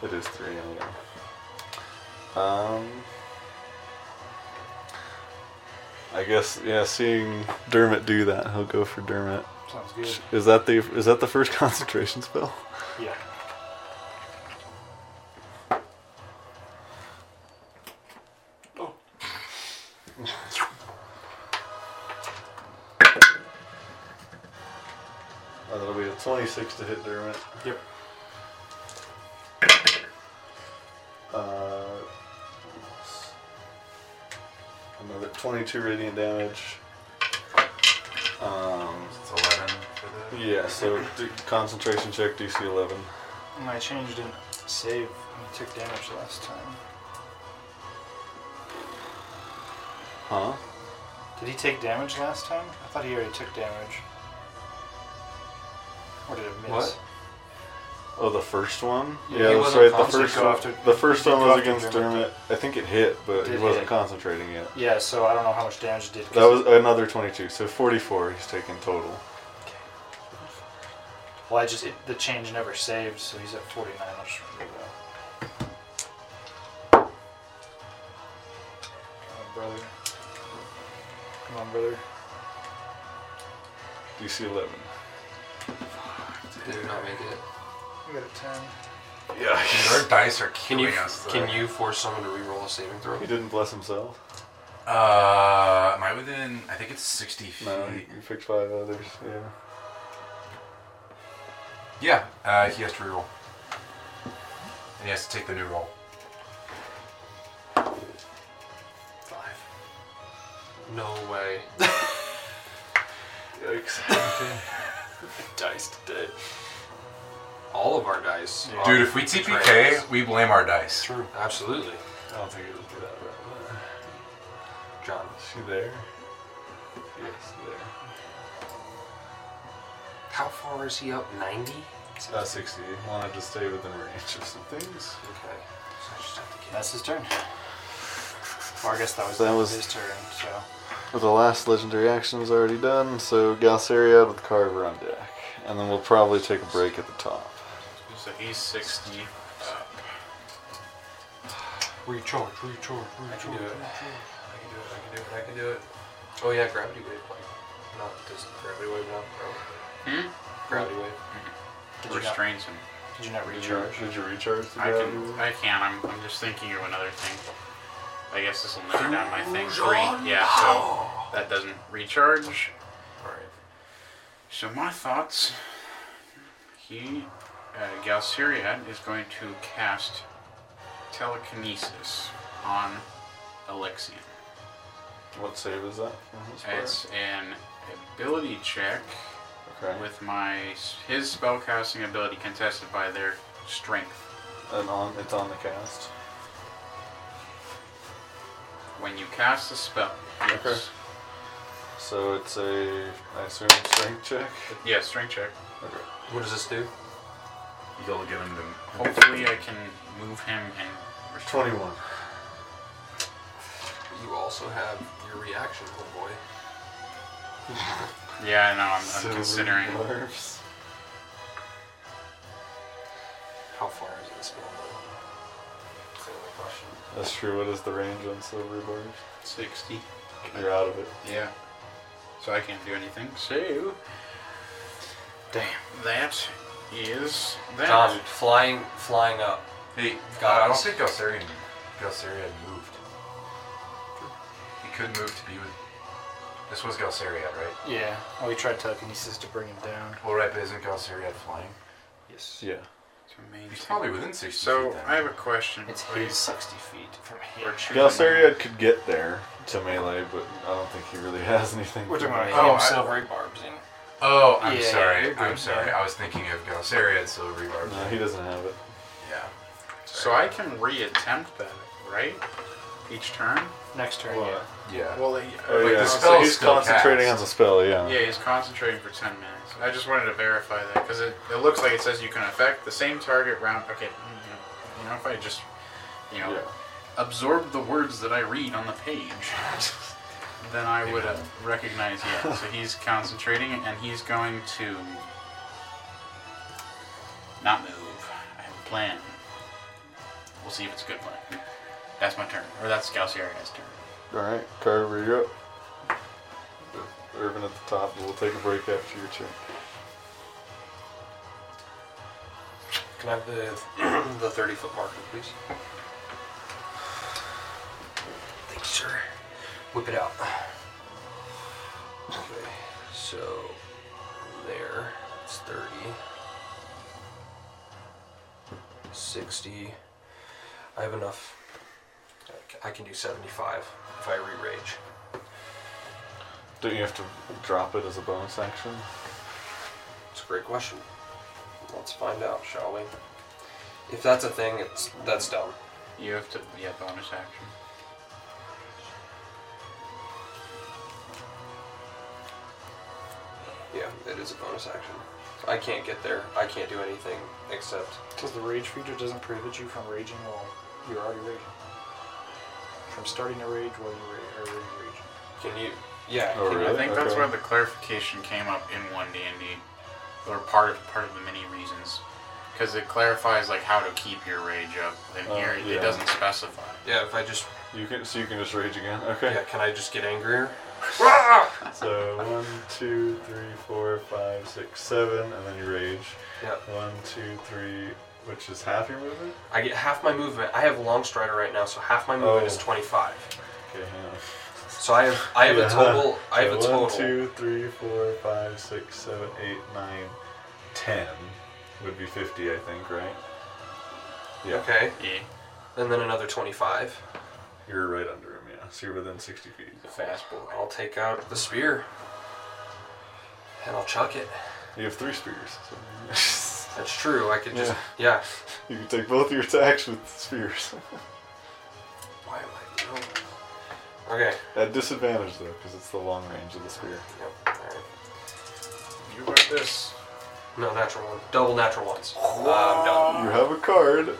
It is three, I know. Um. I guess yeah. Seeing Dermot do that, he'll go for Dermot.
Sounds good.
Is that the is that the first concentration spell?
Yeah.
Uh, that'll be a 26 to hit Dermot.
Yep.
Uh, another 22 radiant damage. Um,
It's 11 for the.
yeah, so d- concentration check DC 11.
And I changed in save. when I took damage last time.
Huh?
Did he take damage last time? I thought he already took damage. Or did it miss?
What?
Oh, the first one?
Yeah,
Yeah,
he
that's
wasn't
right. The first,
concentrating.
one, the first
He
one
did go
was
after
against
Dermot.
Dermot. I think it hit, but he
Did
wasn't
hit.
concentrating yet.
Yeah, so I don't know how much damage it did. 'cause
That was another 22, so 44 he's taken total.
Well, I just it, the change never saved, so he's at 49. I'll just remove that. Come on, brother. Come on, brother.
DC 11.
Did not make it.
You got a 10.
Yeah,
Dude, our dice are
Can
killing
you
us. Though.
can you force someone to re-roll a saving throw?
he didn't bless himself.
Uh, am I within? I think it's 60 feet.
No, you picked five others. Yeah.
Yeah, uh, he has to reroll. And he has to take the new roll.
Five. No way.
Yikes.
Dice today. All of our dice. are
Dude, if we
betrayals.
TPK, we blame our dice.
True. Absolutely.
I don't think it would be that right.
John.
Is she there? Yes, there.
How far is he up? 90? Okay.
Uh, 60. Wanted to stay within range of some things.
So I just have to get
That's his turn. Well, I guess that was,
That was-
his turn. So
The last legendary action was already done, so Galceria with Carver on deck. And then we'll probably take a break at the top.
So he's 60.
recharge, recharge, recharge. I can do it. I can do it. I can do it. I can do it. Oh yeah, gravity wave. Like, not does gravity wave not
Hmm?
gravity wave?
did you, not,
Restrains him.
did you not recharge?
Did you recharge the
I
gravity?
can. I can. I'm, I'm just thinking of another thing. I guess this will narrow down my thing. Three. Yeah. So
Oh!
that doesn't recharge.
All right.
So my thoughts. He, uh, Galceriad is going to cast telekinesis on Alexian.
What save is that? from his part?
It's an ability check
okay.
with my his spellcasting ability contested by their strength.
And on, it's on the cast.
When you cast the spell, yes,
Okay. So it's a, I assume, strength check?
yeah, strength check.
Okay.
What does this do?
You'll get him to.
Hopefully, I can move him and. restrain-
21.
You also have your reaction, oh boy.
Yeah, I know. I'm, I'm considering.
Barbs.
How far is this spell though? That's the only question.
That's true. What is the range on silver barbs?
60.
You're out of it.
Yeah. So I can't do anything. So. Damn. That is that.
John, flying, flying up.
Hey, uh,
Got
I don't
us.
think Galsarian, Galsarian moved. He could move to be with. This was Galsarian, right?
Yeah. Well, he tried telekinesis to bring him down.
Well, right, but isn't Galsarian flying?
Yes.
Yeah.
To maintain-
He's probably within 60 feet.
So
then.
I have a question.
It's
for you.
60 feet from
We're
here.
choosing-
Galceria could get there to melee, but I don't think he really has anything.
We're
to
talking about
melee.
him
Oh, I-
silvery barbs in.
Oh, I'm
Yeah,
sorry.
you're good,
I'm sorry.
yeah.
I was thinking of Galsarian, so rebar.
No, he doesn't have it.
Yeah.
So I can reattempt that, right? each turn.
Next turn,
What?
yeah.
Yeah.
Well, like,
Oh,
like,
yeah.
no,
the
so
spell
so
he's-
he's
is still
concentrating
cast.
on the spell, yeah.
Yeah, he's concentrating for 10 minutes. I just wanted to verify that because it, it looks like it says you can affect the same target round. Okay, mm, you know, you know if I just, you know, absorb the words that I read on the page, then I would uh, recognize yeah. so he's concentrating and he's going to not move. I have a plan. We'll see if it's a good plan. That's my turn. Or that's Galcieria's turn.
Alright, Carver, you're up. Irvin at the top, we'll take a break after your turn.
Can I have the the thirty foot marker, please? Thank you, sir. Whip it out. Okay, so there, it's 30, 60. I have enough. I c- I can do 75 if I re rage.
Don't you have to drop it as a bonus action?
It's a great question. Let's find out, shall we? If that's a thing, it's that's dumb.
You have to, yeah, bonus action.
Yeah, it is a bonus action. I can't get there. I can't do anything except
Because the rage feature doesn't prohibit you from raging while you're already raging. From starting a rage while you're ra- already raging.
can you? Yeah.
Oh,
can you-
really?
I think that's
Okay.
where the clarification came up in one D and D, or part of part of the many reasons, because it clarifies like how to keep your rage up. And
Oh,
here
yeah.
it doesn't specify.
Yeah. If I just
You can so you can just rage again? Okay. Ah!
yeah, can I just get angrier?
So one, two, three, four, five, six, seven, and then you rage.
Yeah.
One, two, three, which is half your movement?
I get half my movement. I have long strider right now, so half my movement
Oh.
is twenty five.
Okay, hang on.
So I have I have
Yeah.
a total. I have
So
a total.
One, two, three, four, five, six, seven, eight, nine, ten would be fifty, I think, right? Yeah.
Okay.
Yeah,
And then another twenty five.
You're right under him, yeah. So you're within sixty feet.
the fast boy.
I'll take out the spear. And I'll chuck it.
You have three spears. So
That's true. I could just yeah.
you can take both of your attacks with spears.
Why am I no? Okay.
At disadvantage though, because it's the long range of the spear.
Yep. All right.
You want this?
No, natural one. Double natural ones. Uh, I'm done.
You have a card.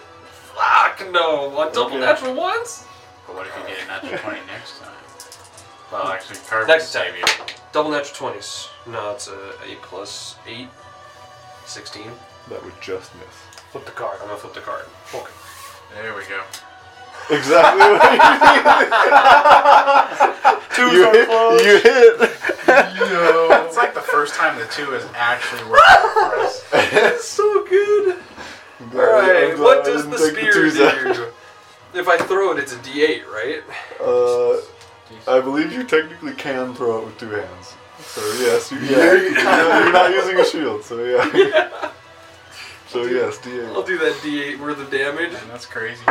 Fuck no! What double
Okay.
natural ones?
But what if you get a natural twenty next time? Well, actually, Carver
Next
will save
time.
you.
Double natural twenties. No, it's a eight plus eight. 16.
That would just miss.
Flip the card.
I'm gonna flip the card.
Okay.
There we go.
Exactly what you
Two's
you hit. You hit.
It's like the first time the two is actually working for us.
That's so good!
I'm glad- I'm glad
Alright,
I
what does
didn't
the
take
spear
twos out.
do? If I throw it, it's a d8, right?
Uh, I believe you technically can throw it with two hands. So yes, you
Yeah.
You're, you're not using a shield. So yeah. So yes,
I'll
D8.
do that d8 worth of damage.
And that's crazy.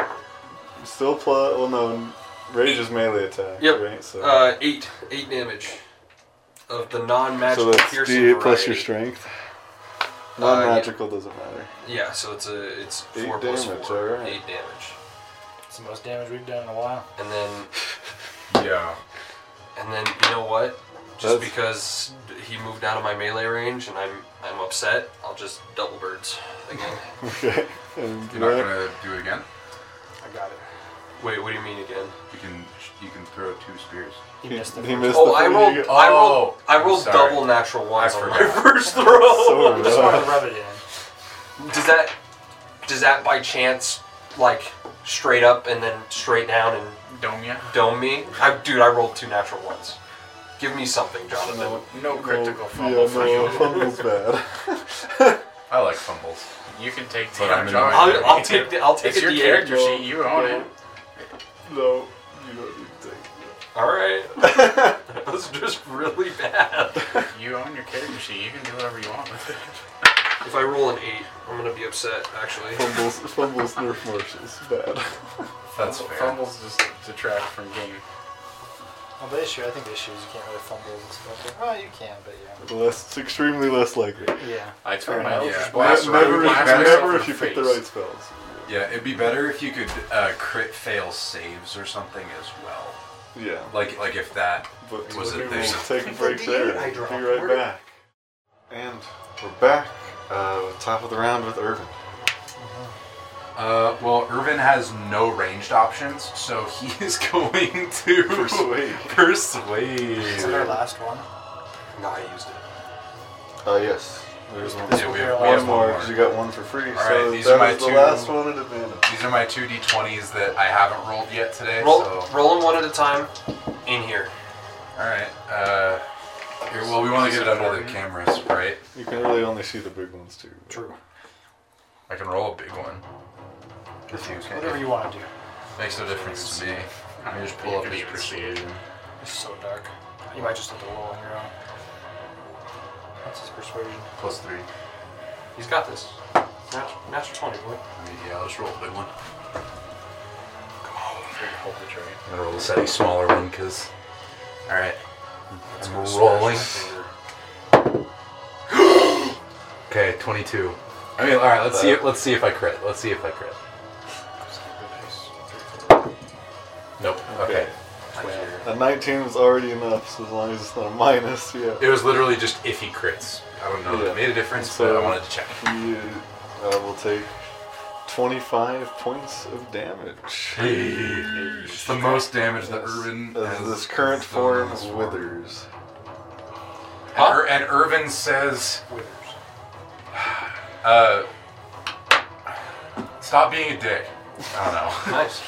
Still plus. Well, no, rage is melee attack.
Yep.
Right. So,
Uh, 8. 8 damage. Of the non
so
magical
that's
piercing.
D8 plus your
variety.
strength.
Uh, yeah.
Non-magical doesn't matter.
Yeah, so it's a it's 4
Eight
plus
damage,
4.
alright.
8 damage.
It's the most damage we've done in a while.
And then
Yeah.
And then you know what? Just
That's-
because he moved out of my melee range and I'm I'm upset, I'll just double birds again.
Okay. And
You're not
right-
gonna do it again.
I got it.
Wait, what do you mean again?
You can you can throw two spears.
He
He-
missed the
he
first.
missed- It's
Oh,
the
I
thing
rolled,
you-
I rolled,
Oh,
I
I'm
rolled
sorry.
double natural ones
I
on my
forgot.
first throw.
So
I just wanted to rub it in.
Does that does that by chance like straight up and then straight down and
Domia.
dome me? I, dude, I rolled two natural ones. Give me something, Jonathan.
No, no critical
no,
fumble
yeah,
for
no,
you.
fumble's bad.
I like fumbles.
You can take the
But I'm in
job.
I'll, I'll take the, I'll take
It's
a
your
D8.
character sheet. You own it.
No, you don't need to take.
All right, that was just really bad.
You own your character sheet. You can do whatever you want with it.
If I roll an eight, I'm gonna be upset. Actually,
Fumbles, fumbles, nerf marshals, bad.
That's fair.
Fumbles just detract from game.
Well, the issue, I think the issue is you can't really fumble as expected. Well, you can, but
Less, it's extremely less likely.
yeah. Yeah.
I
Fair
told my
enough.
eldritch
Yeah.
blast
never,
around, blast
never
myself in
if
the
you pick the
face.
right spells.
Yeah, it'd be better if you could uh, crit fail saves or something as well.
Yeah.
Like like if that
But
Was
we
it
will
there?
take a break there.
I
We'll
dropped.
be right
Where-
back. And we're back. Uh, top of the round with Irvin.
Uh, well, Irvin has no ranged options, so he is going to
Persuade.
Is that our
Persuade.
last one?
Nah, I used it.
Uh, yes. There's one.
Yeah, we have, we
One
have
more
more.
because you got one for free.
All
so
right, these
that
are my
is the
two-
last one at advantage.
These are my two d20s that I haven't rolled yet today.
Roll,
So,
roll them one at a time. In here.
all right. Uh, here, well, we want to get it under the cameras, right?
You can really only see the big ones too.
True.
I can roll a big one. If you can-
Whatever you want to do.
Makes no difference to me. Let me just pull up his persuasion.
It's so dark. You might just have to roll on your own. That's his persuasion.
Plus three.
He's got this. Natural, natural 20, boy.
I mean, yeah, let's roll a big one.
Hold the tray.
I'm gonna roll a slightly smaller one, cause. All right. I'm rolling. Okay, 22. I mean, all right. Let's see. If, let's see if I crit. Let's see if I crit. Nope. Okay.
A 19 is already enough, so as long as it's not a minus, yeah.
It was literally just if he crits. I don't know that it made a difference, but I wanted to check.
He uh, will take 25 points of damage.
It's the most damage that Irvin
As
has
this current
done
form
this far.
withers.
And, Ir- and Irvin says,
Withers.
uh, "Stop being a dick." I don't know.
Nice.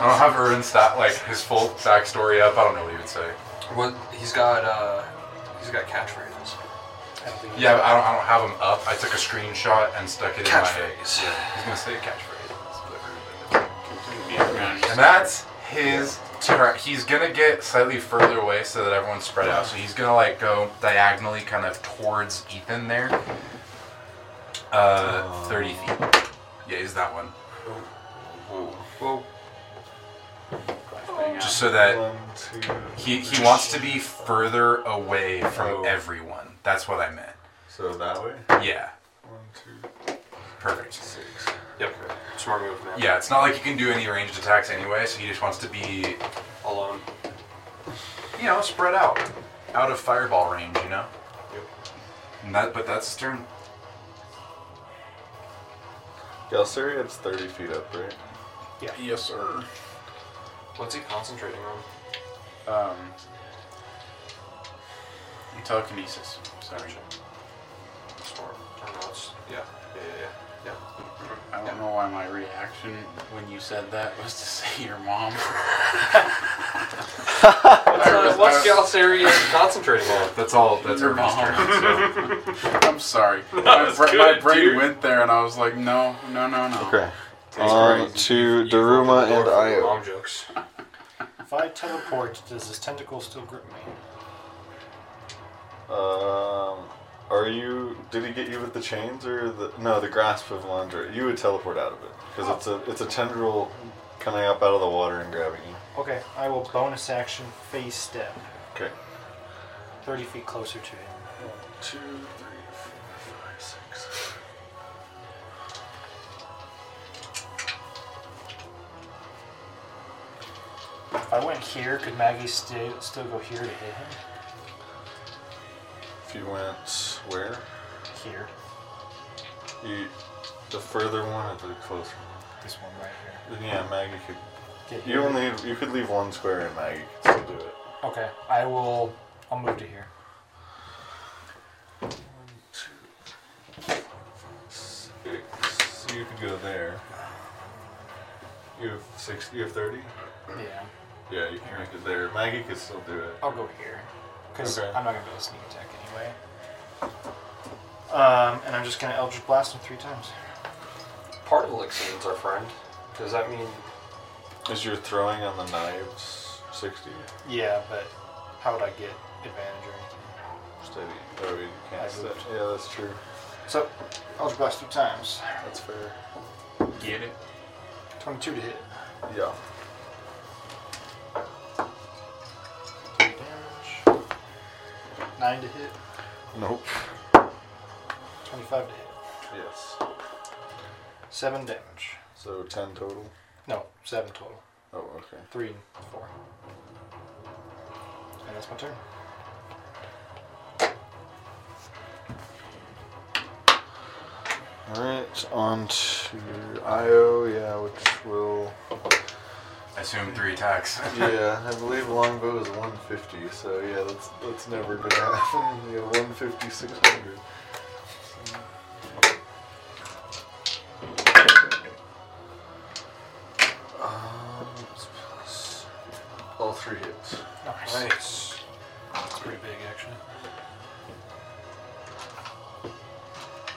I don't have Irvin's stat like his full backstory up. I don't know what he would say.
Well, he's got uh, he's got catchphrases.
I don't think
Yeah, but I don't, I don't have him up. I took a screenshot and stuck it in my.
Catchphrase.
Yeah, he's gonna say a catchphrase. That's what Irvin is.
Yeah, around.
And that's his turn. He's gonna get slightly further away so that everyone's spread out. So he's gonna like go diagonally, kind of towards Ethan there. Uh, thirty feet. Yeah, he's that one.
Well,
Hang on.
Just so that
One, two.
He, he wants to be further away from everyone. That's what I meant.
So that way?
Yeah,
One, two,
perfect.
six.
yep. Smart move, man.
Yeah, it's not like he can do any ranged attacks anyway, so he just wants to be,
Alone.
you know, spread out, out of fireball range, you know. And that, but that's his turn.
Galceria, it's 30 feet up, right?
Yes, sir.
What's he concentrating on?
Um, telekinesis. Sorry.
Smart. I don't know. It's, yeah. Yeah. Yeah. Yeah. yeah.
I don't know why my reaction when you said that was to say your mom.
What's, uh, what's Galceria concentrating on?
That's all. That's
Your
Irvin's
mom.
turn. So.
I'm sorry. my, bra-
good,
my brain
dude.
went there, and I was like, no, no, no, no.
Okay. On to Daruma and Io.
Mom jokes.
If I teleport, does his tentacle still grip me?
Um, are you? Did he get you with the chains or the? No, the grasp of Landra. You would teleport out of it because it's a it's a tendril coming up out of the water and grabbing you.
Okay, I will bonus action phase step.
Okay.
30 feet closer to him.
Two, three, four, five, six.
If I went here, could Maggie sti- still go here to hit him?
If you went where?
Here.
You, the further one or the closer one?
This one right here.
Then Yeah, Maggie could.
Get
You
here.
only you could leave one square and Maggie could still do it.
Okay, I will. I'll move to here.
Six. You could go there. You have six. You have thirty.
Yeah.
Yeah, you can make it there. Maggie could still do it.
I'll go here. Because
Okay.
I'm not going to be able to sneak attack anyway. Um, and I'm just going to Eldritch Blast him three times.
Part of Elixir's our friend. Does that mean
Is your throwing on the knives 60?
Yeah, but how would I get advantage or anything?
Steady. Oh, you
I
can't step.
moved.
Yeah, that's true.
So, Eldritch Blast three times.
That's fair.
Get it?
22 to hit.
Yeah.
Three damage. 9 to hit.
Nope.
25 to hit.
Yes.
7 damage.
So 10 total?
No, seven total.
Oh, okay.
Three and four. And that's my turn.
Alright, on to IO, yeah, which will.
Assume three attacks.
Yeah, I believe longbow is 150, so yeah, that's, that's never gonna happen. Yeah, 150, 600. Um, it's plus- All three hits.
Nice.
Nice.
That's pretty big, actually.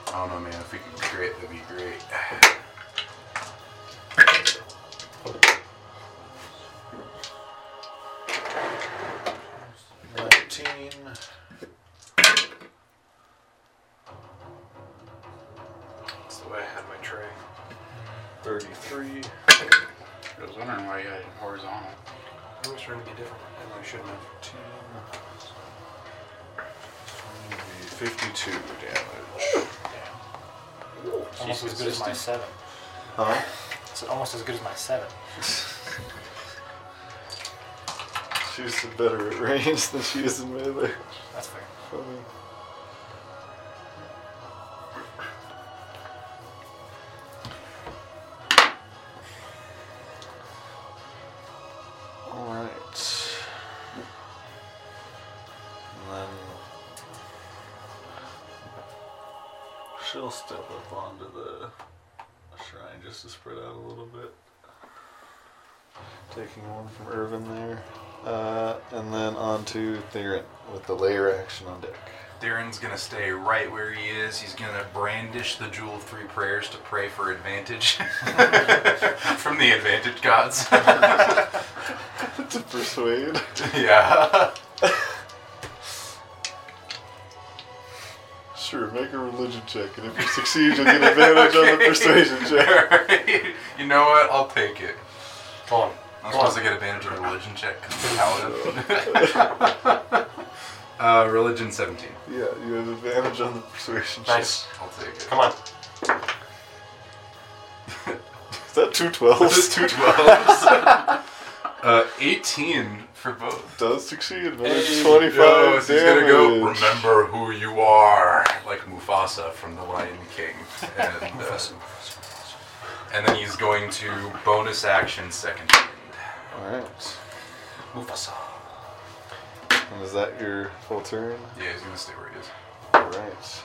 I don't know, man. If we could crit, that'd be great.
Nineteen.
That's the way I had my tray.
33.
I was wondering why you had it horizontal.
I was trying to be different, and I shouldn't have.
15, 52 damage.
Almost as good as my seven.
Huh?
It's almost as good as my seven.
She's better at range than she is in melee.
That's fair.
Funny. Alright. And then she'll step up onto the shrine just to spread out a little bit. Taking one from Irvin there. Uh, and then on to Theron with the layer action on deck.
Darren's gonna stay right where he is. He's gonna brandish the Jewel of Three Prayers to pray for advantage from the advantage gods.
to persuade.
yeah.
Sure, make a religion check, and if you succeed, you'll get advantage on the persuasion check.
Alright. you know what? I'll take it.
Come on.
I'm supposed to get advantage on religion check because I'm a paladin. uh, religion 17.
Yeah, you have advantage on the persuasion check.
Nice.
I'll take it.
Come on.
Is that two twelves?
This is two 12s. uh, 18 for both.
Does succeed, man.
Hey,
It's 25
Yo, he's gonna
damage.
go, remember who you are, like Mufasa from The Lion King. And, uh, and then he's going to bonus action second wind.
Alright.
Mufasa.
And is that your full turn?
Yeah, he's gonna stay where he is.
Alright.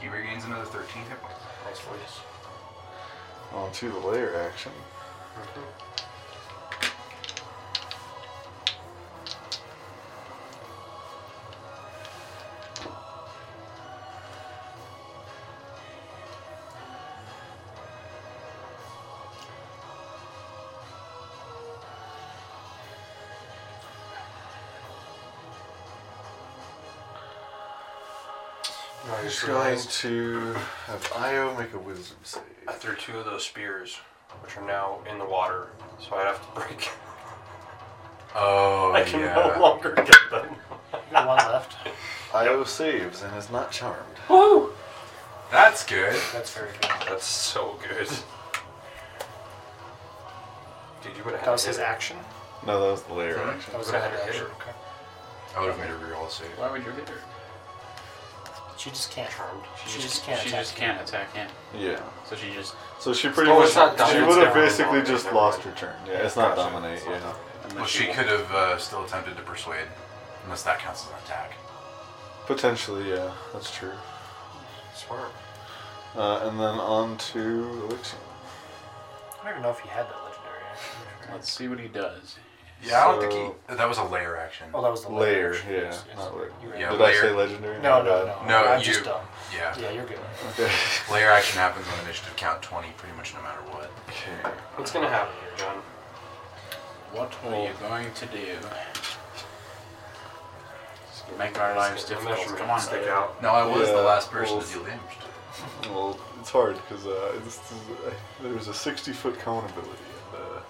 He regains another 13 hit points.
Nice voice.
On to the layer action.
No, I
I'm
just
just going
realized
to have Io make a wisdom save.
I threw uh, two of those spears, which are now in the water, so I'd have to break.
Oh,
I can no
yeah.
longer get them.
You got one left.
Io saves and is not charmed.
Woo!
That's good.
That's very good.
That's so good. Dude, you would have
That was
hit
his
it.
action.
No, that was the layer
Mhm.
action.
That was
Would've
her
had to hit
action.
her.
Okay.
I would have made a reroll save.
Why would you hit her?
She just can't.
Charmed.
She just can't
She
attack
just can't attack him.
Yeah.
So she just.
So she pretty
Oh,
much
it's not
she
dominant,
would have
it's not
basically
dominant,
just
never
lost her
mind.
turn. Yeah, it's not
Gotcha.
dominate.
It's not
Yeah.
dominate.
unless
Well, she
won't.
could have uh, still attempted to persuade, unless that counts as an attack.
Potentially, yeah, that's true.
Smart.
Uh, and then on to Elixir.
I don't even know if he had that legendary action.
Let's see what he does.
Yeah, I don't think
So-
he. That was a layer action.
Oh, that was the
Layer,
action.
yeah,
Yes, yes.
not layer.
You're right.
Yeah,
Did I
layer.
say legendary?
No,
My
no,
bad.
no.
No,
I'm
you-
just dumb.
Yeah.
Yeah, you're good.
Okay.
Layer action happens on initiative count 20, pretty much no matter what.
okay.
What's gonna happen here, John?
What are you going to do? Make our lives
Stick-
difficult.
measurement
Come on,
stick
dude.
out.
No, I was
Yeah,
the last person
well-
to deal damage to.
Well, it's hard because uh, this is, uh, there's a 60 foot cone ability, and uh,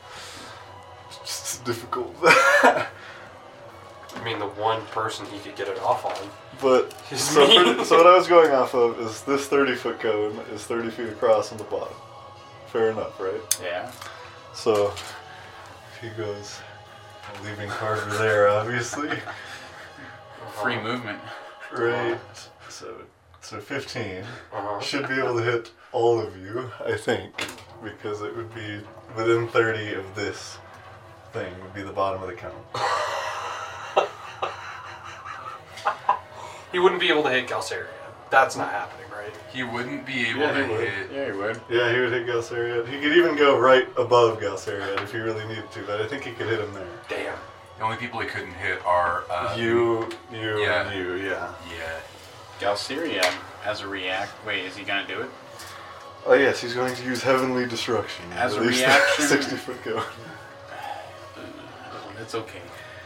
it's just difficult.
I mean, the one person he could get it off on.
But
Just
so,
me.
pretty- so what I was going off of is this 30 foot cone is 30 feet across on the bottom. Fair enough, right?
Yeah.
So he goes, leaving Carver there, obviously.
Oh.
Free movement.
Right. So, so 15
Uh-huh.
should be able to hit all of you, I think, because it would be within 30 of this thing would be the bottom of the count.
He wouldn't be able to hit Galceria. That's not happening, right?
He wouldn't be able to hit.
Yeah, you would.
Yeah, he would hit Galsariad. He could even go right above Galsariad if he really needed to, but I think he could hit him there.
Damn.
The only people he couldn't hit are
Uh,
um,
You, you,
yeah.
and you, yeah.
Yeah.
Galceria um, as a react. Wait, is he gonna do it?
Oh yes, he's going to use Heavenly Destruction.
As a
Release the
reaction-
60 foot go.
It's okay.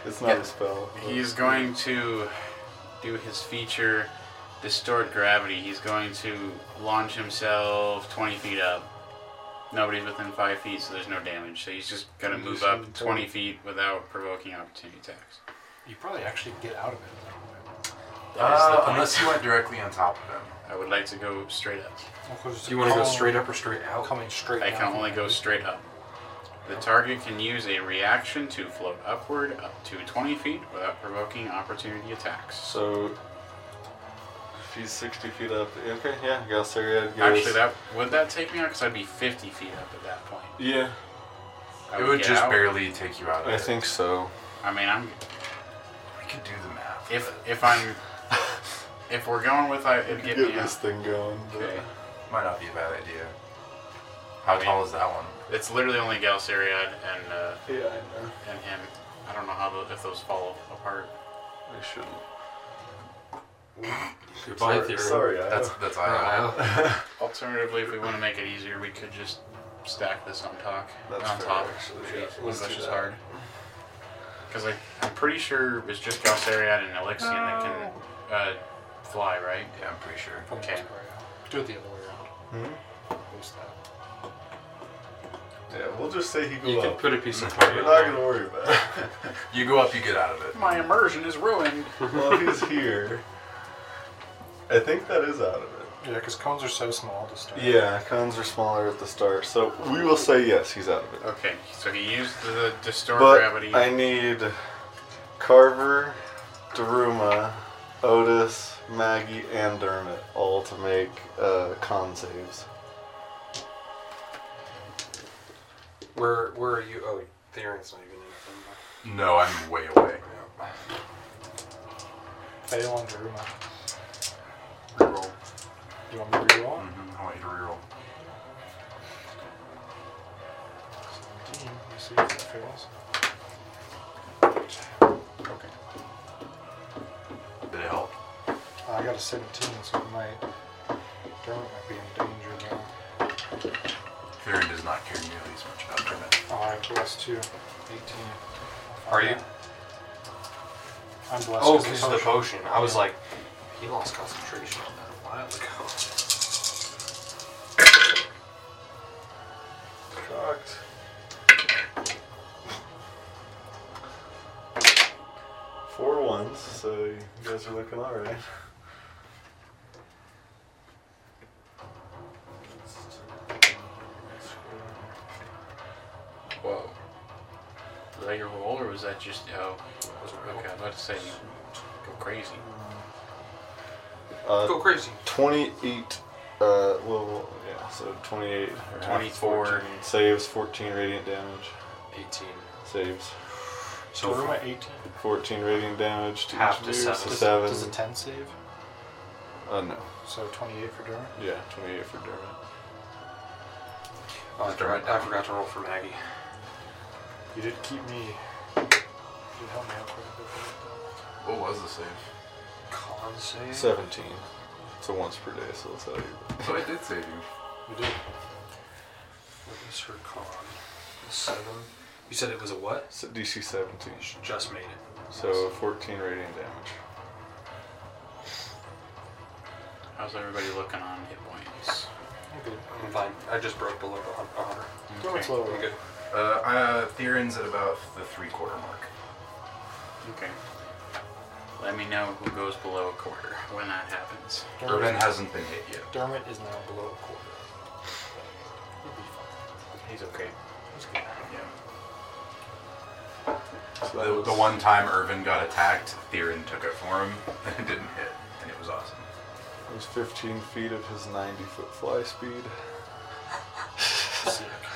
It's not
Yeah.
a spell. but-
He's going to do his feature, distort gravity. He's going to launch himself 20 feet up. Nobody's within 5 feet, so there's no damage. So he's just going to move up 20 feet without provoking opportunity attacks.
You probably actually get out of it.
That is the
Uh,
point.
unless you went directly on top of him.
I would like to go straight up.
Do you want to
Oh.
go straight up or straight out?
Coming straight.
I can
down.
only go straight up. The target can use a reaction to float upward up to 20 feet without provoking opportunity attacks.
So, if he's 60 feet up, okay, yeah, Galsariad goes.
Actually, that would that take me out? Because I'd be 50 feet up at that point.
Yeah,
I
It would
get
just
out.
barely take you out of
I
it.
think so.
I mean, I'm
we could do the math.
if if I'm if we're going with I it'd
Get
get me
this
out.
thing going. but-
Okay.
but might not be a bad idea. How
mean-
tall is that one?
It's literally only Galceriad and uh,
Yeah, I know.
and him. I don't know how tho- if those fall apart.
I shouldn't.
Goodbye,
sorry,
theory.
sorry, I
That's that's I.
Uh,
Alternatively, if we want to make it easier, we could just stack this on top.
That's
on
fair,
top.
actually,
Jeez,
yeah.
one
Let's
bush
do
is
that.
hard. Because like, I'm pretty sure it's just Galceriad and Elixion that can uh, fly, right?
Yeah, I'm pretty sure.
Pretty
Okay.
much where I am. Do it the other way around.
Hmm?
Boost that.
Yeah, we'll just say he go
you can
up.
put a piece of
We're
carpet
not
on.
gonna worry about it.
You go up, you get out of it.
My immersion is ruined.
well, if he's here, I think that is out of it.
Yeah, because cones are so small to start.
Yeah, cons are smaller at the start, so we will say yes, he's out of it.
Okay, so he used the distort
But
gravity.
I need Carver, Daruma, Otis, Maggie, and Dermot all to make uh, con saves.
Where where are you? Oh, Theron's not even in
No, I'm way away.
Fail on Daruma.
Roll.
You want me to reroll?
hmm I want you to reroll.
Seventeen. You see if that fails.
Okay.
Did it help?
Ah, I got a 17, so it might. Dermot might be in danger now.
Theron does not care nearly as much about Dermot.
Oh, I'm blessed too. 18.
Are you?
I'm blessed.
Oh,
'cause
because of the
potion.
potion. I was like, he lost concentration on that a while ago.
Shocked. Four ones, so you guys are looking alright.
Whoa. Was that your roll, or was that just oh? Okay, I was about to say go crazy.
Uh,
Go crazy.
28, uh, well, yeah, so 28. or half,
24.
14. Saves, 14 radiant damage.
18.
Saves.
So
Daruma,
f-
18.
14 radiant damage to
Half
each
to
of you,
seven.
so
Does
Does,
it-
seven.
does a 10 save?
uh, no.
So 28 for Dermot.
Yeah, 28 for Dermot.
oh, I, forgot, I forgot to roll for Maggie.
You did keep me. You did help me out quite a bit.
What
with
was the save?
Con save?
17. So once per day, so that's how you.
So I did save you.
that. You did.
What is her con? A 7. You said it was a what?
So DC 17.
She just made it.
So 14 radiant damage.
How's everybody looking on hit points?
You're good.
I'm fine. I just broke below the hun- 100.
Dermot's
Okay.
lower.
I'm good.
Uh, uh, Theron's at about the three quarter mark.
Okay. Let me know who goes below a quarter when that happens.
Dermot,
Urban hasn't been hit yet.
Dermot is now below a quarter. He'll be fine.
He's okay. He's good.
So that
The,
was-
the one time Irvin got attacked, Theron took it for him, and it didn't hit, and it was awesome.
It was 15 feet of his 90 foot fly speed.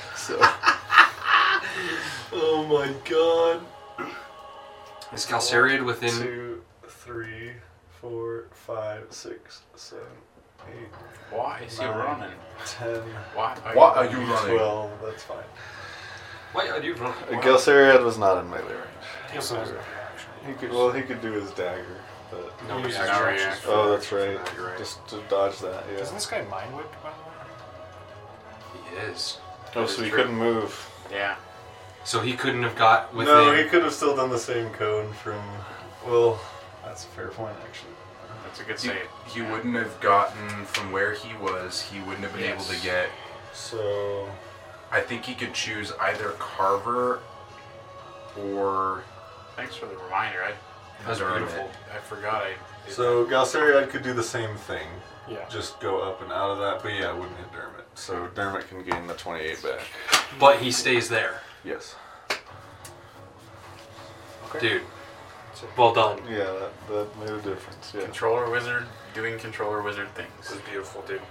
so,
Oh my god. Is Calceriad within
two, three, four, five, six, seven, eight,
Why is he
Nine.
running?
ten,
Why?
Why are you running?
Oh,
twelve. That's fine.
Wait, I do run.
Uh, Gelseriad was not in melee range.
He also has a
He could, well, he could do his dagger, but.
No,
He's
he's
just
not
reactions.
reacting.
Oh, that's right.
You're right.
Just to dodge that, yeah.
Doesn't this guy mind whip? by the
He is.
Oh,
That
so
is
he
true.
couldn't move.
Yeah.
So he couldn't have got within.
No, he could have still done the same cone from. Well, that's a fair point, actually.
That's a good
He,
save.
he wouldn't have gotten from where he was, he wouldn't have been
Yes.
able to get.
So.
I think he could choose either Carver or.
Thanks for the reminder. I
That was
Darn it.
beautiful.
I forgot I. did
So Galceriad could do the same thing,
way? Yeah.
just go up and out of that, but yeah, it wouldn't hit Dermot. So Dermot can gain the 28 back.
But he stays there.
Yes.
Dude. Well done.
Yeah, that, that made a difference,
that.
yeah.
Controller wizard doing controller wizard
This
things.
is beautiful, dude.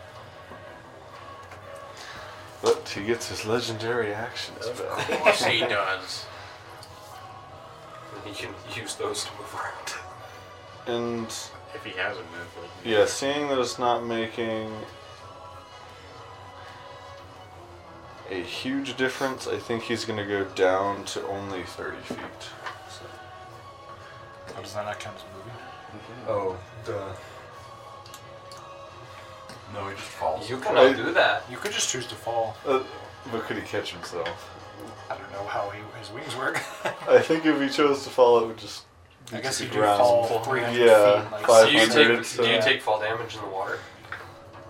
But he gets his legendary actions back.
Of course he does.
And he can use those to move around.
And
If he has a move, like
yeah, seeing that it's not making a huge difference, I think he's going to go down to only 30 feet. So.
Oh, does that not count as a movie?
Oh, duh.
No, he just falls.
You
cannot
cannot
do
do that.
You could just choose to fall.
Uh, but could he catch himself?
I don't know how he, his wings work.
I think if he chose to fall, it would just. be
I guess
to
you
the
do
ground.
fall 300
Yeah,
feet. Like,
Do you
500,
take
so-
do you take fall damage in the water?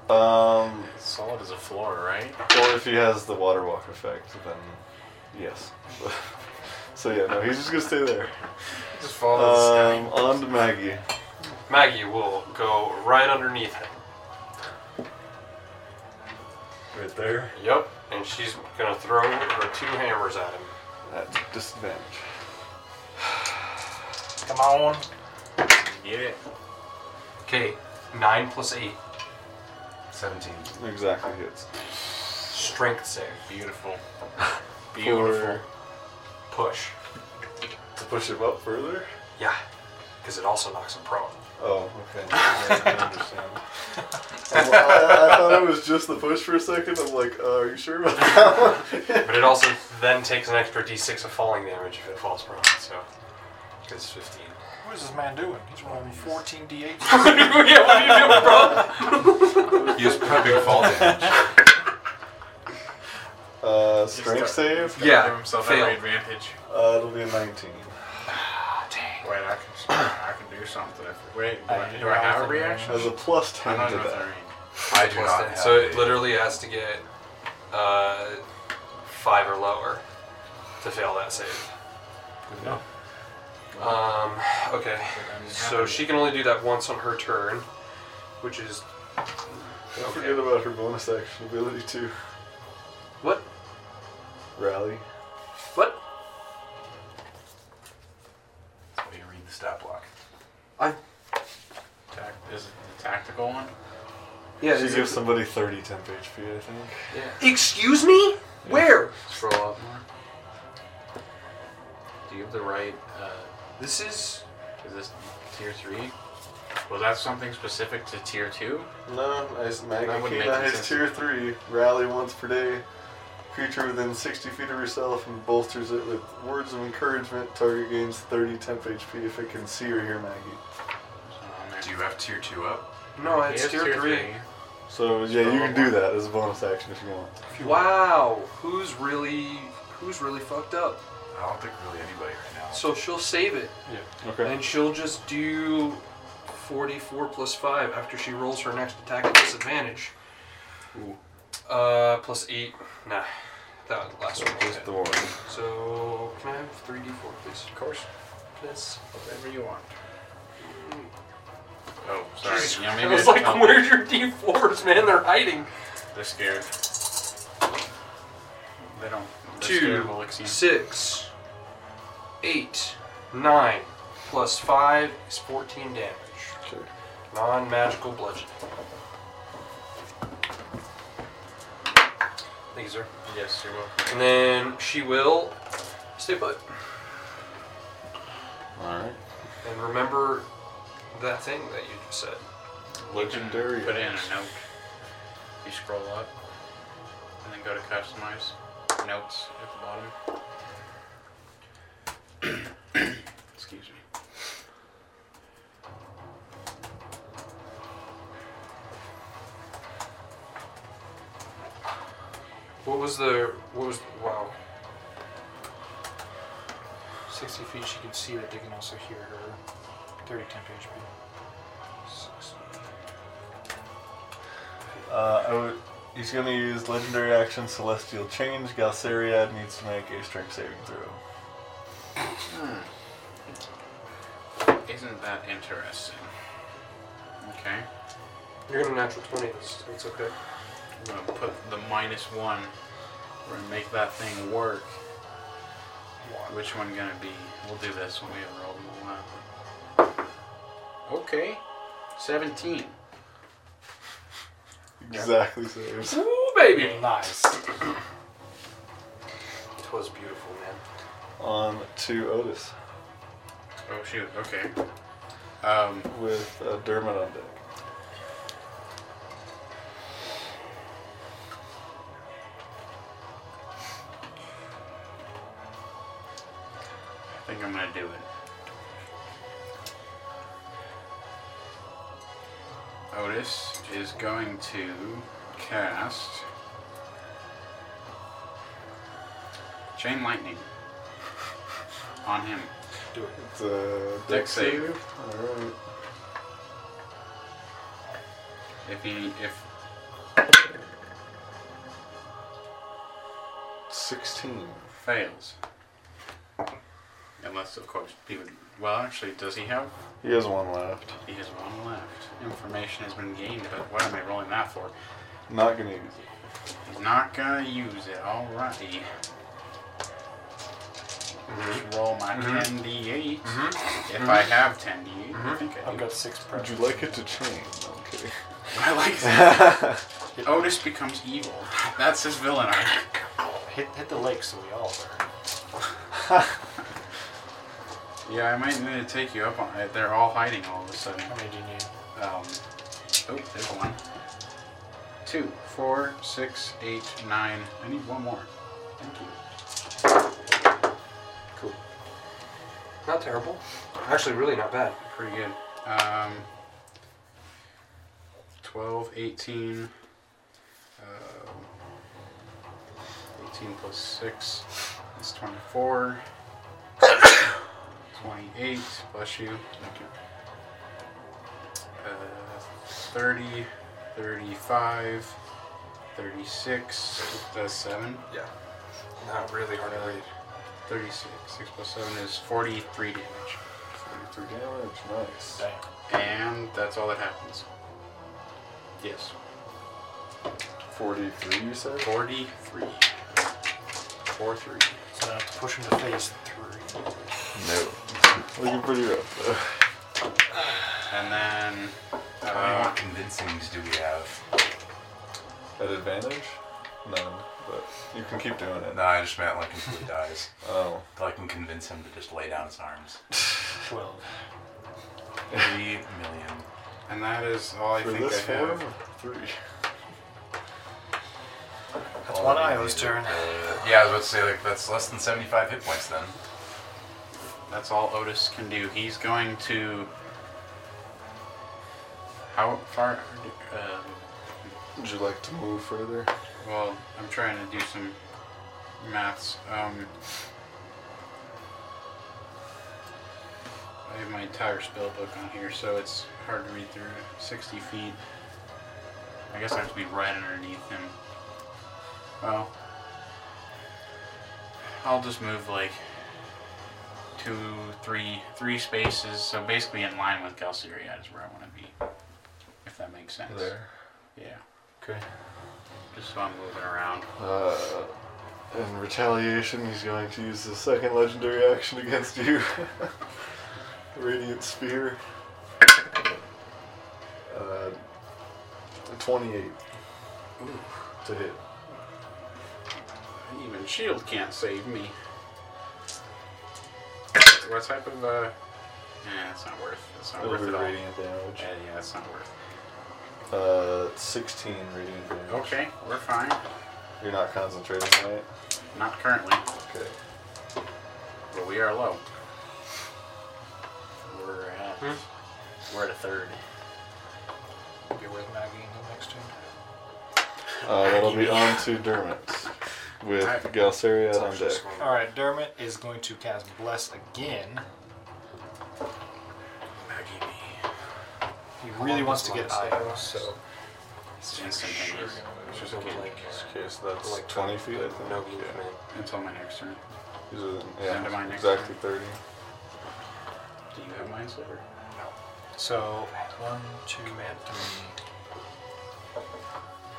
Um,
it's solid as a floor, right?
or if he has the water walk effect, then yes. so yeah, no, he's just gonna stay there.
Just
Oh,
fall
Um, on to Maggie.
Maggie will go right underneath him.
Right there.
Yep. And she's gonna throw her two hammers at him.
That's disadvantage.
Come on.
Get it.
Okay, nine plus eight.
17.
Exactly hits.
Strength save.
Beautiful.
For,
Beautiful.
Push.
to push him up further.
Yeah. Because it also knocks him prone.
Oh, okay. Yeah, I understand. I'm- I, I thought it was just the push for a second. I'm like, uh, are you sure about that? one?
But it also then takes an extra d6 of falling damage if it falls prone, so. Because 15.
What is this man doing? He's rolling 14 d8.
yeah, what are you doing, bro?
He is prepping fall damage.
Uh, strength save.
Yeah,
Give himself
fail.
every advantage.
Uh, it'll be a 19.
Dang.
Wait, I can, I can do something. Wait, do I,
I-
do I have a reaction?
As a plus 10
I'm not
to
even within
that.
range.
I do
Plus
not
ten.
have
So it
a-
literally has to get uh, 5 or lower to fail that save.
no.
Um, okay.
I'm
So
happy.
she can only do that once on her turn, which is.
Don't
Okay.
forget about her bonus action ability too.
What?
Rally.
What?
Somebody read the stat block.
Tac- is it the tactical one?
Yeah,
she gives somebody 30 temp HP, I think.
Excuse me? Where?
Scroll up more. Do you have the right? Uh,
This is.
is this tier three? Was that something specific to tier two?
No, I,
That
Maggie
wouldn't
Keen
make
on
any
his
sense.
tier 3. Rally once per day. Creature within 60 feet of herself and bolsters it with words of encouragement. Target gains 30 temp HP if it can see or hear Maggie.
Do you have tier 2 up?
No,
Um, He
it's
is
tier, three.
So, yeah, you can do that as a bonus action if you want.
Wow, who's really who's really fucked up?
I don't think really anybody right now.
So she'll save it,
Okay.
and she'll just do 44 plus five after she rolls her next attack at disadvantage.
Ooh.
Uh, plus eight. Nah, that last one. was
Just the one.
So can I have three d4, please?
Of course,
Yes.
whatever you want. Oh, sorry.
Jesus
You know,
I
maybe
was
should
like,
help.
where's your d4s, man? They're hiding.
They're scared. They don't. they're
Two.
scared of Elixir.
Six, eight, nine, plus five is 14 damage.
Okay.
Non magical bludgeon. Thank you, sir.
Yes, you're welcome.
And then she will stay put.
All right.
And remember that thing that you just said.
Legendary.
Put in a note. You scroll up, and then go to customize notes at the bottom. Excuse me.
What was the. What was. Wow.
60 feet, she can see that they can also hear her. 30 temp HP.
Uh, I would, he's going to use legendary action Celestial Change. Galceriad needs to make a strength saving throw.
Isn't that interesting? Okay.
You're gonna natural 20. It's, it's okay.
We're gonna put the minus one. We're gonna make that thing work. Which one gonna be? We'll do this when we roll them all out. Okay, seventeen.
Exactly saves.
Ooh, baby!
Nice.
It was beautiful, man.
On to Otis
Oh shoot. Okay. Um,
with uh, Dermot on deck.
I think I'm gonna do it. Otis is going to cast chain lightning on him.
It's a deck,
Dex save.
All right.
If he if
16.
fails, unless of course he would. Well, actually, does he have?
He has one left.
He has one left. Information has been gained, but what am I rolling that for?
Not going to use it.
He's not gonna use it. Alrighty. Just roll my 10d8. If I have 10d8, I think I
I've
do.
got six
Would
prep.
you like it to change? No, I'm kidding.
I like that. Otis becomes evil. That's his villain arc.
Hit, hit the lake so we all burn.
Yeah, I might need to take you up on it. They're all hiding all of a sudden.
How many do you need?
Um, oh, there's one. Two, four, six, eight, nine. I need one more. Thank you.
Cool. Not terrible. Actually, really not bad.
Pretty good. Um, 12, 18, uh, 18 plus 6 is 24, 28, bless you, thank you. Uh, 30, 35, 36, that's 7.
Yeah. Not really hard to read.
36, 6 plus 7 is 43 damage.
43 damage, nice.
Damn.
And that's all that happens. Yes.
43, you said?
43. 4 3.
So now I have to push him to phase three.
No. Looking pretty rough, though.
And then.
How many more
Uh,
convincings do we have?
At advantage? None, but you can keep doing it.
No, I just meant like until he dies.
Oh,
Until I can convince him to just lay down his arms.
Twelve.
Three million.
and that is all I
for
think
this
I have.
form, three.
That's one Io's turn.
Uh, yeah, I was about to say like that's less than seventy-five hit points then.
That's all Otis can do. He's going to. How far? Uh,
Would you like to move further?
well, I'm trying to do some maths. Um, I have my entire spell book on here, so it's hard to read through it. 60 feet. I guess I have to be right underneath him. Well, I'll just move like two, three, three spaces. So basically, in line with Galceriad is where I want to be, if that makes sense.
There.
Yeah.
Okay.
Just so I'm moving around.
Uh, In retaliation, he's going to use his second legendary action against you. the Radiant Spear. Uh, 28 to hit.
Even shield can't save me. What type of uh? Nah, it's not worth. It's not
That'll
worth
be
it all.
radiant damage.
Yeah, yeah, it's not worth. it.
Uh, 16 radiant damage.
Okay, we're fine.
You're not concentrating, right?
Not currently,
Okay.
but we are low. We're at we're at a third.
Be with Maggie in the next turn.
Uh, that'll be on to Dermot with
Alright.
Galceria
It's
on
actually
deck.
swing.
All right, Dermot is going to cast Bless again.
Maggie me.
He really
long
wants
does
to get
Bless
Io,
last?
so
It's instantaneous
It's just like,
Okay, so that's
like
20 feet, I think.
no
yeah.
movement.
until my next turn.
These are the-
End
yeah
of my next
exactly 30.
Do you have mine, Silver?
so one, two, three,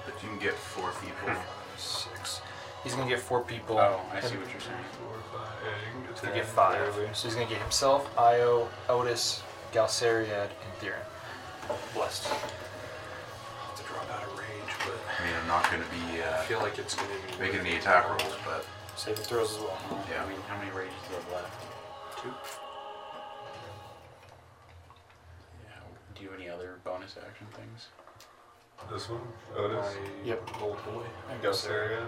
But you can get four people.
five, six. He's gonna get four people.
Oh, I see what you're saying.
He's gonna get five. So he's gonna get himself, Io, Otis, Galceriad, and Theron. Blessed.
I'll have to draw out a rage, but
I mean, I'm not going to be
I
uh,
feel like it's going to be
making the attack rolls, but
Saving throws as well.
Yeah.
I mean, how many rages do you have left? Two. Yeah. Do you have any other bonus action things?
This one? Otis?
Yep.
Old boy.
Galceria?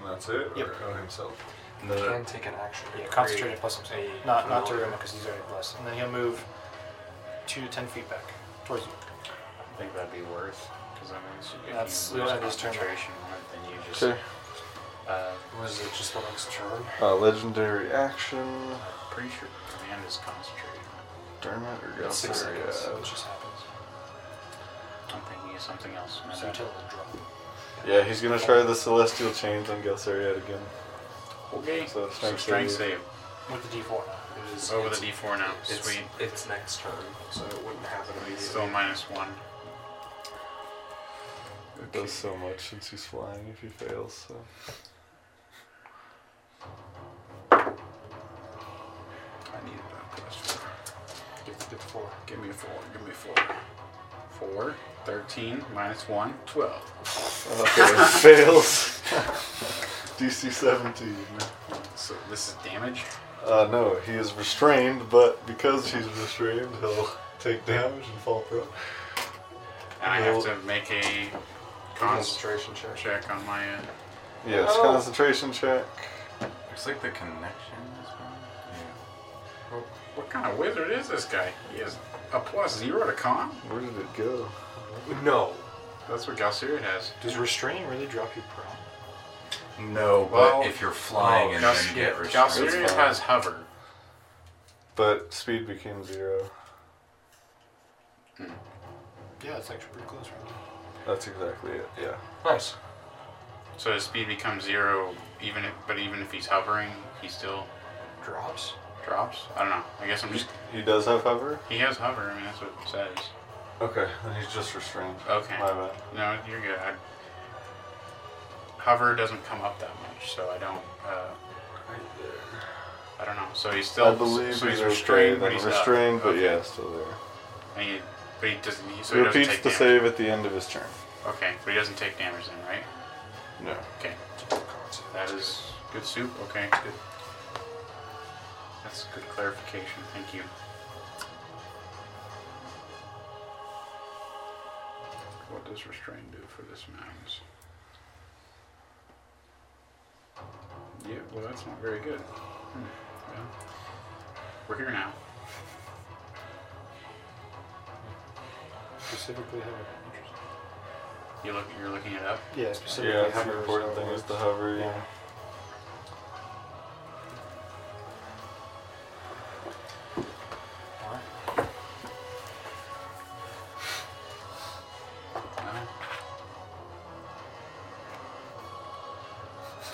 And that's it?
Yep.
Or oh, himself?
Can take an action. to
Yeah,
create
concentrated plus himself.
a
Not not to
phenomenon.
Rima because he's already blessed. And then he'll move two to ten feet back towards you.
I think that'd be worth. Because I mean, so if
That's-
you
we'll
lose
end this turn.
concentration on it, then you just.
Okay.
Uh,
Was it just the next turn?
Uh, legendary action.
pretty sure command is concentrated.
Dermot or
It's six
Galceria?
seconds.
So it just happens.
I'm thinking of something else.
So you tell him to drop.
Yeah, he's gonna try the Celestial Chains on Galceria again.
okay.
So
So
it's strength
strength
save.
save.
With the D4 now.
It is,
Over the
it's,
D4 now.
it's,
Sweet.
It's next turn, so it wouldn't happen immediately.
Still minus one.
It does so much since he's flying if he fails, so.
I needed that plus four.
Get the four.
Give me a four. Give me a four. Four. 13 minus one. 12.
Okay, fails. DC 17.
So this is damage.
Uh, no, he is restrained, but because he's restrained, he'll take damage and fall prone.
And I have
Well-
to make a cons
Concentration check.
check on my uh, end.
Yes,
Oh.
concentration check.
looks like the connection is gone.
Well, What kind of wizard is this guy? He has a plus zero to con?
Where did it go?
No.
That's what Galceria has.
Does restraining really drop you prone?
No, but
Well,
if you're flying and then
Gus-
you get
Gus-
restrained.
Galceria
It's fine.
has hover.
But speed became zero.
Yeah, it's actually pretty close. Right?
That's exactly it, yeah.
Nice.
So his speed becomes zero, even if, but even if he's hovering, he still
Drops.
drops. I don't know. I guess I'm just.
He does have hover?
He has hover. I mean, that's what it says.
Okay, then he's just restrained.
Okay.
My bad.
No, you're good. I, hover doesn't come up that much, so I don't. Uh, I don't know. So he's still.
I believe
so
he's,
he's,
okay,
restrained,
then
but he's
restrained,
up.
but
Okay.
yeah, still there.
And he, but he doesn't. He, so he doesn't
Repeats
take
the
damage.
save at the end of his turn.
Okay, but he doesn't take damage then, right?
No.
Okay, that is good soup. Okay, good. That's good clarification. Thank you. What does restrain do for this mounds? Yeah, well, that's not very good. Hmm. Well, we're here now.
Specifically hover.
You look, you're looking it up.
Yeah, specifically
Yeah,
hover.
that's the important
so-
thing is the hover, yeah.
Alright.
No?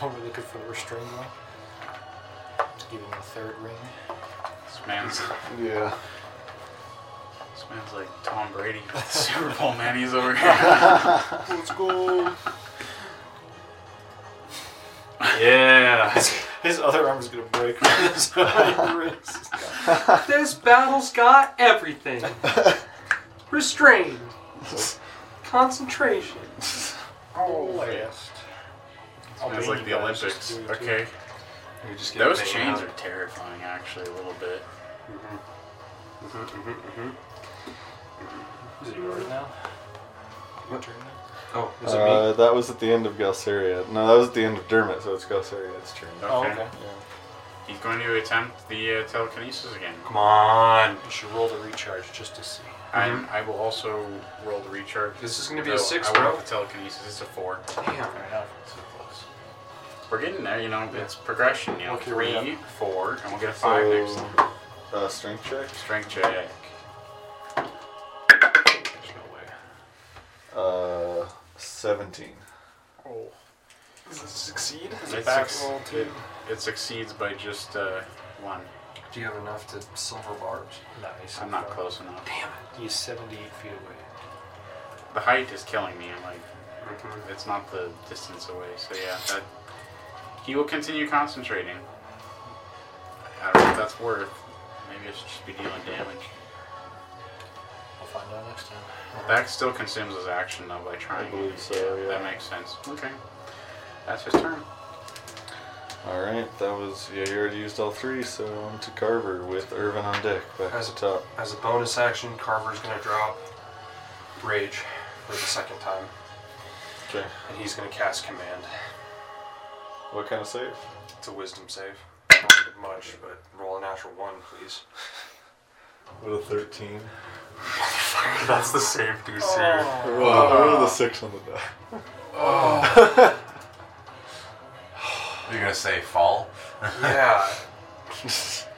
Are we looking for the restraint one? To give him a third ring.
This man's
Yeah.
This man's like Tom Brady, with the Super Bowl man. He's over here. Let's go. Yeah.
His other arm is gonna break from his wrist.
This battle's got everything. Restrained. Concentration.
Oh, last.
It's like the Olympics.
Okay.
You just get
Those
banged
chains
out.
are terrifying, actually, a little bit.
Is it yours now? Your turn now?
Oh, is it me?
Uh, that was at the end of Galceria. No, that was at the end of Dermot, so it's Galceria's turn.
Okay.
Oh, okay.
He's going to attempt the uh, telekinesis again.
Come on.
You should roll the recharge just to see.
I'm, I will also roll the recharge.
This is gonna be a
No,
six,
I went
bro.
with the telekinesis. It's a four.
Damn.
Fair enough. So close.
We're getting there, you know. It's progression. You know,
Work your way
three, four, and we'll get a five next.
So, uh, strength check.
Strength check.
There's no way.
Uh, 17.
Oh.
Does it succeed?
It,
back
suc-
roll too?
it- it succeeds by just uh, one.
Do you have enough to silver barbs?
Nice.
I'm not close enough.
Damn
He's 78 feet away.
The height is killing me. I'm like,
it.
it's not the distance away. So yeah, that he will continue concentrating. I don't know what that's worth. Maybe I should just be dealing damage.
We'll find out next time.
That still consumes his action though by trying.
believe so, yeah.
That makes sense. Okay. That's his turn.
Alright, that was. Yeah, you already used all three, so on to Carver with Irvin on deck. Back
As-
to the top.
As a bonus action, Carver's gonna drop Rage for the second time,
Okay.
and he's gonna cast Command.
What kind of save?
It's a Wisdom save. Not much, but roll a natural one, please.
What a 13.
That's the save DC.
Roll roll the 6 on the die.
You're gonna say fall?
Yeah.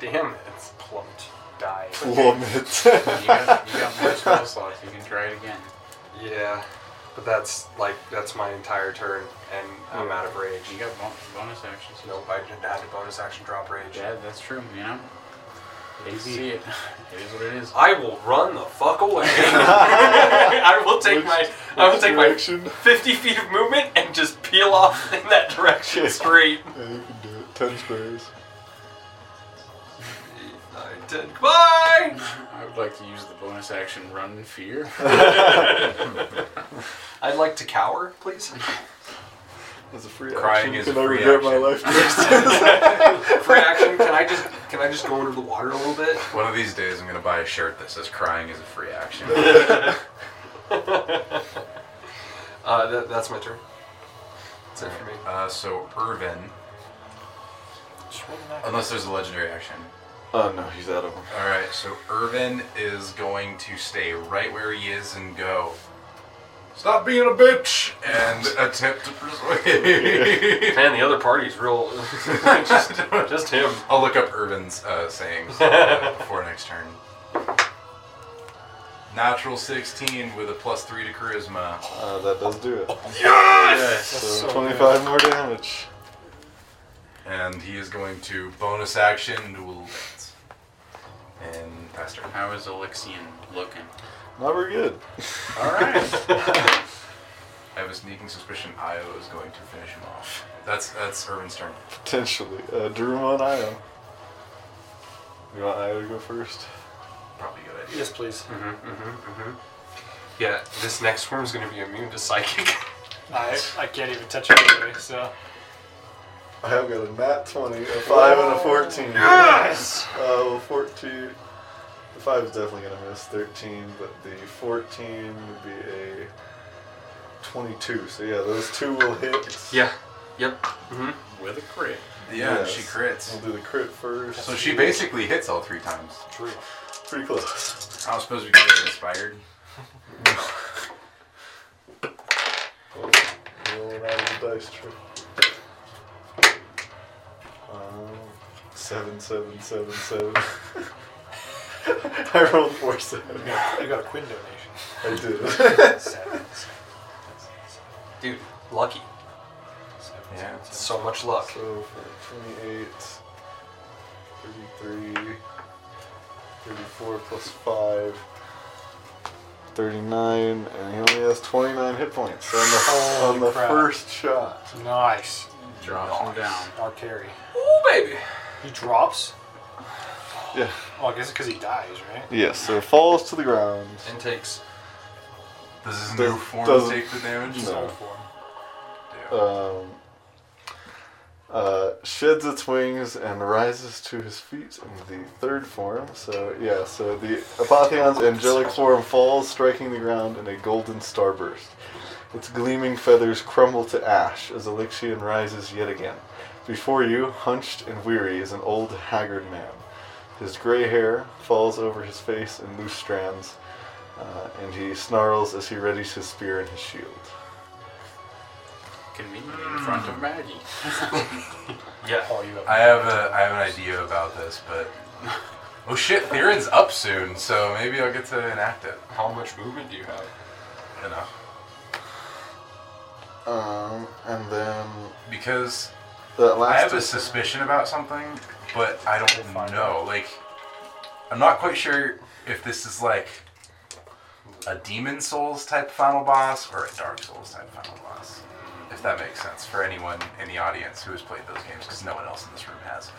Damn it! It's plumped.
Die.
Plummet.
You got, you got more spell slots. You can try it again.
Yeah, but that's like that's my entire turn, and I'm out of rage.
You got bon- bonus actions.
Nope, I didn't have a bonus action drop rage.
Yeah, that's true. You know. They see it. It is what it is.
I will run the fuck away. I will take my I will take my
Action. Yeah,
50 feet of movement and just peel off in that direction straight.
you can do it. 10 squares.
Nine, ten, goodbye.
I would like to use the bonus action run in fear.
I'd like to cower, please.
That's a free
Crying
action.
is
can
a
I
free
regret my
action.
life? choice?
For action, can I just can I just go under the water a little bit?
One of these days, I'm gonna buy a shirt that says "Crying is a free action."
Uh, that, that's my turn. That's it for me.
uh, so Irvin,
Just roll the natural.
unless there's a legendary action.
oh no, he's out of them.
All right, so Irvin is going to stay right where he is and go. Stop being a bitch and attempt to persuade.
Man, the other party's real. just, just him.
I'll look up Irvin's uh, sayings uh, before next turn. Natural 16 with a plus three to charisma.
Uh, that does do it.
Yes.
So,
so
25 more damage.
And he is going to bonus action dual dance. And faster.
How is Elixion looking?
Not very good.
All right.
I have a sneaking suspicion Io is going to finish him off. That's that's Irvin's turn.
Potentially. Uh, Daruma and Io. You want Io to go first?
Probably a good idea.
Yes, please.
Yeah, this next swarm's gonna be immune to psychic.
I, I can't even touch it anyway, so.
I have got a nat 20, a 5, and a 14. Yes! Uh, well, 14. The 5 is definitely going to miss 13, but the 14 would be a 22. So yeah, those two will hit.
Yeah. Yep.
With a crit.
Yeah,
Yes.
she crits.
We'll do the crit first.
So she basically hits all three times.
True.
Pretty close.
I was supposed to be getting inspired.
Roll around the dice trick. Um, seven, seven, seven, seven. I rolled four seven.
You got a Quinn donation.
I did.
Seven.
Dude, lucky.
Seven.
Yeah.
So much luck.
So for 28, 33, 34 plus 5, 39, and he only has 29 hit points on the, on the
crap.
first shot.
Nice.
Drops him down.
Our carry.
Ooh, baby.
He drops?
Yeah.
Well, I guess because he dies, right?
Yes, so it falls to the ground.
And takes.
Does his
Does-
new form
doesn't-
take the damage?
No.
Old form.
Damn.
Um, uh, sheds its wings and rises to his feet in the third form. So, yeah, so the Apotheon's angelic form falls, striking the ground in a golden starburst. Its gleaming feathers crumble to ash as Elixion rises yet again. Before you, hunched and weary, is an old haggard man. His gray hair falls over his face in loose strands, uh, and he snarls as he readies his spear and his shield.
Conveniently in front of Maggie.
Yeah.
Oh, you have.
I have a I have an idea about this, but oh shit, Theron's up soon, so maybe I'll get to enact it.
How much movement do you have?
Enough.
Um, and then
Because
that
I
last
have a suspicion about something, but I don't know. Like, I'm not quite sure if this is like a Demon Souls type final boss or a Dark Souls type final boss. If that makes sense for anyone in the audience who has played those games, because no one else in this room has.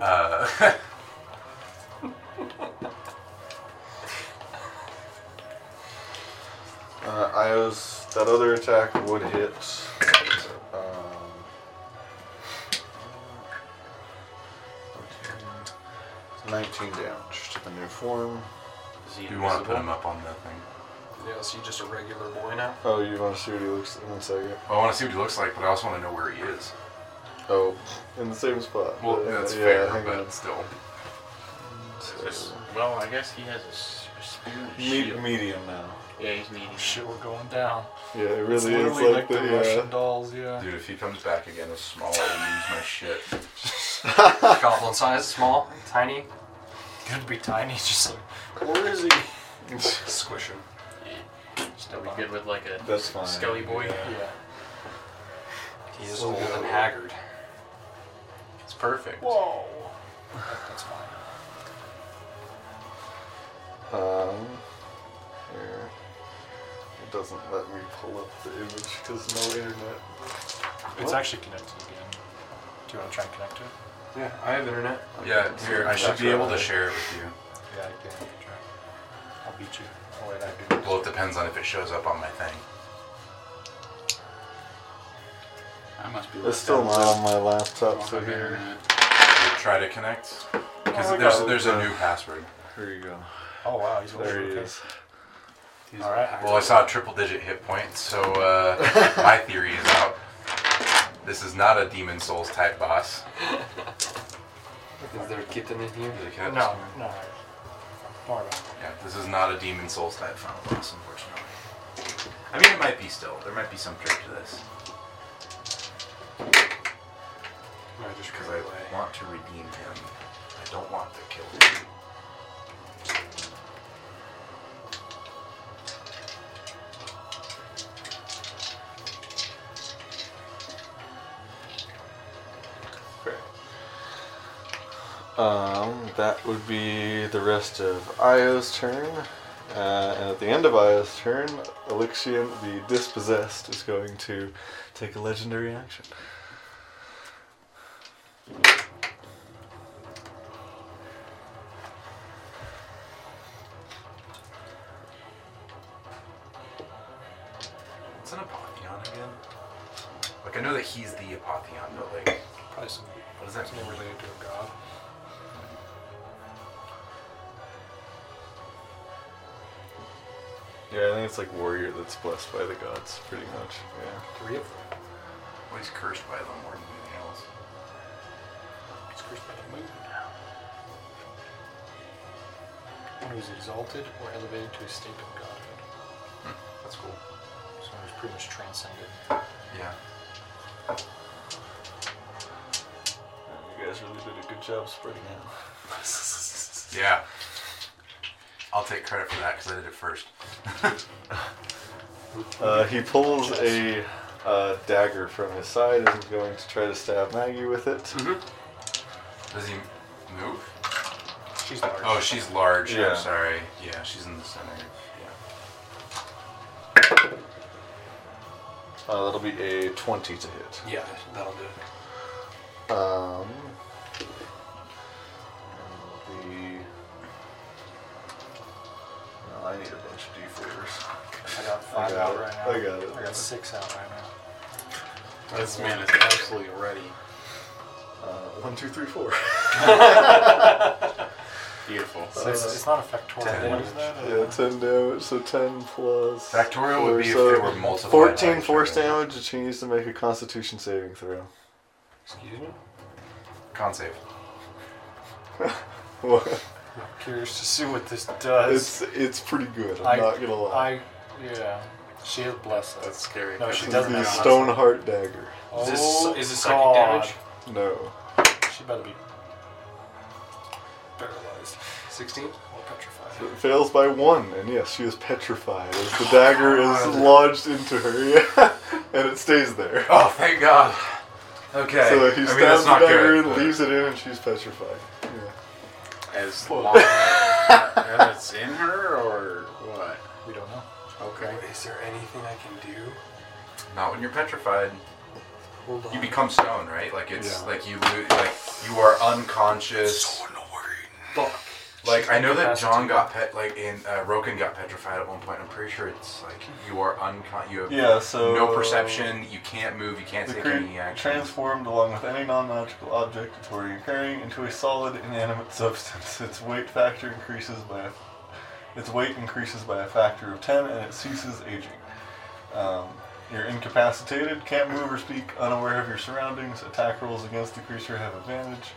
Uh,
uh, I was that other attack would hit. Um, Nineteen damage to the new form.
Is he
do you want to put him
invisible?
up on the thing?
Yeah, is he just a regular boy now?
Oh, you want to see what he looks in one second?
Well, I want to see what he looks like, but I also want to know where he is.
Oh, in the same spot.
Well,
Uh,
that's
yeah,
fair,
hang
but
on.
still.
So,
Well, I guess he has a s- a spear and a
me-
shield.
medium now.
Yeah, he's needing
Shit, we're going down.
Yeah, it really
It's
is
literally
like, the,
Russian dolls, yeah.
Dude, if he comes back again as small, I'll lose my shit.
Goblin size, small, tiny.
Could be tiny, just like.
Where is he?
Squish him.
Still be good with like a
That's fine.
skelly boy.
Yeah.
He is old and haggard. It's perfect.
Whoa. That's fine.
Um, here. It doesn't let me pull up the image because no internet.
It's actually connected again. Do you want to try and connect to it?
Yeah, I have internet.
Yeah, here, I should be able to share it with you.
Yeah, I can. Try. I'll beat you. Oh, wait, I do.
Well, it depends on if it shows up on my thing.
I must be
It's still not on my laptop, so
over
here.
here.
Try to connect. Because
Oh, I
there's,
got
there's a
it.
new password.
Here you go.
Oh, wow, he's
There he
okay.
is.
He's
All right.
Well, I saw triple digit hit points, so uh, my theory is out. This is not a Demon Souls type boss.
Is there a kitten in here?
Did it
No,
connect?
no. Don't worry about it.
Yeah, this is not a Demon Souls type final boss, unfortunately. I mean, it might be still. There might be some trick to this.
I just
Because I want to redeem him. I don't want to kill him.
Okay. Um, that would be the rest of Io's turn. Uh, and at the end of Io's turn, Elixion the Dispossessed is going to take a legendary action.
It's an apotheon again. Like I know that he's the apotheon, but like,
Probably some,
what does that mean?
something related to a god.
Yeah, I think it's like warrior that's blessed by the gods, pretty much. Yeah.
Three of them.
Well, he's cursed by them more than anything else.
He's cursed by the moon. One who's exalted or elevated to a state of godhood.
That's cool.
Someone who's pretty much transcended.
Yeah.
You guys really did a good job spreading out.
Yeah. I'll take credit for that because I did it first.
Uh, he pulls a uh, dagger from his side and is going to try to stab Maggie with it.
Mm-hmm. Does he move?
She's large.
Oh, she's large.
Yeah.
I'm sorry. Yeah, she's in the center. Yeah.
Uh, that'll be a 20 to hit.
Yeah, that'll do it.
Um, and the, well, I need a bunch of d4s.
I got
I
five
got
out
it.
right now.
I got it.
I got six out right now.
This man is absolutely ready.
Uh, one, two, three, four.
Beautiful.
So it's, it's not a factorial. What is that?
Yeah, 10 damage, so 10 plus.
Factorial would be if
four,
they
so
were multiplied. by
14
each
force
other.
damage, which he needs to make a constitution saving throw.
Excuse me?
Con save.
Well,
Curious to see what this does.
it's it's pretty good, I'm
I-
not gonna lie.
I yeah. She has blessed us.
That's scary.
No, she
This is
doesn't
the
have-
Stoneheart Dagger.
Is this,
Oh,
is this psychic
God.
damage?
No.
She better be paralyzed
16?
or petrified.
It fails by one, and yes, she is petrified as the dagger
Oh,
is lodged into her, yeah, and it stays there.
Oh, thank God. Okay.
So he
I mean, that's
stabs
not
the dagger
good.
and
but-
leaves it in, and she's petrified. Yeah.
As long as it's in her or what?
We don't know.
Okay.
Is there anything I can do?
Not when you're petrified.
Hold on.
You become stone, right? Like it's
Yeah.
like you lo- like you are unconscious.
Fuck.
Like I know that
incapacitated.
John got pet like in uh, Roken got petrified at one point. I'm pretty sure it's like you are uncon you have
Yeah, so.
no perception. You can't move. You can't
The
take
creature
any action.
transformed along with any non-magical object it's already carrying into a solid inanimate substance. Its weight factor increases by a, its weight increases by a factor of ten, and it ceases aging. Um, you're incapacitated, can't move or speak, unaware of your surroundings. Attack rolls against the creature have advantage.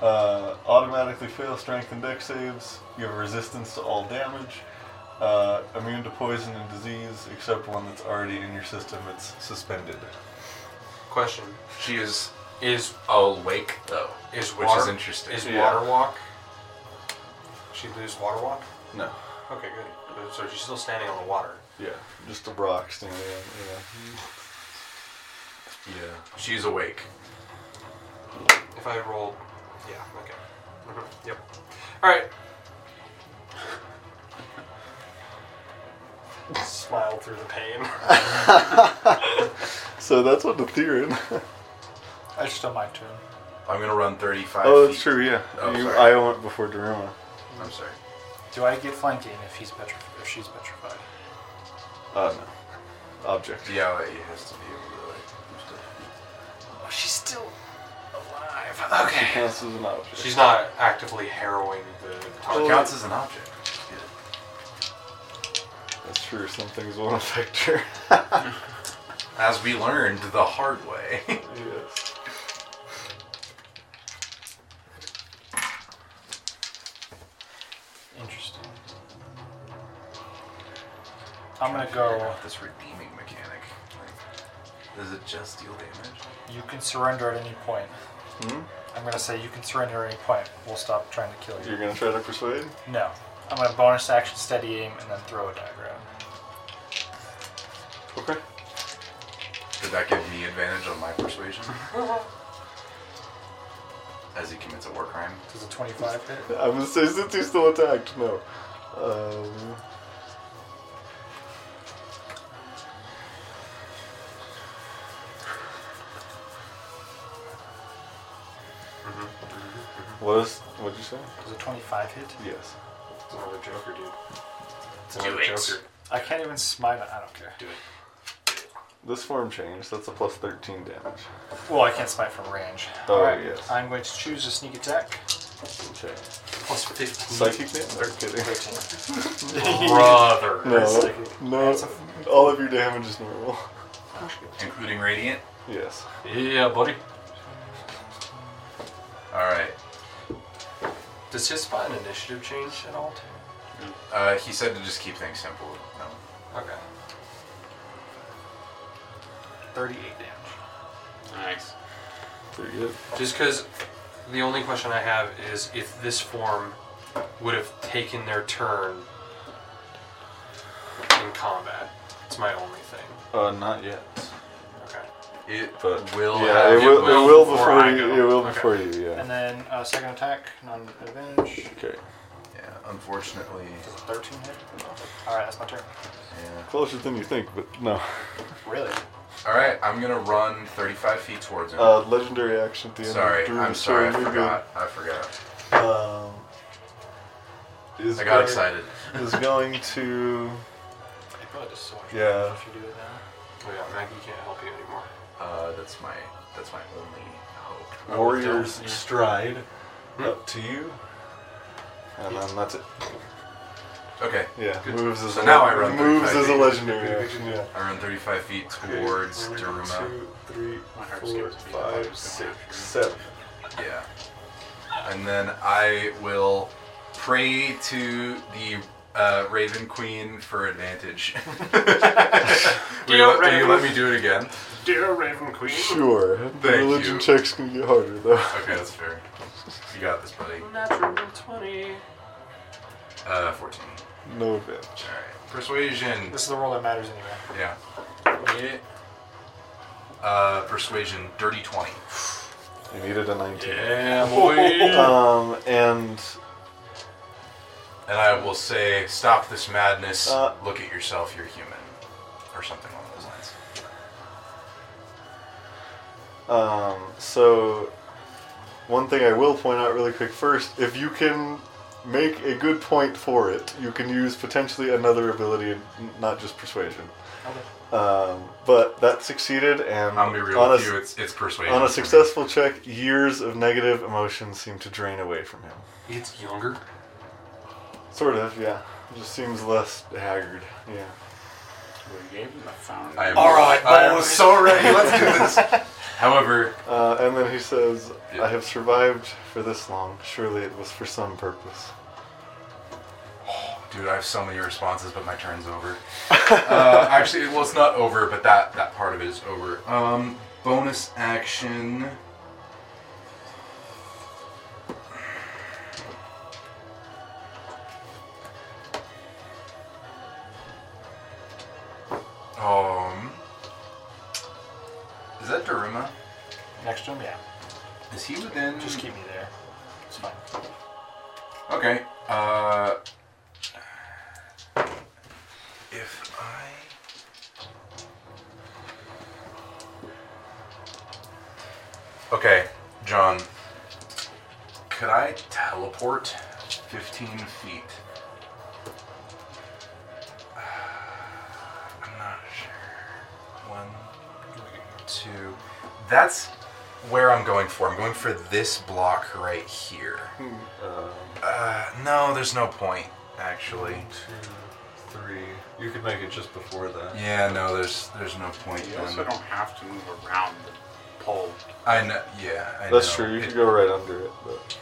Uh, automatically fail strength and dex saves. You have resistance to all damage. Uh, immune to poison and disease, except one that's already in your system. It's suspended.
Question.
she is
Is
awake though,
is
which
water
is interesting.
is
Yeah.
water walk? She lose water walk?
No.
Okay, good. So she's still standing on the water.
Yeah, just a rock standing on. Yeah.
yeah, she's awake.
If I roll, yeah, okay. Mhm, Yep. All right. Smile through the pain.
So that's what the Theron.
I just on my turn.
I'm gonna run 35.
oh, that's
feet.
true. Yeah,
Oh,
you,
sorry.
I went before Daruma.
I'm sorry.
Do I get flanking if he's petrified or she's petrified?
Uh, no, object.
Yeah, it E has to be able to like.
Oh, she's still alive.
She
Okay.
counts as an object.
She's not actively harrowing the
It
target.
counts as an object.
That's true. Some things won't affect her.
As we learned the hard way.
yes.
Interesting. I'm gonna go.
This redeeming mechanic. Like, does it just deal damage?
You can surrender at any point.
Hmm?
I'm gonna say you can surrender at any point. We'll stop trying to kill you.
You're gonna try to persuade?
No. I'm gonna bonus action steady aim and then throw a dagger at
Okay.
Did that give me advantage on my persuasion? As he commits a war crime.
him. Does a 25 hit?
I'm gonna say since he's still attacked. No. Um, Mm-hmm, what is? What'd you say?
Does a 25 hit?
Yes.
It's another Joker, dude. It's
Do
another
it.
Joker.
I can't even smite it. I don't care.
Do it.
This form change, that's a plus 13 damage.
Well, I can't smite from range.
Oh,
Alright,
yes.
I'm going to choose a sneak attack.
Okay.
Plus 15.
Psychic damage? I'm kidding.
13.
Brother.
No,
Psychic. That's
no, all of your damage is normal.
Including radiant?
Yes.
Yeah, buddy.
Alright.
Does his spot and initiative change at all? too?
Uh, he said to just keep things simple. No.
Okay.
38 damage.
Nice.
Pretty good.
Just because the only question I have is if this form would have taken their turn in combat. It's my only thing.
Uh, not yet.
Okay.
It
But-
will
Yeah,
have
it will, it
will
will
before
before
I
you.
go.
It will
Okay.
before you, yeah.
And then uh, second attack, non advantage.
Okay.
Yeah, unfortunately.
Does a 13 hit? Alright, that's my turn.
Yeah.
Closer than you think, but no.
Really?
All right, I'm gonna run 35 feet towards him.
Uh, legendary action at the end. of
sorry,
Drew's
I'm sorry, I
turn, you're
forgot. I forgot.
good. Um, is
I
going-
got excited.
Is going to.
It probably does so much.
Yeah.
If you do it now. Oh, yeah, Maggie can't help you anymore.
Uh, that's my that's my only hope.
Warrior's stride
Hmm?
up to you. And then that's it.
Okay,
Yeah, moves as
So
a
now I run
moves
35
as a
feet.
legendary action. Yeah.
I run 35 feet towards
One,
Daruma.
two, three,
My heart
four,
skips a beat. I thought it
five,
was
six,
going after
seven.
Yeah. And then I will pray to the uh, Raven Queen for advantage. Will you,
Dear
let, will you let
Raven.
me do it again?
Dear Raven Queen.
Sure. the
Thank
religion
you.
checks can get harder though.
Okay, that's fair. You got this, buddy.
Natural 20.
Uh, 14.
No advantage.
Alright. Persuasion.
This is the roll that matters anyway.
Yeah. Yeah. Uh, persuasion, dirty 20.
You needed a 19.
Yeah, boy.
Um, and
and I will say, stop this madness.
Uh,
Look at yourself, you're human. Or something along those
um,
lines.
so one thing I will point out really quick first, if you can make a good point for it, you can use potentially another ability, and n- not just persuasion. Um, but that succeeded, and
I'm gonna be real
on,
with
a,
you, it's, it's persuasion.
on a
for me.
successful check, years of negative emotions seem to drain away from him.
He gets younger.
Sort of, yeah. Just seems less haggard. Yeah.
We gave him the Oh, fountain.
I am,
All right,
I am
boys.
so ready. Let's do this. However,
Uh, and then he says,
Yeah.
I have survived for this long. Surely it was for some purpose.
dude, I have so many responses, but my turn's over. Uh, actually, well, it's not over, but that that part of it is over. Um, bonus action. Um, is that Daruma?
Next to him, yeah.
Is he within?
Just keep me there. It's fine.
Okay. Uh, if I. Okay, John. Could I teleport 15 feet? Uh, I'm not sure. One, two. That's where I'm going for. I'm going for this block right here.
Um,
Uh, no, there's no point, actually.
two, three. You could make it just before that.
Yeah, no, there's there's no point.
You
then.
also don't have to move around the pole.
I know. Yeah, I
That's
know.
true. You could
It-
go right under it. But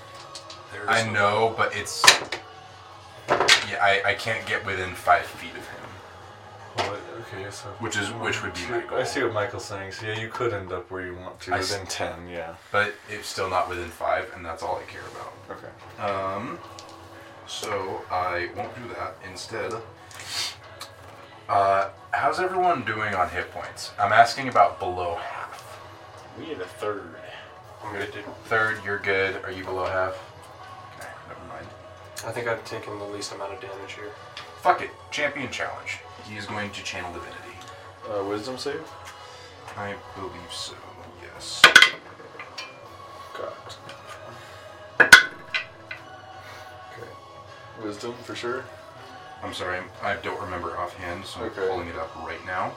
There's
I know, but it's. Yeah, I, I can't get within five feet of him,
well, okay, so
which is which would be my goal.
I see what Michael's saying. So yeah, you could end up where you want to
I
within
s-
ten. Yeah.
But it's still not within five, and that's all I care about.
Okay.
Um, so I won't do that. Instead, uh, how's everyone doing on hit points? I'm asking about below half.
We had a third.
I'm good, dude.
Third, you're good. Are you below half? Okay, never mind.
I think I've taken the least amount of damage here.
Fuck it. Champion challenge. He is going to channel divinity.
Uh, wisdom save.
I believe so. Yes.
God. Okay. Wisdom for sure.
I'm sorry. I'm- I don't remember offhand, so
Okay.
I'm pulling it up right now.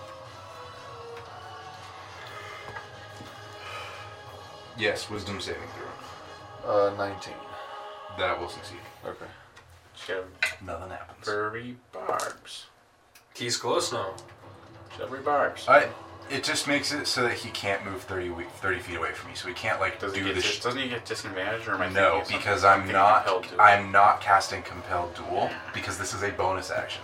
Yes, wisdom saving throw.
Uh, nineteen.
That will succeed.
Okay.
Shove
Nothing happens.
Burry Barbs.
He's close now.
Chevy Barbs.
I, it just makes it so that he can't move 30, we- 30 feet away from me, so he can't like
Does he
do
get
the.
dis-
Sh-
doesn't he get disadvantaged or am I thinking
no,
of something-
because
thinking
I'm
of
not.
compelled to?
I'm not casting compelled duel because this is a bonus action.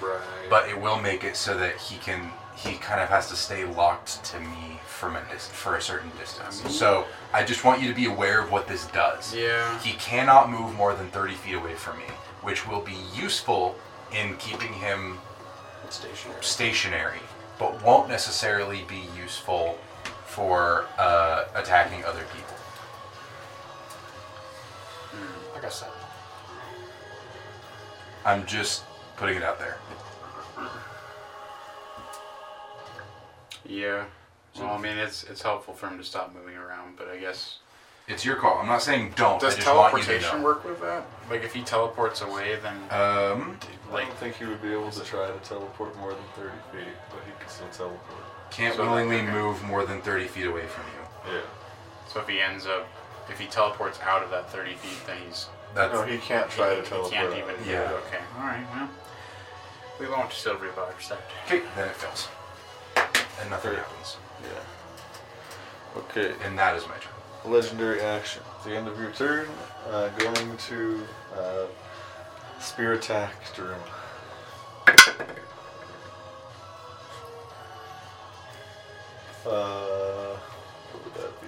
Right.
but it will make it so that he can he kind of has to stay locked to me from a dis- for a certain distance.
Mm-hmm.
So I just want you to be aware of what this does.
Yeah.
He cannot move more than 30 feet away from me, which will be useful in keeping him
stationary.
stationary, but won't necessarily be useful for uh, attacking other people.
Like I said,
I'm just putting it out there.
Yeah. Well, I mean, it's it's helpful for him to stop moving around, but I guess
It's your call. I'm not saying don't.
does
I just want you to
teleportation
know.
work with that? Like, if he teleports away, then
Um,
I
like
don't think he would be able to try to teleport more than 30 feet, but he could still teleport.
can't
So-
willingly move more than 30 feet away from you.
Yeah.
so if he ends up if he teleports out of that thirty feet, then he's
That's
no, he can't try
he,
to teleport.
He can't
out.
even.
Yeah.
Okay. All right. Well, we won't still revive that.
okay. Then it fails, and nothing happens.
Yeah. Okay.
And that is my turn.
Legendary action. At the end of your turn, uh, going to uh, spear attack Durum. Uh, what would that be?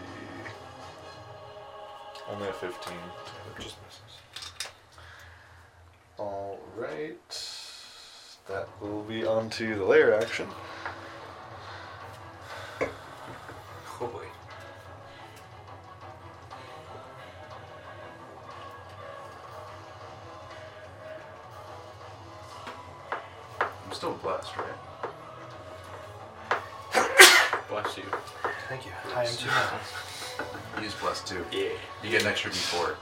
Only a 15. Just misses. Alright. That will be onto the layer action.
Oh boy.
I'm still blessed, right?
Bless you.
Thank you. I am too.
Use blessed too.
Yeah.
You get an extra d4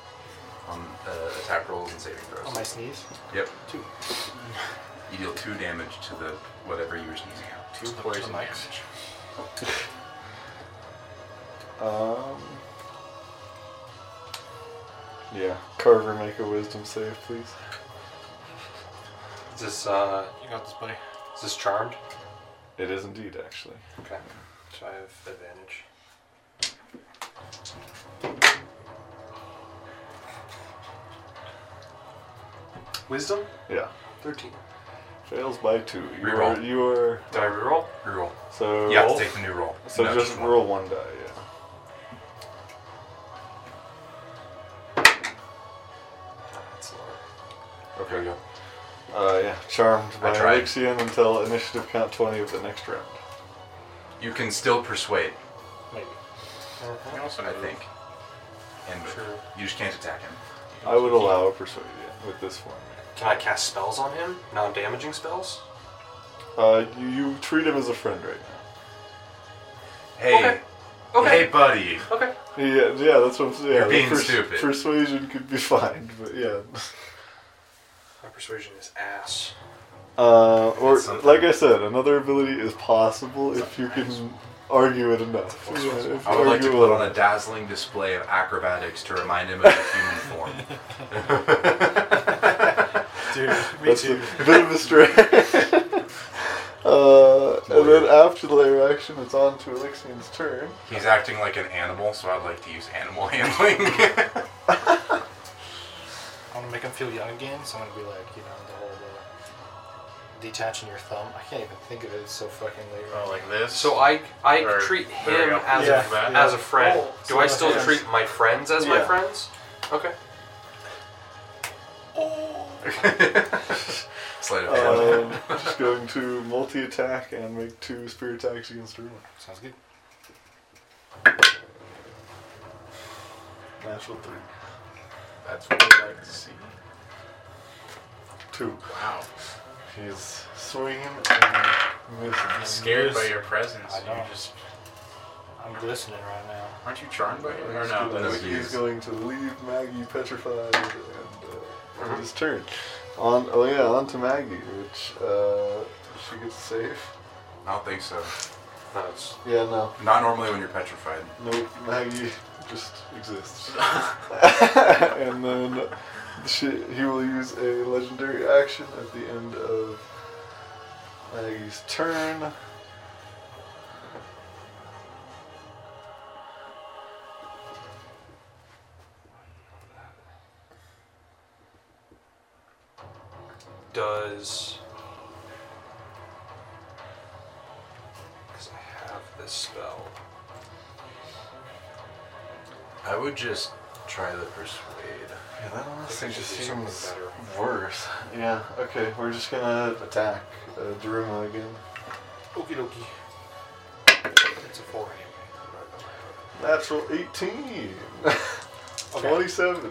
on uh, attack rolls and saving throws.
On Oh my sneeze.
Yep.
Two.
You deal two damage to the whatever you were sneezing at.
Two poison
Mike.
damage.
Um. Yeah, Carver, make a wisdom save, please.
Is this uh
You got this, buddy.
is this charmed?
It is indeed, actually.
Okay. So I have advantage.
Wisdom?
Yeah,
13.
fails by two. You
Reroll.
are, you are
Did I reroll?
Reroll.
so.
Yeah, let's take the new roll.
So
No,
just
one.
roll one die. Yeah.
That's lower.
Okay, we go.
Uh, yeah, charmed by
tried.
Elixion until initiative count twenty of the next round.
You can still persuade,
Maybe.
Uh-huh.
He also
I
moved.
think. And move.
Sure.
you just can't attack him.
I would allow a persuade yeah, with this one.
Can I cast spells on him? Non-damaging spells?
Uh, you, you treat him as a friend right now.
Hey,
Okay. Okay.
hey, buddy.
Okay.
Yeah, yeah, that's what I'm saying. Yeah,
You're
the
being stupid.
Persuasion could be fine, but yeah.
My persuasion is ass.
Uh, or
That's something.
like I said, another ability is possible if you can argue it enough. Yeah, if
I would like to
argue
put
it
on a
enough.
dazzling display of acrobatics to remind him of his human form.
Dude, me
That's
too.
a bit of a stretch. uh, and then after the layer action, it's on to Elixion's turn.
He's acting like an animal, so I'd like to use animal handling.
I want to make him feel young again, so I'm going to be like, you know, the whole uh, detaching your thumb. I can't even think of it. It's so fucking late.
Oh, like this.
So I I
Or-
treat
there we
him
go.
as
Yeah.
a as a friend.
Oh,
Do I
so
still
yes.
treat my friends as my
Yeah.
friends? Okay.
Sleight of hand.
Um, just going to multi attack and make two spear attacks against Ruin.
Sounds good.
Natural three.
That's what we like to see.
Two.
Wow.
He's swinging and missing.
I'm scared by your presence.
I know.
You just
I'm glistening right now.
aren't you charmed by it? Or
He's
no?
gonna-
that's-
he's going to leave Maggie petrified and uh,
Uh-huh.
it's his turn. On oh yeah, on to Maggie, which uh, she gets safe.
I don't think so.
No, it's
Yeah, no,
Not normally when you're petrified.
no, Maggie just exists. and then she, he will use a legendary action at the end of Maggie's turn.
does because I have this spell.
I would just try the persuade.
Yeah, that honestly
Think we
just
should do something
seems
better.
worse. Yeah. Okay, we're just gonna attack uh, Daruma again.
Okie dokie. It's a four anyway.
Natural 18. 27.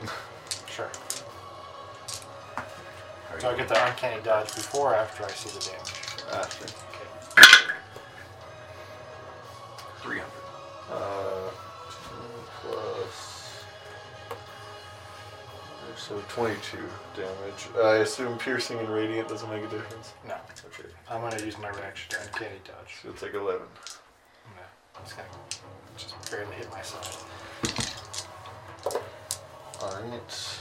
Sure.
Are
Do I
you-
get the uncanny dodge before or after I see the damage?
After.
Okay.
300.
Uh, 10 plus. So 22 damage. I assume piercing and radiant doesn't make a difference.
No, it's okay. I'm gonna use my reaction to uncanny dodge.
So it's like 11.
I'm gonna- I'm just gonna just barely hit myself.
Alright.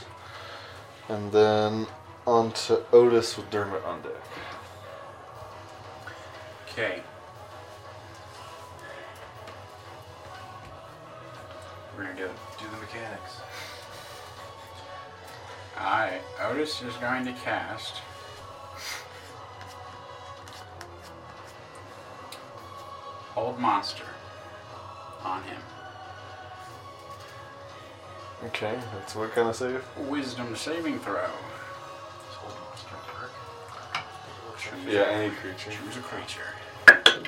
And then on to Otis with Dermot on deck.
Okay. We're gonna do it.
Do the mechanics.
I Otis is going to cast. Old monster on him.
Okay, that's what kind of save?
Wisdom saving throw. Choose-
any creature.
Choose a creature.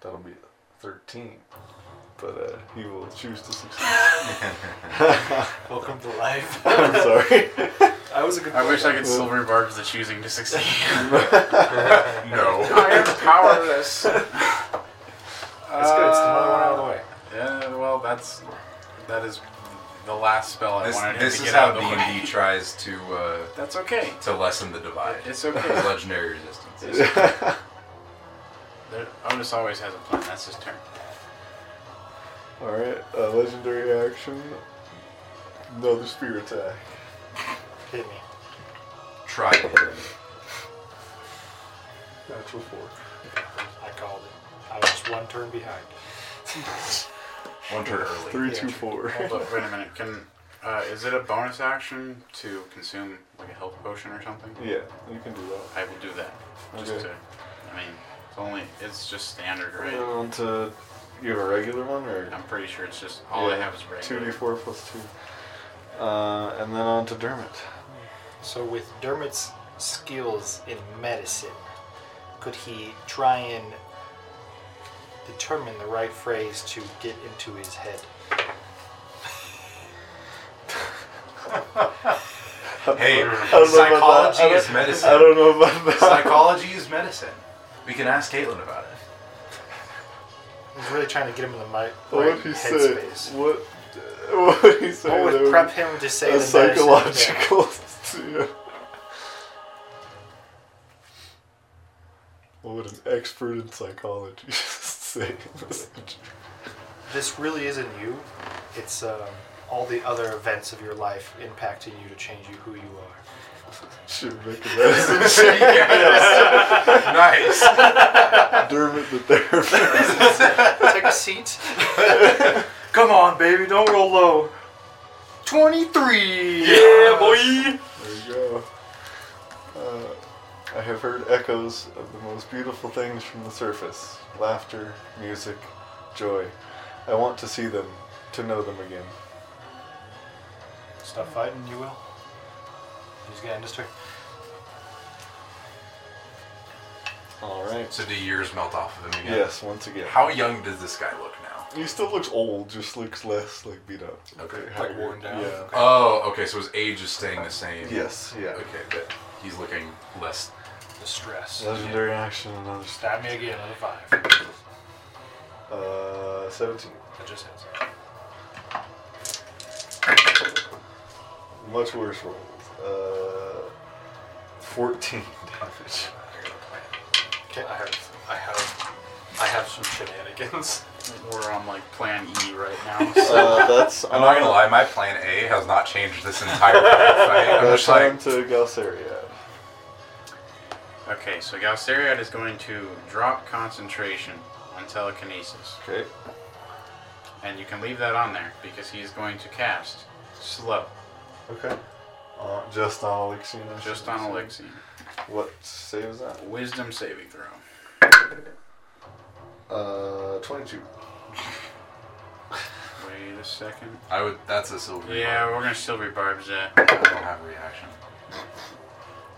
That'll be 13. But uh, he will choose to succeed.
Welcome to life.
I'm sorry.
I was a good.
I wish I could silver barb the choosing to succeed.
No.
I am powerless.
That's good. It's another one out of the way.
Yeah, well, that's that is the last spell I
This,
wanted him
this
to
is
get
how
out of
D
the
and
way.
D tries to uh,
That's okay.
to lessen the divide.
It's okay.
Legendary resistance.
There- Otis always has a plan. That's his turn.
Alright, uh, legendary action. Another spear attack.
Hit me.
Try it.
Natural 4.
I called it. I was one turn behind.
One turn early.
Three, two, four.
Hold up, wait a minute. Can uh, is it a bonus action to consume like a health potion or something?
Yeah, you can do that.
I will do that. Just
Okay.
to, I mean, it's only it's just standard,
And then
right?
on to. You have a regular one, or?
I'm pretty sure it's just all I
Yeah,
have is regular.
2d4 plus 2. Uh, and then on to Dermot.
So, with Dermot's skills in medicine, could he try and determine the right phrase to get into his head?
Hey,
don't know about
psychology
that.
is
I
medicine.
don't know about that.
Psychology is medicine. We can ask Caitlin about it.
He's really trying to get him in the mi- right
What would he say?
headspace.
What, what would he say?
What
that
would
would-
prep him to say the
a
medicine thing?
psychological. yeah. What would an expert in psychology say? in this situation?
This really isn't you. It's um, all the other events of your life impacting you to change you who you are.
Should make a medicine
Nice.
Dermot the therapist.
Take a seat.
Come on, baby, don't roll low.
23!
Yeah, boy.
There you go. Uh, I have heard echoes of the most beautiful things from the surface laughter, music, joy. I want to see them, to know them again.
Stop fighting, you will. He's gonna end his turn.
Alright.
So do years melt off of him again?
Yes, once again.
How young does this guy look now?
He still looks old, just looks less like beat up.
Okay.
Like worn down. Yeah.
Oh, okay. So his age is staying the same.
Yes, yeah.
Okay, but he's looking less.
The stress.
Legendary action, another st-
Stab me again, another five.
uh, 17.
That just hits.
Much worse rolls. Uh, 14 damage.
Okay,
I have, I have, I have some shenanigans.
We're on like Plan E right now. So
Uh, that's
I'm not gonna lie, my plan A has not changed this entire fight. I'm
That's
just like,
time to Galceria.
Okay, so Galceriad is going to drop concentration on telekinesis.
Okay.
And you can leave that on there because he is going to cast slow,
Okay. Uh, just on Elixina.
just on Elixir.
What save is that?
Wisdom saving throw.
Uh, 22.
Wait a second.
I would. That's a silver.
Yeah, we're gonna silver barbs that.
I don't have a reaction.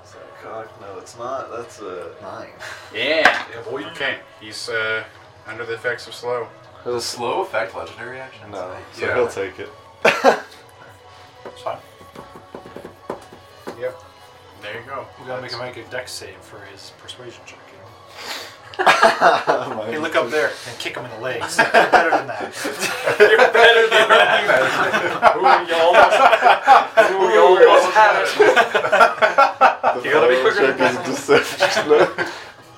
Is that a cock? No, it's not. That's a 9.
Yeah. Okay, he's uh, under the effects of slow.
The slow effect legendary action.
No, so
yeah.
he'll take it.
It's fine.
There you you go.
We gotta make him make a dex save for his persuasion check. You know?
hey,
Hey, look up there and kick him in the legs. You're better than that.
You're better than that. Ooh, you almost, ooh, you almost had it.
You
gotta be quicker than
Check is deception.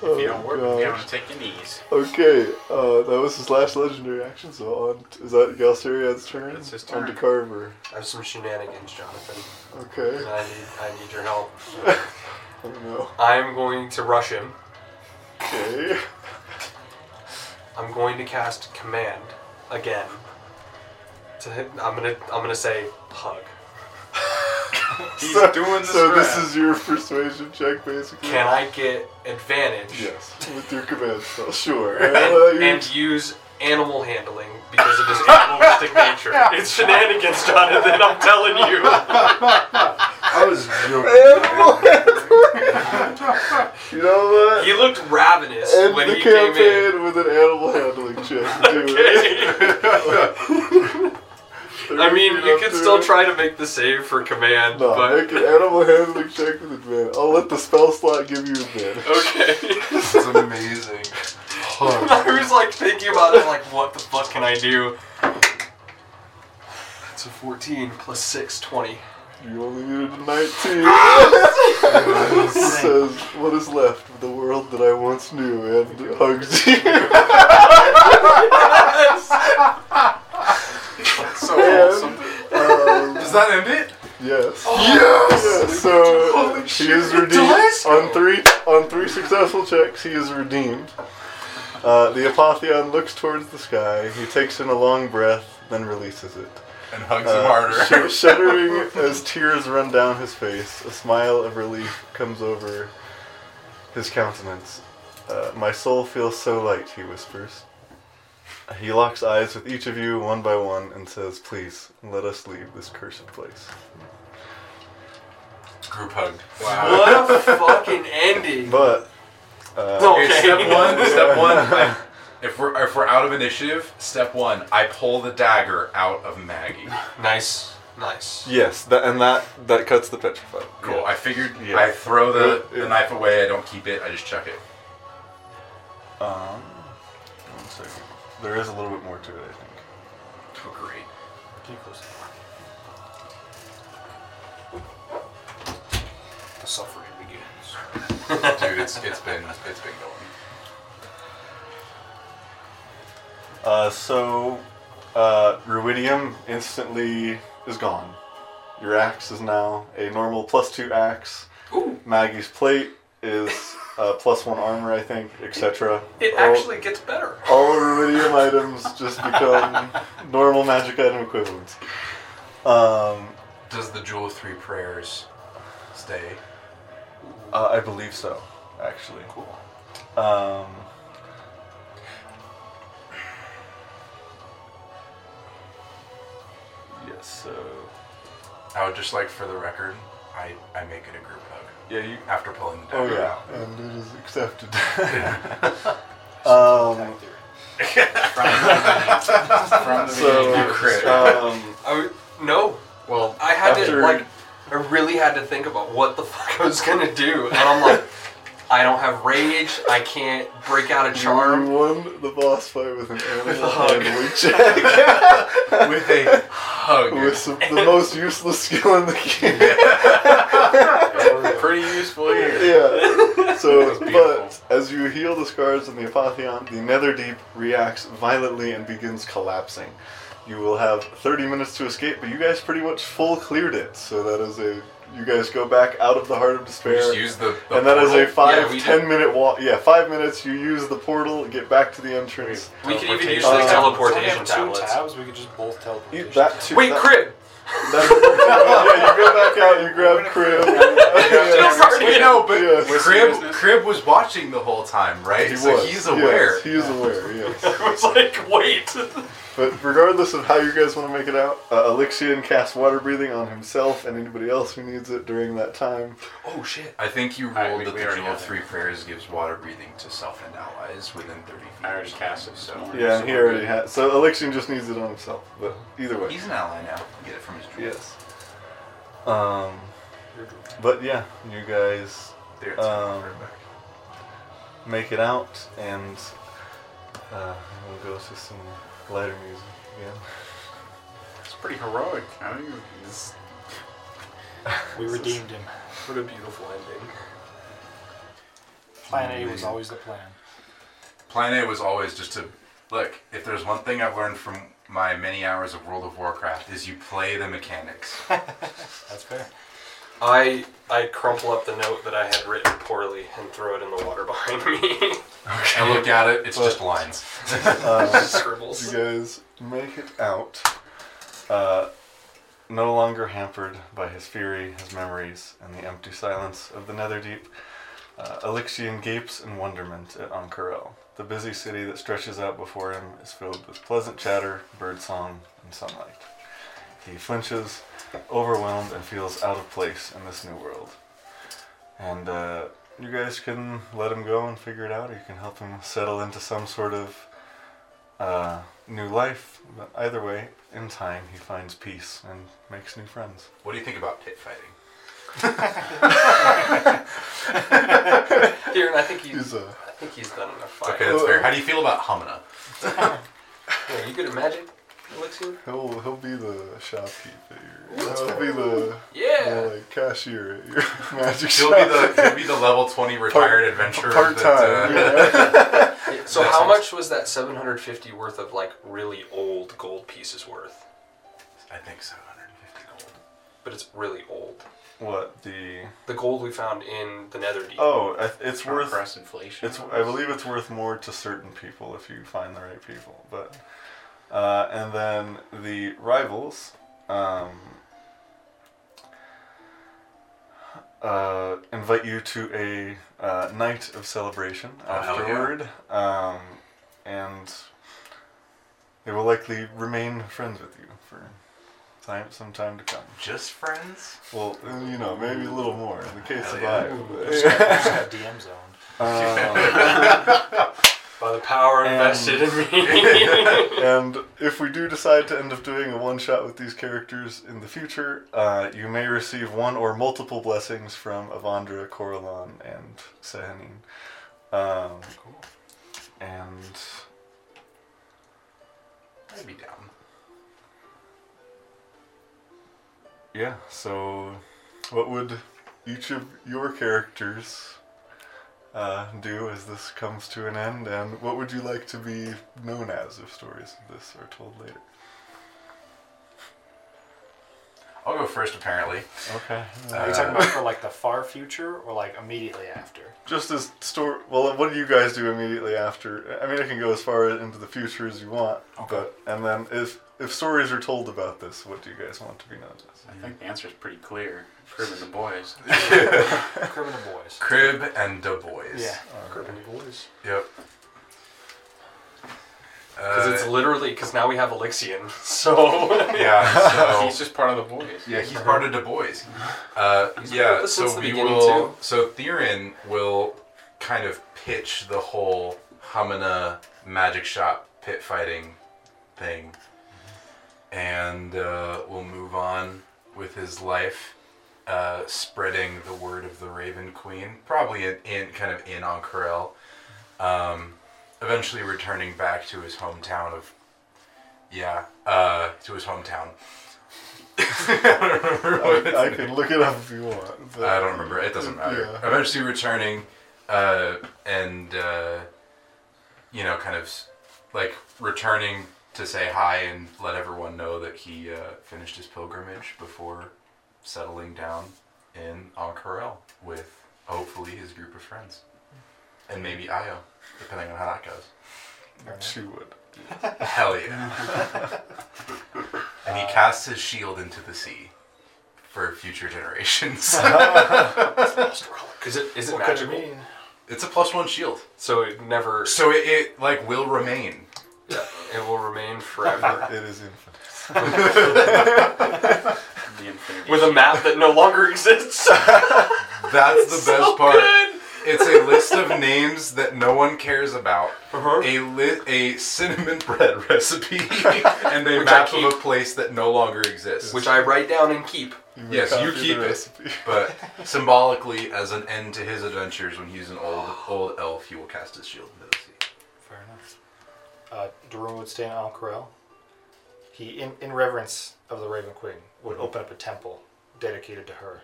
If you don't work,
Oh,
you
God.
want to take your knees.
Okay, uh, that was his last legendary action. So on, t- is that Galcerian's turn?
It's his
On to
turn.
Carver.
I have some shenanigans, Jonathan.
Okay.
and I need, I need your help.
Oh no.
I'm going to rush him.
Okay.
I'm going to cast command again. To him, I'm gonna I'm gonna say hug.
He's
So-
doing the
So this
strat.
is your persuasion check, basically.
Can I get advantage
Yes. With your command spell, sure. Uh,
and,
you-
and use animal handling because of his animalistic nature? It's shenanigans, Jonathan. I'm telling you.
I was
you know what?
He looked ravenous
End
when
the
he
campaign with an animal handling check. Do
came in.
it.
Okay.
They're
I mean,
working
you
up
can
to
still
it.
try to make the save for command,
No,
but
make an animal handling check with advantage. I'll let the spell slot give you advantage.
okay.
This is amazing.
I was like thinking about it, like, what the fuck can I do? That's a 14 plus 6, 20.
You only needed a 19. It says, what is left of the world that I once knew and hugs you.
So
And, um,
Does that end it?
yes. yes! So he is redeemed on three on three successful checks. He is redeemed. Uh, the apotheon looks towards the sky. He takes in a long breath, then releases it.
And hugs him
Uh,
harder.
sh- shuddering as tears run down his face, a smile of relief comes over his countenance. Uh, My soul feels so light, he whispers. He locks eyes with each of you one by one and says, Please, let us leave this cursed place.
Group hug.
Wow.
What a fucking ending.
But, uh,
No.
Okay, step one. Step one. I, if we're if we're out of initiative, step one. I pull the dagger out of Maggie.
Nice. Nice.
yes, that, and that, that cuts the petrify.
Cool. I figured
Yeah.
I throw the,
Yeah.
the knife away. I don't keep it. I just chuck it.
Um, one second. There is a little bit more to it, I think.
Oh, great.
The suffering begins.
Dude, it's, it's been it's been going.
Uh, so, uh, Ruidium instantly is gone. Your axe is now a normal plus two axe. Maggie's plate is uh, plus one armor, I think, etc.
It
All-
actually gets better.
all Ruidium items just become normal magic item equivalents. Um,
Does the jewel of three prayers stay?
uh, I believe so, actually. Cool. Um, yes. So.
I would just like, for the record, I I make it a group hug
Yeah, you.
after pulling the
Oh
dagger
yeah,
out.
and it is accepted. um,
From the
so
beginning.
crit.
um,
I w- no.
Well,
I had
After-
to, like, I really had to think about what the fuck I was gonna do. And I'm like, I don't have rage. I can't break out a
you
charm.
won the boss fight with an animal
hug.
handling check
With a hug.
with some, the most useless skill in the game.
pretty useful here.
yeah. So,
beautiful.
but as you heal the scars in the apotheon, the Netherdeep reacts violently and begins collapsing. You will have 30 minutes to escape, but you guys pretty much full cleared it. So that is a you guys go back out of the heart of despair.
Just use the, the
and that is a
portal.
five,
Yeah, we-
ten minute walk. Yeah, five minutes. You use the portal, get back to the entrance.
We could even use
Uh,
the teleportation
Don't we have two
tablets.
tabs. We could just both
You,
teleportation.
that too.
Wait,
that,
crib!
that- yeah, you go back out. You grab crib.
Just
yeah,
already-
Wait, no, but
Yeah.
Crib,
Business.
Crib was watching the whole time, right?
He
so
was,
he's aware.
Yes, he is aware. Yes.
I was like, wait.
But regardless of how you guys want to make it out, uh, Elixion casts water breathing on himself and anybody else who needs it during that time.
Oh shit.
I think you ruled
Alright, we-
that
we
the
already
Jewel
got
of
that.
Three Prayers gives water breathing to self and allies within 30 feet.
I already cast it, so.
Yeah, and he already has. So Elixion just needs it on himself. But either way.
He's an ally now. Get it from his jewel.
Yes. Um, But yeah, you guys
There, it's um,
Um,
right back.
make it out, and uh, we'll go to some lighter music again.
It's pretty heroic. I think it's
We redeemed him.
What a beautiful ending.
Plan A was always the plan.
Plan A was always just to look. If there's one thing I've learned from my many hours of World of Warcraft is you play the mechanics.
That's fair.
I I crumple up the note that I had written poorly and throw it in the water behind me.
I look at it; it's just lines.
Scribbles.
You guys make it out, uh, no longer hampered by his fury, his memories, and the empty silence of the Netherdeep. Uh, Elixian gapes in wonderment at Ankarel. The busy city that stretches out before him is filled with pleasant chatter, birdsong, and sunlight. He flinches, overwhelmed, and feels out of place in this new world. And uh, you guys can let him go and figure it out, or you can help him settle into some sort of uh, new life. But either way, in time, he finds peace and makes new friends.
What do you think about tit fighting?
Dear, and I think he's
He's a
I think he's done enough
Okay,
fighting.
that's fair. How do you feel about Humina?
Yeah, you good at magic, Elixir?
he'll he'll be the shopkeeper. at your- He'll be the,
Yeah.
the like cashier at your magic
He'll
shop.
be the he'll be the level twenty retired adventurer.
Part time.
that, uh,
Yeah, So
That
how
sounds-
much was that 750 worth of like really old gold pieces worth?
I think so. 150 gold.
But it's really old.
What the?
The gold we found in the Netherdeep.
Oh, I- it's worth.
press inflation.
It's I believe it's worth more to certain people if you find the right people. But uh, and then the rivals. Um, uh, invite you to a uh, night of celebration
Oh, hell yeah.
afterward, um, and they will likely remain friends with you for time, some time to come.
Just friends?
Well, you know, maybe a little more in the case
Hell
of
yeah.
I.
Just got DM zoned.
Um,
By the power
And-
invested in me.
and if we do decide to end up doing a one shot with these characters in the future, uh, you may receive one or multiple blessings from Avandra, Coralon, and Sehanin. Um, And
I'd be down.
yeah, so what would each of your characters uh, do as this comes to an end? And what would you like to be known as if stories of this are told later?
I'll go first, apparently.
Okay.
Are you Uh, talking about for like the far future or like immediately after?
just as store well what do you guys do immediately after i mean i can go as far into the future as you want
Uh,
but and then if if stories are told about this what do you guys want to be known as
I think the answer is pretty clear. Crib and the boys.
Criminal boys.
Crib and Du Bois.
Yeah.
Yep.
Because it's
Uh,
literally because now we have Elixion. So
yeah, so
He's just part of the boys.
Yeah, he's part of Du Bois. Uh,
He's been with
yeah,
us
so
since the
we
beginning,
will.
too.
So Theron will kind of pitch the whole Hamina magic shop pit fighting thing, and uh, we'll move on with his life, uh, spreading the word of the Raven Queen, probably in, in kind of in on Corel. Um, eventually returning back to his hometown of, yeah, uh, to his hometown. I don't remember what it's
I, I can look it up if you want but-
I don't remember. It doesn't matter.
Yeah.
Eventually returning, uh, and uh, you know, kind of s- like returning to say hi and let everyone know that he uh, finished his pilgrimage before settling down in Ankarel with hopefully his group of friends, and maybe Io, depending on how that goes.
she would
Hell yeah! and he casts his shield into the sea for future generations.
is it is it
What could it
magical?
mean?
it's a plus one shield.
So it never.
So it, it like will remain.
Yeah, it will remain forever
it is infinite
The infinity.
with a map that no longer exists.
That's the best part. it's a list of names that no one cares about,
Uh-huh.
a li- a cinnamon bread recipe, and a
Which I
map of a
keep.
place that no longer exists.
Which I write down and keep.
yes, you
Copy
keep
the
it,
recipe.
but symbolically as an end to his adventures when he's an old old elf, he will cast his shield into the sea.
Fair enough. Uh, Darun would stay in Alcarel. He, in, in reverence of the Raven Queen, would open up a temple dedicated to her,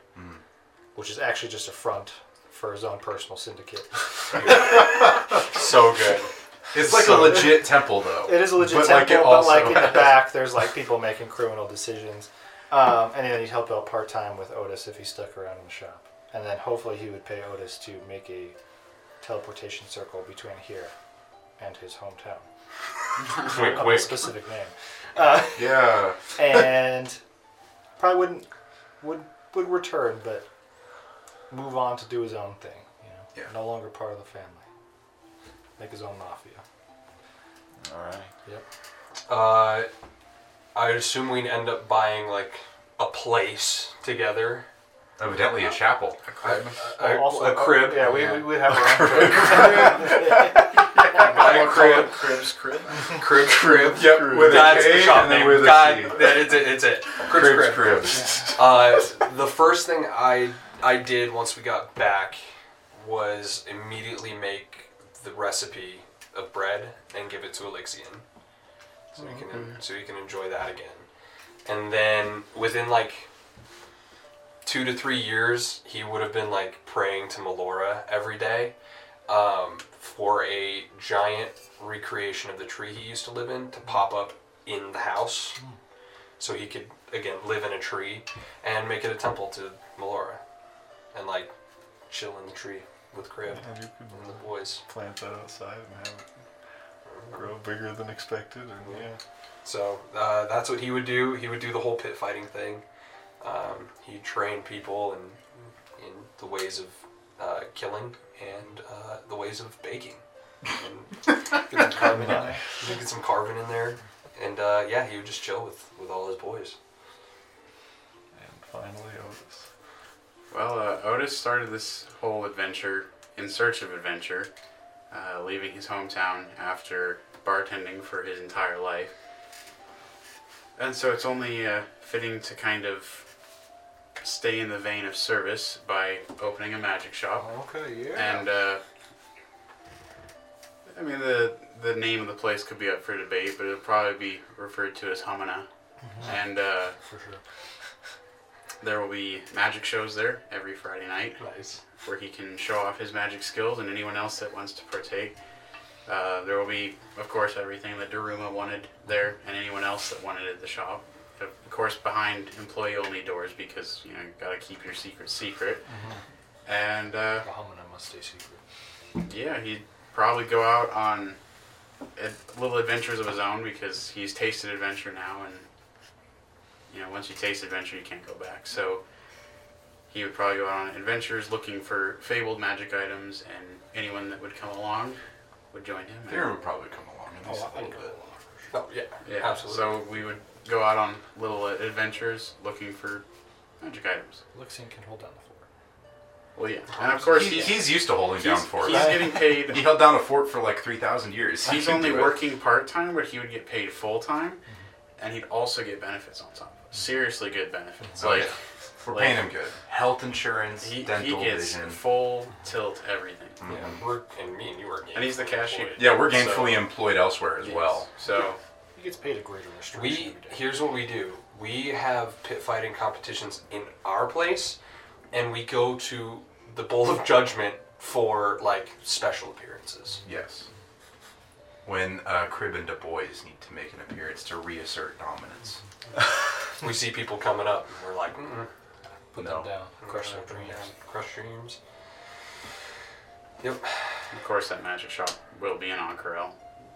which is actually just a front for his own personal syndicate.
So good.
It's like a legit temple though.
It is a legit
But, like,
temple,
it
but like
also
in the
has-
back, there's like people making criminal decisions. Um, and then he'd help out part time with Otis if he stuck around in the shop. And then hopefully he would pay Otis to make a teleportation circle between here and his hometown
Quick,
of a
quick.
specific name.
Yeah.
and probably wouldn't would would return, but move on to do his own thing. You know,
Yeah.
no longer part of the family. Make his own mafia.
All right.
Yep.
Uh, I would assume we'd end up buying like a place together.
Evidently a chapel.
I- I- I-
Well, Oh, also- oh,
a crib.
yeah, we, we would have our own crib.
Buy a crib.
Crib's crib.
Crib, crib.
Yep, with
That's
a K
the shop
and then
name.
with a C.
God, that is it. It's it. Crib's
Cribs,
crib.
cribs.
Uh, the first thing I I did once we got back was immediately make the recipe of bread and give it to Elixion, so he can so he can enjoy that again. And then within like two to three years, he would have been like praying to Melora every day um, for a giant recreation of the tree he used to live in to pop up in the house so he could again live in a tree and make it a temple to Melora, and like chill in the tree with Crib
And you could
and the boys.
plant that outside and have it grow bigger than expected. And yeah.
So uh, that's what he would do. He would do the whole pit fighting thing. Um, he'd train people in in the ways of uh, killing and uh, the ways of baking. And get some carving in, get some carving in there, and uh, yeah, he would just chill with with all his boys.
And finally, Otis.
Well, uh, Otis started this whole adventure in search of adventure, uh, leaving his hometown after bartending for his entire life. And so it's only uh, fitting to kind of stay in the vein of service by opening a magic shop.
Okay,
And, uh, I mean, the, the name of the place could be up for debate, but it'll probably be referred to as Hamana. And, uh,
for sure.
there will be magic shows there every Friday night
Nice.
where he can show off his magic skills and anyone else that wants to partake. Uh, there will be, of course, everything that Daruma wanted there and anyone else that wanted at the shop. Of course, behind employee only doors because you know you gotta keep your secret secret. And uh,
Bahamana must stay secret.
yeah, he'd probably go out on ad- little adventures of his own because he's tasted adventure now, and you know, once you taste adventure, you can't go back. So he would probably go out on adventures looking for fabled magic items, and anyone that would come along would join him. and-
Theron would probably come along at least a little bit.
Oh yeah,
yeah,
absolutely.
So we would go out on little uh, adventures looking for magic items.
Elixir can hold down the fort.
Well, yeah, and of course
He-
he's,
he's used to holding down
he's,
forts.
he's getting paid.
He held down a fort for like 3,000 years. He
He's
can
only
do it.
working part time, but he would get paid full time, and he'd also get benefits on top. of it. Seriously good benefits.
Oh,
Like
yeah. We're paying him good. Health insurance,
he, he
dental
gets
vision. Mm-hmm.
full tilt everything,
Yeah, we're, and me and you are.
and he's the cashier.
Yeah, we're
So-
gainfully employed elsewhere as
Yes.
well.
So
He gets paid a greater restoration
We
every day.
here's what we do. We have pit fighting competitions in our place, and we go to the Bowl of Judgment for like special appearances.
Yes. When uh, Crib and Du Bois need to make an appearance to reassert dominance.
We see people coming up, and we're like, mm
Put
No.
them down.
crush their dreams, crush dreams. Yep.
of course that magic shop will be in Onkarel.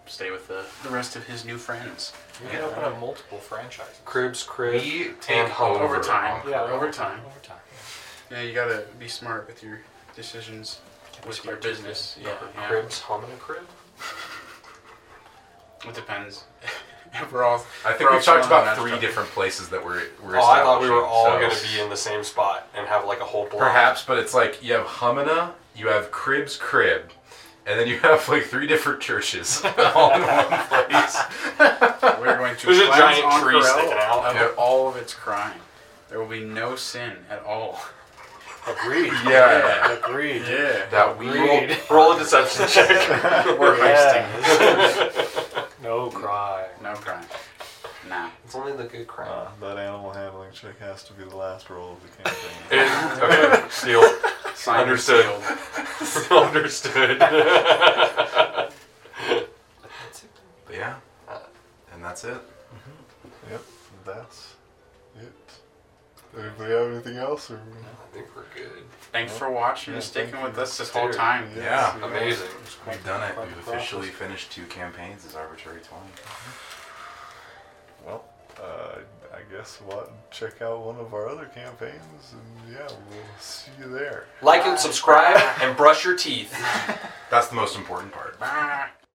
Stay with the, the rest of his new friends.
You can open up multiple franchises.
Cribs, crib.
We
and
take
Home
over,
Over time.
Ankh.
Yeah, over time.
Over time.
Yeah, you gotta be smart with your decisions, with your business. Yeah, yeah.
Cribs, hominin crib.
It depends. If we're all,
I
we're
think
all
we've talked
chilling on
about
that
three
stuff.
different places that we're, we're
Oh, I thought we were all
establishing,
gonna
so-
be in the same spot and have like a whole block.
Perhaps, but it's like you have Humina, you have Crib's Crib, and then you have like three different churches all in one place.
We're going to
There's a
cleanse
giant
on
tree
Corel
sticking out.
of
Yep.
all of its crime. There will be no sin at all.
Agreed.
Yeah.
Agreed.
Yeah.
That we
Agreed.
Roll a deception check.
We're
Yeah.
heisting.
No crime.
No crime. Nah.
It's only the good crime.
Uh, that animal handling check has to be the last roll of the campaign.
And- Uh, okay, deal.
Signed and
Understood.
sealed.
Understood.
But yeah, and that's it.
Yep, that's it. Anybody have anything else? Or?
I think we're good.
Thanks for watching and
Yeah,
sticking
thank
with
you.
us this whole
Dude.
time.
Yeah.
Amazing.
We've done it. We've officially finished two campaigns as arbitrary twenty.
Well, uh, I guess we'll check out one of our other campaigns, and yeah, we'll see you there.
Like and subscribe and brush your teeth.
That's the most important part.
Bye.